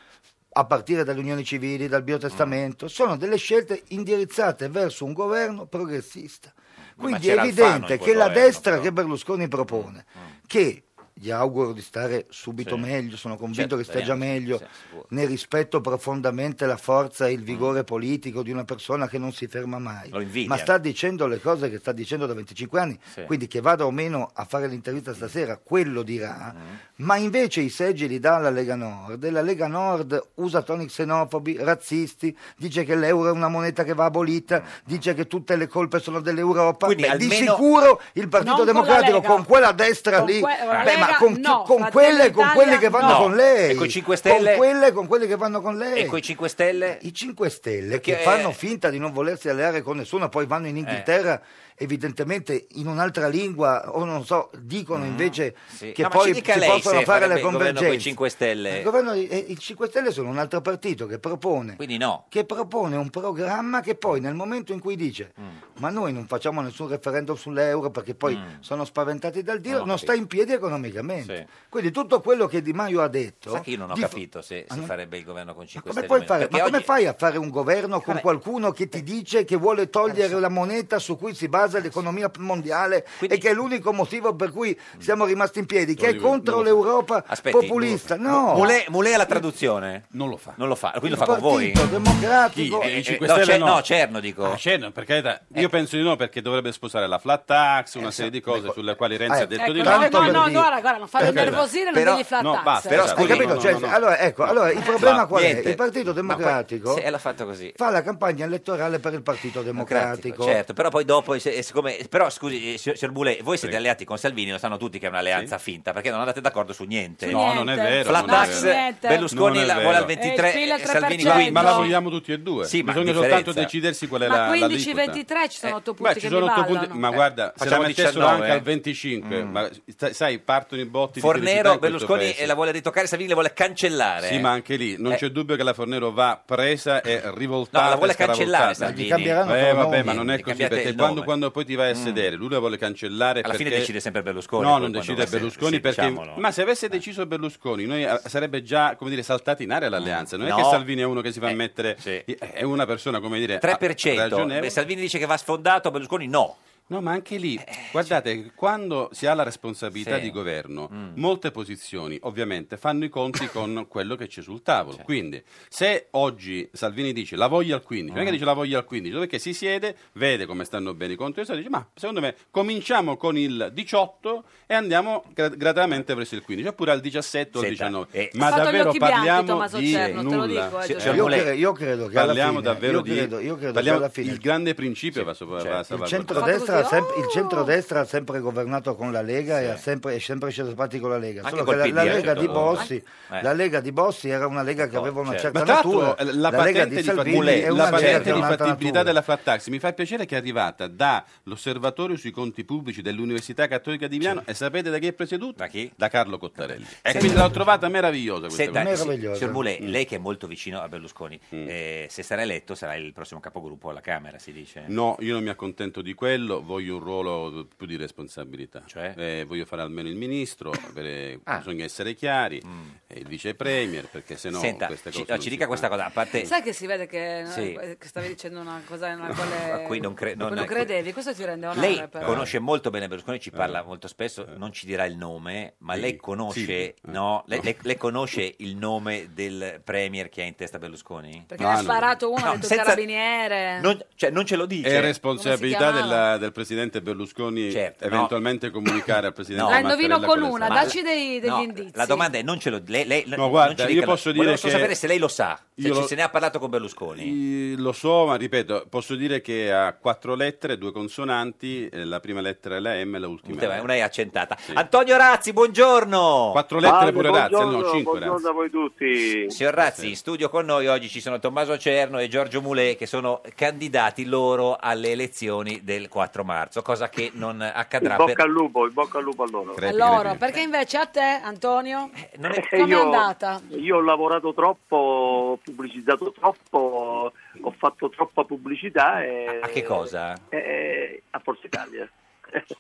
S13: a partire dalle unioni civili, dal biotestamento,
S2: Mm.
S13: sono delle scelte indirizzate verso un governo progressista. Quindi è
S2: c'era Alfano in
S13: evidente
S2: quel
S13: che la
S2: governo, Mm,
S13: destra che Berlusconi propone, che gli auguro di stare subito
S2: Sì.
S13: meglio, sono
S2: Certo,
S13: convinto che stia già
S2: speriamo, sì,
S13: meglio,
S2: sì, sicuro. Mm.
S13: ne rispetto profondamente la forza e il vigore politico di una persona che non si ferma mai,
S2: Lo invidia.
S13: ma sta dicendo le cose che sta dicendo da 25 anni,
S2: Sì.
S13: quindi che vada o meno a fare l'intervista stasera, quello dirà,
S2: Mm.
S13: ma invece i seggi li dà la Lega Nord e la Lega Nord usa toni xenofobi, razzisti, dice che l'euro è una moneta che va abolita, dice che tutte le colpe sono dell'Europa,
S2: Quindi
S13: Beh, di
S2: almeno-
S13: sicuro il Partito
S2: Non con la
S13: Democratico
S2: Lega.
S13: con quella destra
S2: Con
S13: lì,
S2: que- la
S13: beh, ma
S2: Lega
S13: con, chi-
S2: no,
S13: con
S2: Fratelli
S13: quelle e con
S2: d'Italia
S13: quelli che vanno
S2: no.
S13: con lei,
S2: E coi Cinque Stelle?
S13: con quelle e con quelli che vanno con lei.
S2: E coi 5 Stelle?
S13: I 5 Stelle che
S2: Perché-
S13: fanno finta di non volersi alleare con nessuno, poi vanno in
S2: Eh.
S13: Inghilterra, evidentemente in un'altra lingua, o non so, dicono invece
S2: Mm. Sì.
S13: che
S2: No, ma
S13: poi
S2: ci
S13: si
S2: dica lei
S13: possono
S2: se
S13: fare
S2: farebbe
S13: le
S2: il governo coi
S13: convergenze.
S2: 5 Stelle.
S13: Il governo, eh, i 5 Stelle sono un altro partito che propone,
S2: Quindi no.
S13: che propone un programma che poi nel momento in cui dice
S15: Mm.
S13: ma noi non facciamo nessun referendum sull'euro perché poi
S2: Mm.
S13: sono spaventati dal Dio,
S2: Non ho
S13: non sta in piedi economicamente. Quindi tutto quello che Di Maio ha detto...
S2: Sa che io non ho
S13: di-
S2: capito se, se
S13: Ah, no?
S2: farebbe il governo con 5
S13: Come
S2: Stelle.
S13: puoi
S2: o meno.
S13: fare? Ma
S2: Perché
S13: come
S2: oggi-
S13: fai a fare un governo con qualcuno che ti dice che vuole togliere la moneta su cui si basa l'economia mondiale e che è l'unico motivo per cui siamo rimasti in piedi, che è
S2: Oliver,
S13: contro
S2: non lo-
S13: l'Europa
S2: Mm. Aspetti,
S13: populista?
S2: non lo fa.
S13: No,
S2: Mulè, Mulè alla traduzione? Non lo fa. Non lo fa, quindi lo fa con voi?
S13: Partito Democratico.
S2: Chi? Eh,
S15: I
S2: eh,
S15: 5
S2: no,
S15: Stelle
S2: Cer- no, Cerno dico.
S15: Ah, Cerno, per carità. Io penso di no perché dovrebbe sposare la flat tax, una serie di cose sulle quali Renzi
S13: eh,
S15: ha detto
S13: ecco,
S15: di
S13: no,
S15: no.
S13: Tanto
S1: No,
S13: per
S1: no,
S13: dire.
S1: no, ora, guarda, non farlo
S15: Per carità.
S1: nervosire, non
S15: Eh, Però-
S1: digli flat
S15: no,
S1: tax,
S15: basta,
S1: eh.
S15: però
S13: Hai capito? Cioè, Allora, ecco, allora, il problema qual è?
S2: niente.
S13: Il Partito
S2: Ma poi-
S13: Democratico
S2: Sì, e l'ha fatto così.
S13: fa la campagna elettorale per il Partito Democratico.
S2: Certo, però poi dopo, se- siccome, però scusi, eh, signor signor Bule, voi siete alleati con Salvini, lo sanno tutti che è un'alleanza finta, perché non andate d'accordo su niente.
S15: Su No, niente. non è vero,
S2: Flat
S15: non è
S2: tax,
S15: vero. Niente.
S2: Berlusconi
S15: Non è
S2: la
S15: vero.
S2: vuole al
S15: Eh, il
S2: 23,
S1: PIL al
S2: Salvini
S1: 3%.
S2: quindi.
S15: Ma la vogliamo tutti e due.
S2: Sì, ma
S15: Bisogna
S2: differenza.
S15: soltanto decidersi qual è la
S1: Ma
S15: la
S1: 15-23 ci sono otto punti
S15: Beh, ci
S1: che
S15: sono
S1: mi
S15: otto
S1: ballano.
S15: punti, ma guarda, se la
S2: Facciamo
S15: mettessero
S2: 19,
S15: anche al
S2: eh.
S15: 25,
S2: Mm.
S15: ma sta- sai, partono i botti di felicità
S2: Fornero,
S15: in questo
S2: Berlusconi
S15: paese.
S2: eh, la vuole ritoccare, Salvini la vuole cancellare.
S15: Sì, ma anche lì non
S2: Eh.
S15: c'è dubbio che la Fornero va presa e rivoltata.
S2: No, la vuole
S15: e scaravoltata.
S2: cancellare, Salvini. Gli cambieranno
S15: Eh,
S2: solo
S15: vabbè,
S2: nome.
S15: ma non è
S2: Gli
S15: così
S2: cambiate
S15: perché
S2: il
S15: quando,
S2: nome.
S15: quando poi ti vai a
S2: Mm.
S15: sedere, lui la vuole cancellare.
S2: Alla fine
S15: perché-
S2: decide sempre Berlusconi,
S15: No,
S2: poi
S15: non
S2: quando
S15: decide
S2: va a
S15: Berlusconi
S2: sedere, sì,
S15: perché.
S2: diciamolo. Eh.
S15: Ma se avesse deciso Berlusconi, noi eh, sarebbe già come dire saltati in aria l'alleanza. Non è
S2: No. Eh,
S15: che Salvini è uno che si fa mettere, è una persona come dire eh,
S2: 3%.
S15: ragionevole.
S2: Beh, Salvini dice che va sfondato, Berlusconi no.
S15: No, ma anche lì, guardate, quando si ha la responsabilità
S2: Sì. Mm.
S15: di governo, molte posizioni ovviamente fanno i conti con quello che c'è sul tavolo. Quindi, se oggi Salvini dice la voglia al 15, non è che
S2: Mm.
S15: dice la voglia al 15, perché si siede, vede come stanno bene i conti, e si dice, ma secondo me cominciamo con il 18 e andiamo gra- gradatamente verso il 15, oppure al 17 o al
S2: Senta,
S15: 19.
S2: eh,
S15: ma
S2: Ha fatto gli
S15: davvero
S2: occhi bianchi,
S15: parliamo
S2: Tommaso
S15: di
S2: Cerno, te lo
S15: nulla.
S2: dico, eh,
S15: Sì,
S2: Giuseppe.
S15: cioè,
S13: Io
S15: Mole,
S13: cre- io credo che alla
S15: parliamo
S13: fine-
S15: davvero
S13: io
S15: di
S13: credo- io credo che
S15: parliamo-
S13: alla fine-
S15: il grande principio va, sopra,
S2: certo.
S15: va a
S13: Il
S15: salvaguardare.
S13: centrodestra, ha sempre- il centrodestra ha sempre governato con la Lega e ha sempre, è sempre sceso spatti con la Lega.
S15: Anche
S13: Solo che
S15: col
S13: la, la
S15: PD,
S13: Lega
S15: certo.
S13: di Bossi,
S15: Eh.
S13: la Lega di Bossi era una Lega che aveva una
S15: Certo.
S13: certa
S15: Ma tra
S13: natura.
S15: l'altro eh, la,
S13: Lega
S15: patente
S13: di
S15: di,
S13: Salvini
S15: Mulè,
S13: è
S15: la
S13: una Lega
S15: patente
S13: che ha
S15: di
S13: un'altra
S15: fattibilità
S13: natura.
S15: della flat tax mi fa piacere che è arrivata dall'osservatorio sui conti pubblici dell'Università Cattolica di Milano e sapete da chi è presieduto? Da chi? Da Carlo Cottarelli. E
S2: Senta-
S15: quindi l'ho trovata meravigliosa questa
S2: Senta,
S15: cosa. Mm.
S2: sì, signor Mule, lei che è molto vicino a Berlusconi, eh, se sarà eletto sarà il prossimo capogruppo alla Camera, si dice.
S15: No, io non mi accontento di quello, voglio un ruolo più di responsabilità.
S2: Cioè?
S15: Eh, voglio fare almeno il ministro, per-
S2: Ah.
S15: bisogna essere chiari, e il vice premier, perché se no
S2: Mm. Senta,
S15: queste
S2: ci-
S15: cose
S2: no,
S15: non
S2: ci
S15: si
S2: dica questa
S15: fanno.
S2: cosa, a parte-
S1: Sai che si vede che, eh,
S2: Sì.
S1: che stavi dicendo una cosa in una
S2: Ma qui non
S1: Eh,
S2: cre- non-
S1: credevi, questo ti rende onore.
S2: Lei
S1: però.
S2: conosce molto bene Berlusconi, ci parla molto spesso, non ci dirà il nome, ma
S15: Eh. Sì.
S2: lei conosce,
S15: Sì. Eh.
S2: no? Lei, lei- lei conosce il nome del premier che ha in testa Berlusconi?
S15: Ah,
S1: Perché ne ha sparato uno, ha detto
S2: senza-
S1: carabiniere.
S2: Non, cioè, non ce lo dice.
S15: È responsabilità
S1: Come si
S15: della- del presidente Berlusconi
S2: Cioè,
S15: eventualmente comunicare al presidente
S1: La
S15: Mattarella
S1: Ah, indovino con
S15: quale
S1: una,
S15: sarà.
S1: dacci dei- degli
S2: no,
S1: indizi.
S2: La domanda è non ce lo lei, lei
S15: No,
S2: non
S15: guarda,
S2: ci
S15: io
S2: dica la-
S15: posso dire
S2: Volevo solo
S15: che-
S2: sapere se lei lo sa, se,
S15: Io
S2: ci-
S15: lo-
S2: se ne ha parlato con Berlusconi.
S15: Eh, Lo so, ma ripeto, posso dire che ha quattro lettere, due consonanti, eh, la prima lettera è la M e l'ultima
S2: Ultima,
S15: è
S2: una è accentata.
S15: Sì.
S2: Antonio Razzi, buongiorno.
S15: Quattro lettere pure Razzi, eh, no,
S2: buongiorno,
S15: cinque Razzi.
S2: buongiorno.
S20: a voi tutti.
S2: Signor Razzi, in studio con noi oggi ci sono Tommaso Cerno e Giorgio Mulè che sono candidati loro alle elezioni del 4 marzo, cosa che non
S20: In
S2: accadrà
S20: bocca
S2: per...
S20: al lupo, in bocca al lupo a loro. Eh,
S1: Allora, perché invece a te, Antonio,
S2: eh, non è-
S1: come
S20: Io-
S1: è andata?
S20: Io ho lavorato troppo, ho pubblicizzato troppo, ho fatto troppa pubblicità e,
S2: A che cosa?
S20: Eh, e- a Forza Italia.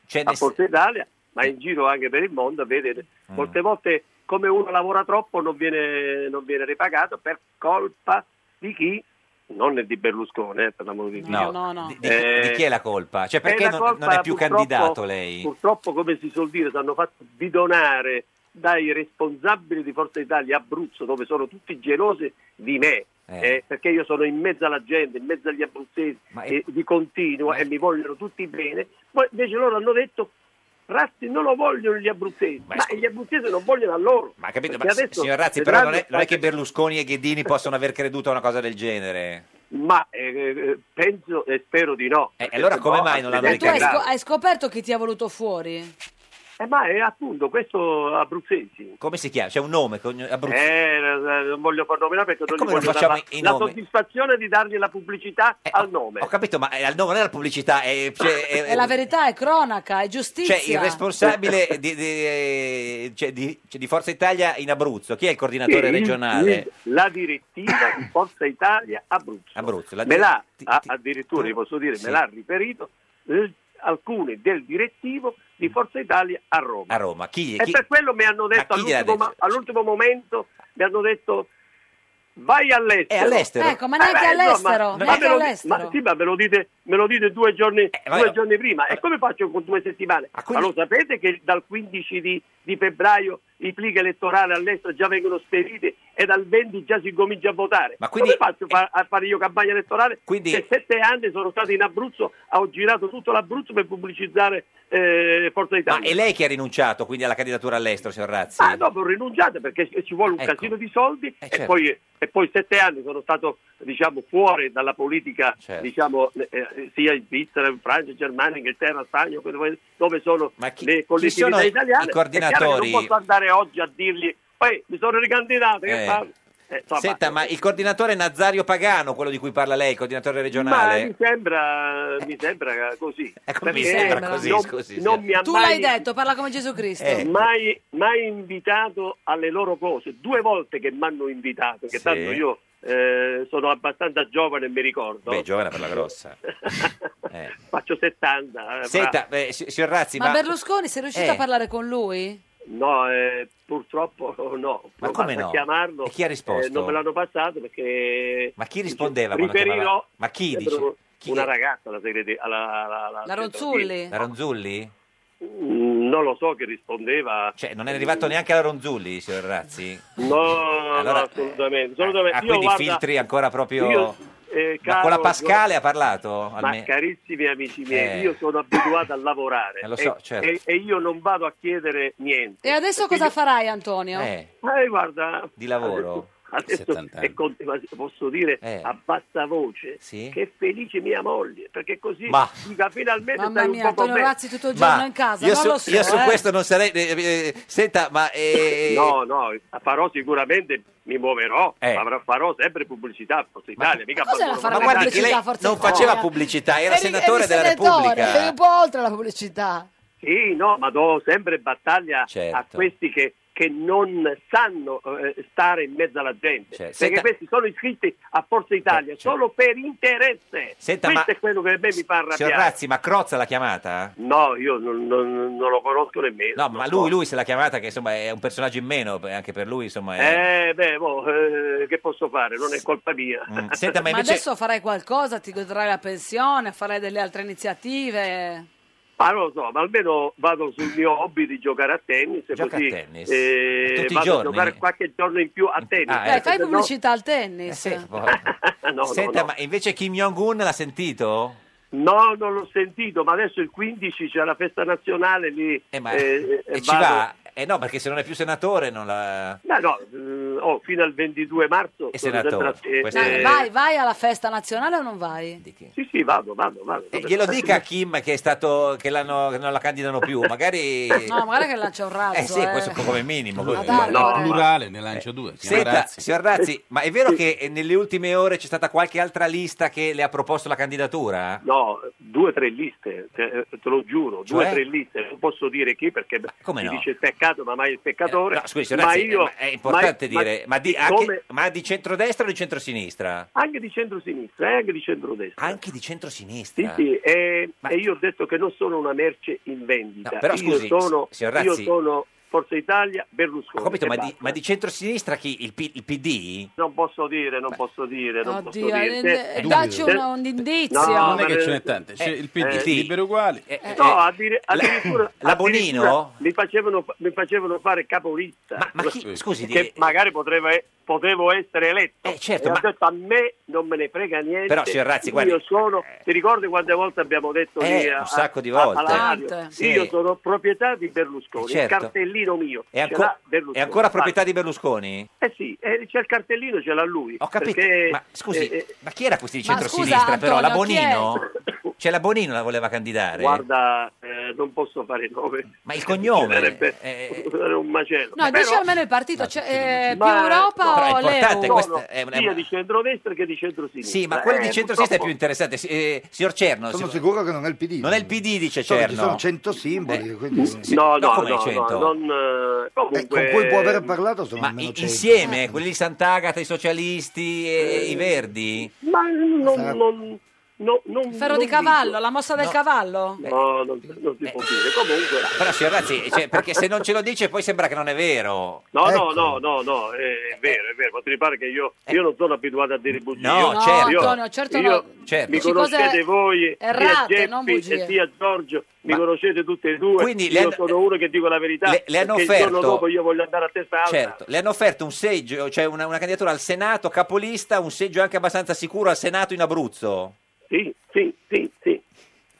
S2: Cioè,
S20: a
S2: nel- Eh. Ah.
S20: Forza Italia, ma in giro anche per il mondo, vedete, molte volte come uno lavora troppo non viene, non viene ripagato per colpa di chi non è di Berlusconi, eh, per l'amor di Dio.
S2: No, no, no. Di- di chi- di chi è la colpa? Cioè,
S20: eh,
S2: perché
S20: la
S2: non- non è più
S20: purtroppo-
S2: candidato lei?
S20: Purtroppo, come si suol dire, si hanno fatto bidonare dai responsabili di Forza Italia Abruzzo, dove sono tutti gelosi di me.
S2: Eh.
S20: eh, perché io sono in mezzo alla gente, in mezzo agli abruzzesi eh, di continuo e mi vogliono tutti bene. Poi invece loro hanno detto Razzi non lo vogliono gli abruzzesi, ma, gli abruzzesi non vogliono a loro.
S2: Ma capito? Ma,
S20: Perché
S2: s-
S20: adesso
S2: signor Razzi, però
S20: vedranno-
S2: non è, non è che Berlusconi e Ghedini possono aver creduto a una cosa del genere.
S20: Ma eh, eh, penso e spero di no.
S2: Eh,
S20: boh,
S2: E allora come mai non l'hanno
S20: altrimenti-
S1: Tu hai, sco- hai scoperto chi ti ha voluto fuori?
S20: Eh, ma è appunto questo abruzzesi.
S2: Come si chiama? C'è un nome? cogn- Abruzzo.
S20: Eh, non voglio far nominare perché non gli
S2: come lo
S20: voglio
S2: facciamo
S20: dare
S2: i- i
S20: la, la
S2: nomi? Eh, oh,
S20: soddisfazione di dargli la pubblicità al nome.
S2: Ho capito, ma è- il nome non è la pubblicità, è,
S20: Ah,
S2: cioè, è-
S1: È la verità, è cronaca, è giustizia.
S2: cioè, il responsabile di, di- cioè, di- cioè, di Forza Italia in Abruzzo. Chi è il coordinatore
S20: Sì,
S2: regionale?
S20: il- La direttiva di Forza Italia Abruzzo.
S2: Abruzzo. la- eh,
S20: me l'ha, a- addirittura gli posso dire, me l'ha riferito eh, alcuni del direttivo
S2: Mm.
S20: di Forza Italia a Roma.
S2: a Roma. Chi,
S20: e
S2: chi-
S20: per quello mi hanno detto,
S2: chi gliel'ha
S20: all'ultimo,
S2: detto?
S20: ma- all'ultimo momento mi hanno detto vai all'estero.
S2: Eh, all'estero. Ecco, ma neanche
S20: beh,
S1: all'estero,
S20: ma-
S1: neanche
S20: ma me lo di-
S1: all'estero.
S20: ma sì, ma me lo dite, me lo dite due giorni,
S2: ma
S20: due
S2: io-
S20: giorni prima. E come faccio con due settimane?
S2: Ah, quindi-
S20: Ma lo sapete che dal 15 di, di febbraio i plighi elettorali all'estero già vengono spediti e dal 20 già si comincia a votare.
S2: Ma quindi-
S20: come faccio fa- a fare io campagna elettorale?
S2: Quindi-
S20: Se sette anni sono stato in Abruzzo, ho girato tutto l'Abruzzo per pubblicizzare eh, Forza
S2: Ma
S20: Italia.
S2: è lei che ha rinunciato quindi alla candidatura all'estero, signor Razzi?
S20: Ah, dopo rinunciate perché ci vuole un
S2: Ecco.
S20: casino di soldi e,
S2: certo.
S20: poi, e poi sette anni sono stato diciamo, fuori dalla politica
S2: Certo.
S20: diciamo, eh, eh, sia in Svizzera, in Francia, in Germania, Inghilterra, Spagna, dove, dove sono le
S2: chi
S20: collettività italiane.
S2: sono i
S20: È chiaro che
S2: coordinatori?
S20: Non posso andare oggi a dirgli, poi mi sono ricandidato. che
S2: Eh.
S20: fa?" Eh, insomma,
S2: Senta, ma il coordinatore Nazario Pagano, quello di cui parla lei, il coordinatore
S20: ma
S2: regionale,
S20: mi sembra, mi sembra così.
S2: come mi
S20: Perché
S2: sembra così,
S20: non,
S2: scusi,
S20: non
S2: signor-
S20: mi ha
S1: Tu
S20: mai
S1: l'hai detto, parla come Gesù Cristo.
S2: Eh.
S20: mai, mai invitato alle loro cose. Due volte che mi hanno invitato, che
S2: Sì.
S20: tanto io eh, sono abbastanza giovane e mi ricordo.
S2: Beh, giovane per la grossa. Eh.
S20: Faccio 70. eh,
S2: Senta,
S20: fra-
S2: eh, si- signor Razzi,
S1: Ma,
S2: ma,
S1: Berlusconi, sei riuscito
S2: Eh.
S1: a parlare con lui?
S20: No, eh, purtroppo no. Ho
S2: Ma come
S20: provato a
S2: no?
S20: chiamarlo. eh,
S2: E chi ha risposto?
S20: non me l'hanno passato perché...
S2: ma chi rispondeva? quando
S20: Riferirò...
S2: chiamava? Ma chi dice?
S20: Sembra
S2: Chi-
S20: Una ragazza, la segretaria... alla- alla- alla-
S1: La Ronzulli?
S2: La Ronzulli?
S20: Mm, Non lo so che rispondeva.
S2: Cioè, non è arrivato neanche la Ronzulli, signor Razzi?
S20: No,
S2: Allora,
S20: no, assolutamente. assolutamente.
S2: Ah,
S20: Io,
S2: quindi
S20: guarda,
S2: filtri ancora proprio...
S20: io, eh,
S2: ma
S20: caro
S2: con la Pascale
S20: Giorgio-
S2: ha parlato?
S20: Ma
S2: almeno?
S20: carissimi amici miei,
S2: Eh.
S20: io sono abituato a lavorare
S2: Eh, lo so,
S20: e,
S2: certo.
S20: e- e io non vado a chiedere niente.
S1: E adesso cosa farai, Antonio?
S2: Eh,
S20: Eh, guarda,
S2: di lavoro?
S20: adesso
S2: 70
S20: e con- ma posso dire a bassa voce
S2: Sì.
S20: che è felice mia moglie, perché così
S2: Ma-
S20: dica finalmente
S1: Mamma
S20: stai
S1: mia,
S20: un po' con
S1: Antonio
S20: me.
S1: Razzi tutto il giorno in casa,
S2: io
S1: non
S2: su,
S1: lo so.
S2: io su
S1: eh.
S2: questo non sarei... eh, eh, senta, ma... eh,
S20: No, no, farò sicuramente, mi muoverò, avrò- farò sempre pubblicità a Forza Italia. mica
S1: cos'è
S20: farò
S1: la fare
S20: solo-
S1: Ma guardi pubblicità che lei a Forza
S2: non
S1: Italia?
S2: faceva pubblicità, era
S1: Eri-
S2: senatore
S1: eri
S2: della
S1: senatore,
S2: Repubblica.
S1: sei un po' oltre la pubblicità.
S20: Sì, no, ma do sempre battaglia a
S2: Certo.
S20: questi che, che non sanno eh, stare in mezzo alla gente. perché
S2: Cioè, senta- Cioè,
S20: questi sono iscritti a Forza Italia solo per interesse.
S2: Senta,
S20: Questo
S2: ma-
S20: è quello che a me mi fa
S2: Signor
S20: arrabbiare.
S2: Razzi, ma Crozza l'ha chiamata?
S20: No, io non, non- non lo conosco nemmeno.
S2: No, ma lui, lui se l'ha chiamata, che insomma è un personaggio in meno, eh, anche per lui, insomma. È...
S20: Eh, beh, boh, eh, che posso fare? Non è colpa mia.
S2: Mm, senta, ma
S1: Ma
S2: invece...
S1: adesso farai qualcosa, ti godrai la pensione, farai delle altre iniziative. Eh,
S20: Ma Ah, non lo so, ma almeno vado sul mio hobby di giocare a tennis. e
S2: Gioca a
S20: così,
S2: tennis?
S20: eh,
S2: Tutti i
S20: vado
S2: giorni?
S20: a giocare qualche giorno in più a tennis.
S2: Ah,
S1: Dai,
S20: perché
S1: fai
S20: se no- Eh,
S1: pubblicità al tennis.
S20: no,
S2: Senta,
S20: no.
S2: ma invece Kim Jong-un l'ha sentito?
S20: No, non l'ho sentito, ma adesso il 15 c'è la festa nazionale lì.
S2: Ma-
S20: eh,
S2: e
S20: eh,
S2: ci
S20: vado-
S2: va? Eh no, perché se non è più senatore non la...
S20: No, no, eh, oh, fino al 22 marzo.
S2: E
S20: sono
S2: senatore,
S20: sempre a- eh,
S2: questo
S20: eh,
S2: è-
S1: Vai, vai alla festa nazionale o non vai?
S20: Sì, sì, vado, vado, vado.
S2: Eh, glielo dica a Kim che, è stato, che, l'hanno- che non la candidano più, magari...
S20: Eh.
S1: No, guarda che lancia un razzo.
S2: Eh sì,
S1: eh.
S2: questo come minimo.
S1: Ma
S2: così.
S1: dai, No,
S15: Il plurale ne lancia due. signor
S2: Senta,
S15: Razzi.
S2: signor Razzi, ma è vero che eh, nelle ultime ore c'è stata qualche altra lista che le ha proposto la candidatura?
S20: No, due o tre liste, te, te lo giuro, due
S2: Cioè?
S20: o tre liste, non posso dire chi perché
S2: come
S20: mi
S2: no?
S20: dice il peccato, ma mai il peccatore.
S2: No, scusi, signor
S20: ma
S2: Razzi,
S20: io,
S2: eh, ma è importante
S20: ma-
S2: dire, ma, di, anche-
S20: come-
S2: ma di centrodestra o di centrosinistra?
S20: anche di centrosinistra, eh, anche di centrodestra.
S2: Anche di
S20: Sì,
S2: centrosinistra?
S20: sì, eh, e, e io ho detto che non sono una merce in vendita,
S2: No, però
S20: io,
S2: scusi,
S20: sono,
S2: s- signor Razzi-
S20: io sono Forza Italia, Berlusconi.
S2: Ho capito,
S20: e
S2: ma di,
S20: basta.
S2: ma di centrosinistra chi? Il, P- il PD?
S20: Non posso dire, non posso dire, non posso
S1: Oddio,
S20: dire.
S1: eh,
S20: Se-
S1: eh,
S20: se-
S1: dacci
S20: se-
S1: un, un indizio.
S20: No,
S15: non è che
S20: ma-
S15: ce n'è tante, c'è
S20: eh,
S15: il PD,
S20: eh, sì.
S15: Liberi Uguali.
S20: no, addire- addirittura,
S15: la
S20: addirittura
S15: Bonino?
S20: mi facevano, mi facevano fare capolista.
S2: scusi,
S20: che
S2: di-
S20: magari potrebbe, e- potevo essere eletto.
S2: certo,
S20: e
S2: ma-
S20: ho detto a me non me ne frega niente.
S2: Però, signor Razzi, guardi-
S20: io sono, ti ricordi quante volte abbiamo detto
S2: Eh,
S20: lì a-
S2: un sacco di
S20: a-
S2: volte.
S20: alla radio?
S2: Tante.
S20: Io
S2: Sì.
S20: sono proprietà di Berlusconi,
S2: Certo.
S20: il cartellino mio.
S2: È,
S20: ce
S2: anco-
S20: l'ha Berlusconi.
S2: è ancora
S20: Vai.
S2: proprietà di Berlusconi?
S20: Eh sì, eh, c'è il cartellino, ce l'ha lui.
S2: Ho capito,
S20: perché-
S2: ma scusi,
S20: eh, eh,
S2: ma chi era questi di
S20: Ma
S2: centrosinistra
S20: scusa,
S2: però? La
S20: Antonio, chi è?
S2: Bonino? Cioè la Bonino la voleva candidare?
S20: Guarda, eh, non posso fare il nome.
S2: Ma il cognome? Eh,
S20: Sarebbe sarebbe un macello.
S1: No,
S20: Però-
S1: dice almeno il partito, cioè, eh, più
S20: Ma-
S1: Europa
S20: no,
S1: o l'Eu?
S20: no, sia di centrodestra che di centrosinistra.
S2: Sì, ma quello
S20: Eh,
S2: di centrosinistra è più
S20: purtroppo-
S2: interessante. Sì, eh, signor Cerno,
S13: Sono
S2: si-
S13: sicuro che non è il PD.
S2: non è il PD, dice
S13: Solo che
S2: Cerno.
S13: ci sono 100
S15: Eh.
S13: simboli, quindi-
S20: No,
S2: No,
S20: no,
S2: come
S20: no, no,
S2: 100?
S20: non, eh, comunque,
S13: con cui può aver parlato sono
S2: Ma
S13: almeno
S2: i-
S13: 100.
S2: insieme, quelli di Sant'Agata, i socialisti e
S20: Eh,
S2: i verdi?
S20: Ma non... non, non, non-
S1: Il ferro
S20: non
S1: di cavallo, la mossa del cavallo?
S20: dico. No, non, non si può dire. Comunque...
S2: Però signor Razzi, cioè, perché se non ce lo dice poi sembra che non è vero.
S20: No, no, no, no, no, eh, è vero, è vero, ma ti ripare che io, io non sono abituato a dire bugie.
S2: Eh. No,
S20: Io-
S2: certo.
S20: io-
S2: Antonio, certo
S20: io-
S2: no. Certo.
S20: Mi
S2: Dici cose
S20: conoscete voi, sia
S1: errate, non
S20: Geppi
S1: bugie.
S20: e sia Giorgio, mi conoscete tutti e due,
S2: Quindi le
S20: io
S2: hanno-
S20: sono uno che dico la verità,
S2: le- le hanno
S20: perché il giorno
S2: offerto-
S20: dopo io voglio andare a testa alta.
S2: Certo, le hanno offerto un seggio, cioè una, una candidatura al Senato capolista, un seggio anche abbastanza sicuro al Senato in Abruzzo.
S20: Sì, sì, sì, sì.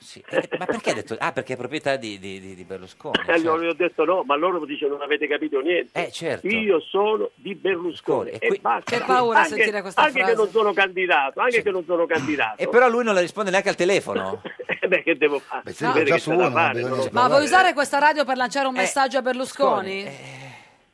S2: Sì, eh, ma perché ha detto? Ah, perché è proprietà di, di- di- di Berlusconi. certo. Eh,
S20: E allora Eh, io ho detto no, ma loro mi dicono non avete capito niente. Io sono di Berlusconi e, basta.
S1: Che paura
S20: Anche-
S1: sentire questa
S20: Anche
S1: frase.
S20: che non sono candidato, anche che non sono candidato.
S2: E però lui non le risponde neanche al telefono.
S20: Eh, Beh, che devo fare?
S2: Beh,
S20: Beh,
S2: sì, già
S20: che
S2: su
S20: c'è da
S2: uno,
S20: fare,
S2: bisogna
S20: no? eh.
S2: sapere.
S1: Ma vuoi usare questa radio per lanciare un messaggio a Berlusconi?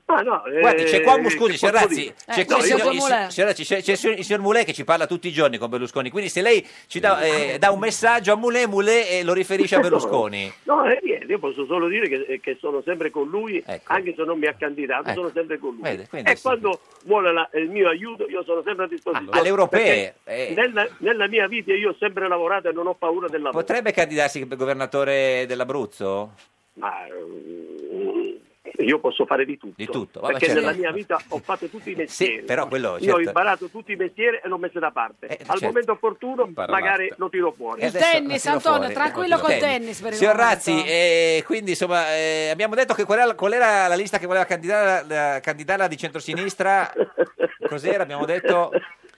S20: Ma no, eh,
S2: Guardi, c'è qua un
S20: che
S2: scusi,
S20: posso
S2: signor Razzi,
S20: dire?
S2: c'è
S1: Eh,
S2: qua
S1: no,
S2: il
S1: io-
S2: signor- il
S1: Mulè.
S2: si- signor Razzi, c'è- c'è il signor- il signor Mulè che ci parla tutti i giorni con Berlusconi, quindi se lei ci dà, eh, dà un messaggio a Mulè, Mulè eh, lo riferisce a Berlusconi.
S20: No, eh, niente, io posso solo dire che, eh, che sono sempre con lui, anche se non mi ha candidato,
S2: Ecco.
S20: sono sempre con lui.
S2: Vede, quindi
S20: e
S2: è
S20: quando vuole la- il mio aiuto, io sono sempre a disposizione.
S2: Ah, alle europee,
S20: Perché
S2: eh.
S20: Nella, nella mia vita io ho sempre lavorato e non ho paura del lavoro.
S2: Potrebbe candidarsi per governatore dell'Abruzzo?
S20: Ma eh, io posso fare di tutto.
S2: Di tutto, vabbè,
S20: perché
S2: certo.
S20: nella mia vita ho fatto tutti i mestieri.
S2: però quello,
S20: Io ho
S2: certo.
S20: imparato tutti i mestieri e l'ho messo da parte. Al
S2: certo.
S20: momento opportuno
S2: Imparate.
S20: magari lo tiro fuori.
S1: Il tennis, Antonio, tranquillo col tennis per il
S2: ecco, Signor
S1: momento.
S2: Razzi, eh, quindi insomma eh, abbiamo detto che qual era, qual era la lista che voleva candidare la, candidarla di centrosinistra. Cos'era? Abbiamo detto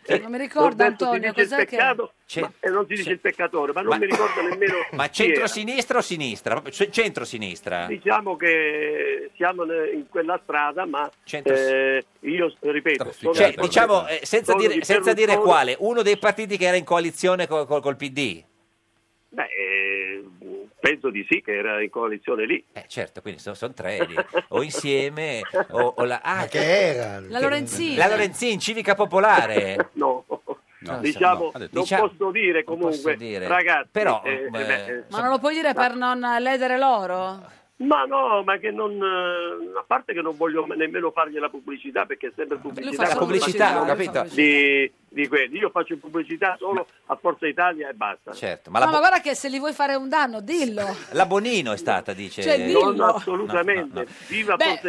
S1: Non mi ricordo,
S20: Roberto, si
S1: Antonio,
S20: dice il
S1: cos'è che...
S20: peccato,
S2: C'è-
S20: ma- e non si dice il peccatore, ma non
S2: Cioè, Ma-
S20: mi ricordo nemmeno.
S2: ma
S20: chi era.
S2: centrosinistra o sinistra? Proprio ce- centrosinistra.
S20: eh. Diciamo che siamo ne- in quella strada, ma
S2: Centro-
S20: eh, io ripeto, sono
S2: Cioè,
S20: di-
S2: diciamo eh, senza,
S20: sono
S2: dire,
S20: di
S2: senza dire
S20: Berlusconi.
S2: quale, uno dei partiti che era in coalizione col, col- col PD.
S20: Beh, eh, penso di sì, che era in coalizione lì.
S2: Eh, certo, quindi sono, tre lì. o insieme o, o la... ah,
S20: che era?
S1: La Lorenzini.
S2: La Lorenzin, civica popolare.
S20: No.
S2: No,
S20: diciamo,
S2: no. Ha detto-
S20: non
S2: diciamo-
S20: posso dire comunque,
S2: posso dire.
S20: ragazzi,
S2: Però,
S20: eh, eh,
S2: beh,
S20: beh, eh,
S1: Ma non lo puoi dire per non ledere loro?
S20: Ma no, ma che non. eh, A parte che non voglio nemmeno fargli la pubblicità perché è sempre
S2: fa
S20: pubblicità.
S2: La solo pubblicità, pubblicità, ho lui capito. fa
S20: Di, di quelli. Io faccio pubblicità solo a Forza Italia e basta.
S2: Certo,
S1: Ma
S2: ma la,
S1: no,
S2: Bo-
S1: ma guarda che se li vuoi fare un danno, dillo.
S2: la Bonino è stata, dice.
S1: Cioè, dillo. Non
S20: assolutamente. Viva Forza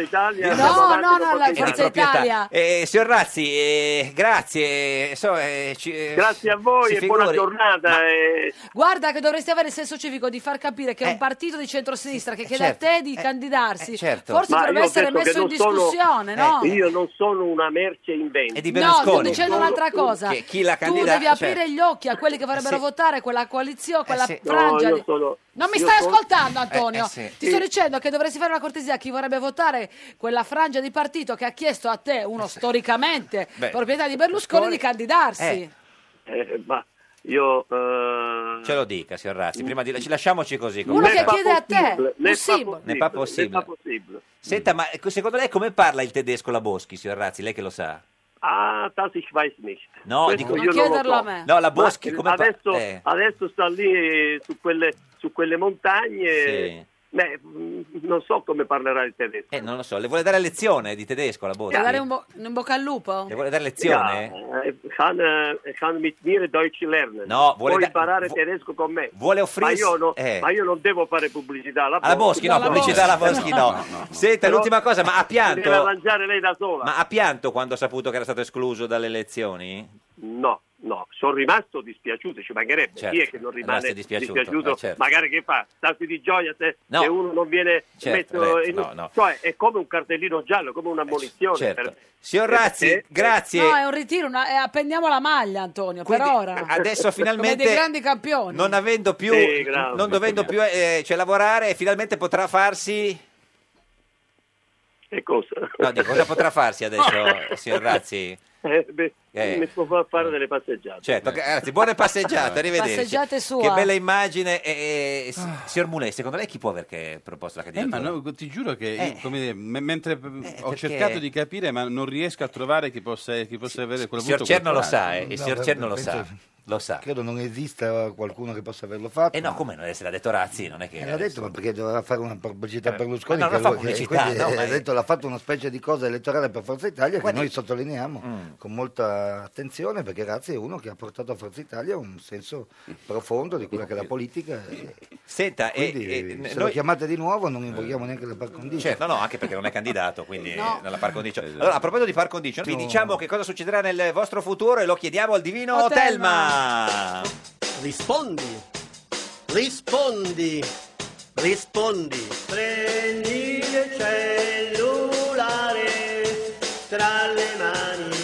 S1: no,
S20: Italia! andiamo avanti
S1: no, no,
S20: con Forza
S1: la
S20: Italia.
S1: Forza Italia.
S2: Eh, signor Razzi, eh, grazie. so, eh, ci- eh,
S20: Grazie a voi
S2: si
S20: e buona
S2: figuri.
S20: giornata. eh, e-
S1: Guarda che dovresti avere il senso civico di far capire che un partito di centrosinistra che chiede
S20: Eh. certo,
S1: a te di candidarsi
S20: certo.
S1: forse
S20: Ma
S1: dovrebbe
S20: io ho
S1: essere
S20: detto che
S1: messo in
S20: non sono- Eh,
S1: discussione, no?
S20: Io non sono una merce in vendita.
S1: No, sto dicendo un'altra cosa.
S20: Che chi la
S1: tu
S20: candida-
S1: devi aprire
S20: cioè-
S1: gli occhi a quelli che vorrebbero
S20: sì. Eh,
S1: votare quella coalizione, quella
S20: No,
S1: frangia.
S20: io
S1: di-
S20: sono-
S1: Non mi
S20: io
S1: stai
S20: sono-
S1: ascoltando, Antonio.
S20: Eh, eh, sì.
S1: Ti sto dicendo che dovresti fare una cortesia a chi vorrebbe votare quella frangia di partito che ha chiesto a te, uno storicamente
S20: Beh,
S1: proprietà di Berlusconi, di candidarsi.
S20: Eh, ma io... eh,
S2: Ce lo dica, signor Razzi. Prima di... ci lasciamoci così.
S1: Uno
S2: comunque.
S1: che chiede a te,
S20: possibile,
S1: un
S20: ne fa
S1: simbolo.
S2: Ne fa
S20: possibile,
S2: possibile.
S20: ne fa possibile.
S2: Senta, ma eh, secondo lei come parla il tedesco la Boschi, signor Razzi? Lei che lo sa?
S20: Ah, das ich weiß nicht.
S2: No,
S20: Questo
S2: dico-
S20: io
S2: Non
S20: lo
S2: chiederlo
S20: so.
S2: a me. No,
S20: Ma
S2: la Boschi come fa-
S20: adesso,
S2: eh.
S20: adesso sta lì eh, su quelle, su quelle montagne.
S2: Sì.
S20: Beh, mh, non so come parlerà il tedesco.
S2: Eh, non lo so, le vuole dare lezione di tedesco la Boschi?
S1: Vuoi dare un, bo- un bocca al lupo?
S2: Le vuole dare lezione?
S20: Ja, eh, kann, eh, kann mit mir Deutsch lernen.
S2: No, vuole
S20: Puoi
S2: da-
S20: imparare tedesco con me.
S2: vuole offrirsi-
S20: Ma io, no-
S2: eh.
S20: ma io non devo fare pubblicità alla
S2: Alla Boschi, no, pubblicità alla Boschi no. Senta,
S20: Però-
S2: l'ultima cosa, ma ha
S20: Deve
S2: pianto,
S20: arrangiare lei da sola.
S2: ma ha pianto quando ha saputo che era stato escluso dalle elezioni?
S20: No, no, sono rimasto dispiaciuto, ci mancherebbe.
S2: Certo,
S20: Chi è che non
S2: rimasto
S20: rimane
S2: dispiaciuto,
S20: dispiaciuto?
S2: eh, certo.
S20: Magari che fa? Salti di gioia se,
S2: No.
S20: se uno non viene
S2: Certo,
S20: messo
S2: letto,
S20: in...
S2: no, no.
S20: Cioè, è come un cartellino giallo, come un'ammonizione.
S2: certo.
S20: per-
S2: Signor Razzi,
S20: perché-
S2: grazie.
S1: No, è un ritiro, una- eh, appendiamo la maglia, Antonio, per ora.
S2: adesso finalmente-
S1: Come dei grandi campioni.
S2: Non avendo più,
S20: Sì, grazie.
S2: non dovendo più eh, cioè, lavorare, finalmente potrà farsi...
S20: Che cosa?
S2: No, dico, cosa potrà farsi adesso, signor Razzi?
S20: Eh, beh,
S2: Eh.
S20: Mi può far fare delle passeggiate.
S2: Certo, grazie, buone passeggiate, arrivederci.
S1: Passeggiate sua. Ah.
S2: Che bella immagine. eh, eh, s- signor Mulè, secondo lei chi può aver che- proposto la
S15: Eh, ma
S2: candidatura?
S15: no, ti giuro che io,
S2: Eh.
S15: come dire, me- mentre ho
S2: perché-
S15: cercato di capire, ma non riesco a trovare chi possa, chi possa avere quel
S2: signor
S15: voto.
S2: Cerno lo
S15: quattro
S2: sa, eh,
S15: anni.
S2: il signor Cerno lo sa. Lo sa.
S13: Credo non esista qualcuno che possa averlo fatto.
S2: Eh no, come non è- se l'ha detto Razzi, non è che...
S13: Eh, l'ha detto ma perché doveva fare una pubblicità
S2: Eh,
S13: per Berlusconi
S2: ma no,
S13: che
S2: non fa
S13: lui-
S2: pubblicità,
S13: quindi,
S2: no,
S13: eh,
S2: ma
S13: ha
S2: è-
S13: detto, l'ha fatto una specie di cosa elettorale per Forza Italia
S2: Guardi- Mm.
S13: che noi sottolineiamo con molta attenzione perché Razzi è uno che ha portato a Forza Italia un senso profondo di quella che è la politica e
S2: Senta, e-
S13: quindi
S2: e-
S13: se lo
S2: Eh, noi-
S13: chiamate di nuovo non invochiamo neanche la par condicio
S2: Certo, no, no, anche perché non è candidato, quindi
S13: No.
S2: eh, nella par condicio. Allora, a proposito di par condicio, vi
S13: Esatto. No.
S2: diciamo che cosa succederà nel vostro futuro e lo chiediamo al divino
S4: Oh,
S2: Telma.
S4: Telma. Rispondi, rispondi, rispondi. Prendi il cellulare tra le mani.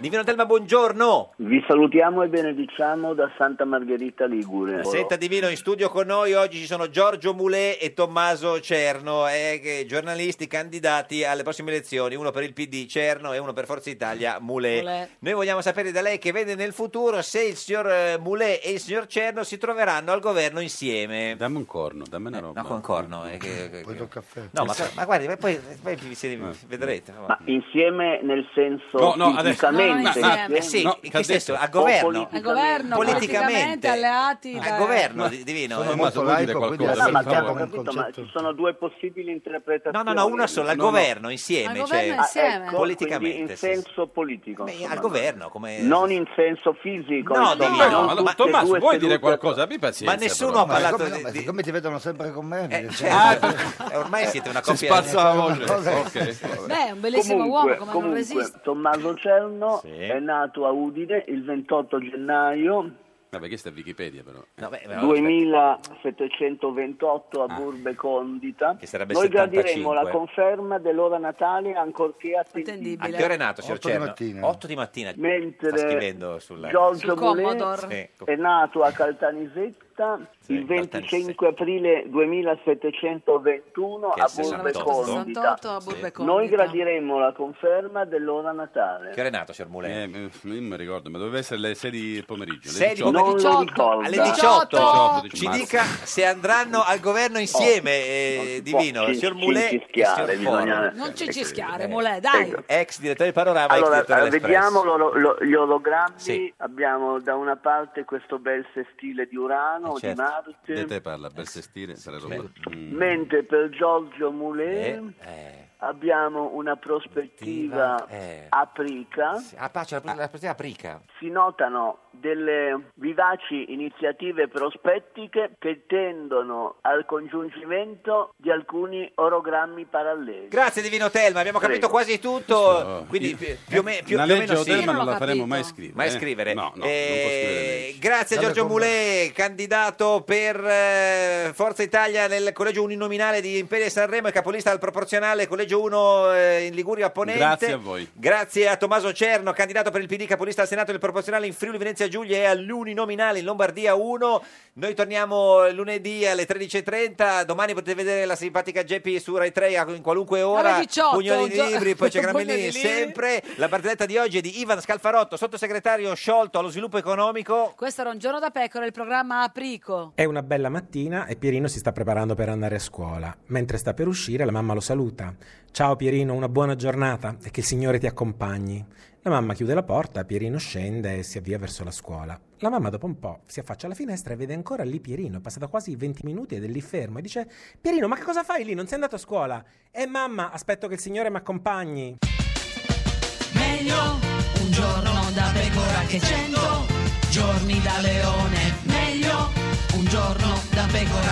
S2: Divino Telma, buongiorno.
S21: Vi salutiamo e benediciamo da Santa Margherita Ligure.
S2: Senta Divino, in studio con noi oggi ci sono Giorgio Mulè e Tommaso Cerno, eh, che- giornalisti candidati alle prossime elezioni, uno per il PD Cerno e uno per Forza Italia Mulè.
S4: Mulè.
S2: eh, Noi vogliamo sapere da lei che vede nel futuro se il signor eh, Mulè e il signor Cerno si troveranno al governo insieme.
S15: Dammi un corno, dammi una roba. Eh.
S2: no, con corno. eh, che- che-
S13: Poi do il caffè.
S2: No, ma, ma guardi, ma poi, poi vi- se- vedrete.
S21: Ma insieme nel senso
S2: No, no, adesso-
S21: fisicamente,
S2: No, no, insieme.
S21: insieme?
S2: Eh sì, in che
S21: che ha detto?
S2: senso? Al
S21: O
S2: governo?
S21: politicamente?
S1: Al governo, politicamente, alleati.
S2: Al
S1: da-
S2: governo, di- divino. eh.
S15: Sono Tommaso, molto vuol dire laico, qualcosa, quindi-
S21: No,
S15: per
S21: ma abbiamo
S15: favore?
S21: eh, capito, ma ci sono due possibili
S2: No,
S21: interpretazioni.
S2: no, no, una sola, al
S21: No, no.
S2: governo insieme.
S21: Al
S2: cioè,
S21: governo insieme. ecco,
S2: Politicamente.
S21: quindi in
S2: sì, sì.
S21: senso politico.
S2: Beh,
S21: insomma.
S2: al governo, come...
S21: Non in senso fisico.
S2: No,
S21: insomma,
S2: Divino,
S21: non
S2: ma-
S21: tutte e
S2: Tommaso,
S21: due
S2: vuoi
S21: sedute-
S2: dire qualcosa? Abbi pazienza, Ma nessuno però. ha parlato
S13: siccome-
S2: di-
S13: ma
S2: di-
S13: siccome ti vedono sempre con me mi-
S2: Eh, Ormai siete una
S13: Si
S2: coppia...
S13: spazza la voce.
S2: Ok.
S1: Beh, è un bellissimo uomo, come non
S21: comunque,
S1: resiste.
S21: Tommaso Cerno
S15: Sì.
S21: è nato a Udine il 28 gennaio
S15: Vabbè, questa è Wikipedia però. Eh.
S2: No, beh,
S21: 2728 a
S2: Ah.
S21: Burbe Condita.
S15: Che sarebbe
S21: Noi
S15: 75.
S21: gradiremmo la conferma dell'ora natale ancorché
S2: A
S21: attendibile.
S2: che ora è nato, signor
S15: Otto di
S2: Cerno?
S15: mattina.
S2: 8 di mattina.
S21: Mentre
S2: Sta scrivendo sulla...
S21: Giorgio
S2: Commodore.
S21: Mulè è nato a Caltanisetta il 25 aprile 2721
S2: Che è
S21: a Burbe
S2: 68.
S21: Condita.
S1: 68 a Burbe Sì. Condita.
S21: Noi gradiremmo la conferma dell'ora natale.
S2: Che ora è nato, signor Mulè?
S15: Eh, non mi ricordo, ma doveva essere alle 6 di pomeriggio. alle
S2: 6 di
S15: 18.
S21: pomeriggio. Non lo ricordo.
S2: alle
S21: 18.
S2: 18,
S15: 18,
S2: ci
S15: marzo.
S2: dica se andranno al governo insieme eh, Divino,
S21: può
S2: il signor
S21: cin-
S2: Mulè e il signor
S21: cincischiare,
S2: Foro.
S21: oh, bisogna-
S1: Non ci cischiare, Molè, dai.
S2: ex direttore di Panorama ex
S21: Allora,
S2: direttore
S21: eh,
S2: dell'Espresso.
S21: vediamo lo- lo- gli ologrammi.
S2: Sì.
S21: Abbiamo da una parte questo bel sestile di
S2: Eh,
S21: Urano, di
S2: certo.
S21: Marte,
S15: Di Certo. te parla, bel sestire, sarà roba. Mm.
S21: mentre per Giorgio Mulè
S15: Eh,
S21: abbiamo una prospettiva
S2: eh.
S21: aprica.
S2: Ah, pace, la, la partita aprica.
S21: Si notano delle vivaci iniziative prospettiche che tendono al congiungimento di alcuni orogrammi paralleli.
S2: Grazie Divino Telma, abbiamo capito
S21: Prego.
S2: quasi tutto, quindi pi- più o me- più-
S15: Una
S2: più o
S15: legge
S2: meno sì.
S15: Otelma non Eh, la faremo mai scrivere.
S2: Mai
S15: eh.
S2: scrivere.
S15: No, no, non può scrivere
S2: Eh,
S15: leggi.
S2: grazie a
S15: Vabbè,
S2: Giorgio
S15: come-
S2: Mulè, candidato per eh, Forza Italia nel collegio uninominale di Imperia e Sanremo e capolista al proporzionale collegio 1 eh, in Liguria Ponente.
S15: Grazie a voi.
S2: Grazie a Tommaso Cerno, candidato per il PD, capolista al Senato del proporzionale in Friuli Venezia Giulia e all'uninominale in Lombardia 1. Noi torniamo lunedì alle 13.30. Domani potete vedere la simpatica Geppi su Rai 3 a- in qualunque ora.
S4: Alle 18,
S2: Pugno di
S4: gio-
S2: libri, poi c'è
S4: Pugno di
S2: Gramellini
S4: libri.
S2: sempre. La barzelletta di oggi è di Ivan Scalfarotto, sottosegretario sciolto allo sviluppo economico.
S1: Questo era un giorno da pecora, il programma Aprico.
S3: È una bella mattina e Pierino si sta preparando per andare a scuola. Mentre sta per uscire, la mamma lo saluta. Ciao Pierino, una buona giornata e che il Signore ti accompagni. La mamma chiude la porta, Pierino scende e si avvia verso la scuola. La mamma dopo un po' si affaccia alla finestra e vede ancora lì Pierino, è passato quasi 20 minuti ed è lì fermo e dice Pierino ma che cosa fai lì? Non sei andato a scuola? Eh mamma, aspetto che il signore mi accompagni.
S1: Meglio un giorno da pecora che cento giorni da leone. Meglio un giorno da pecora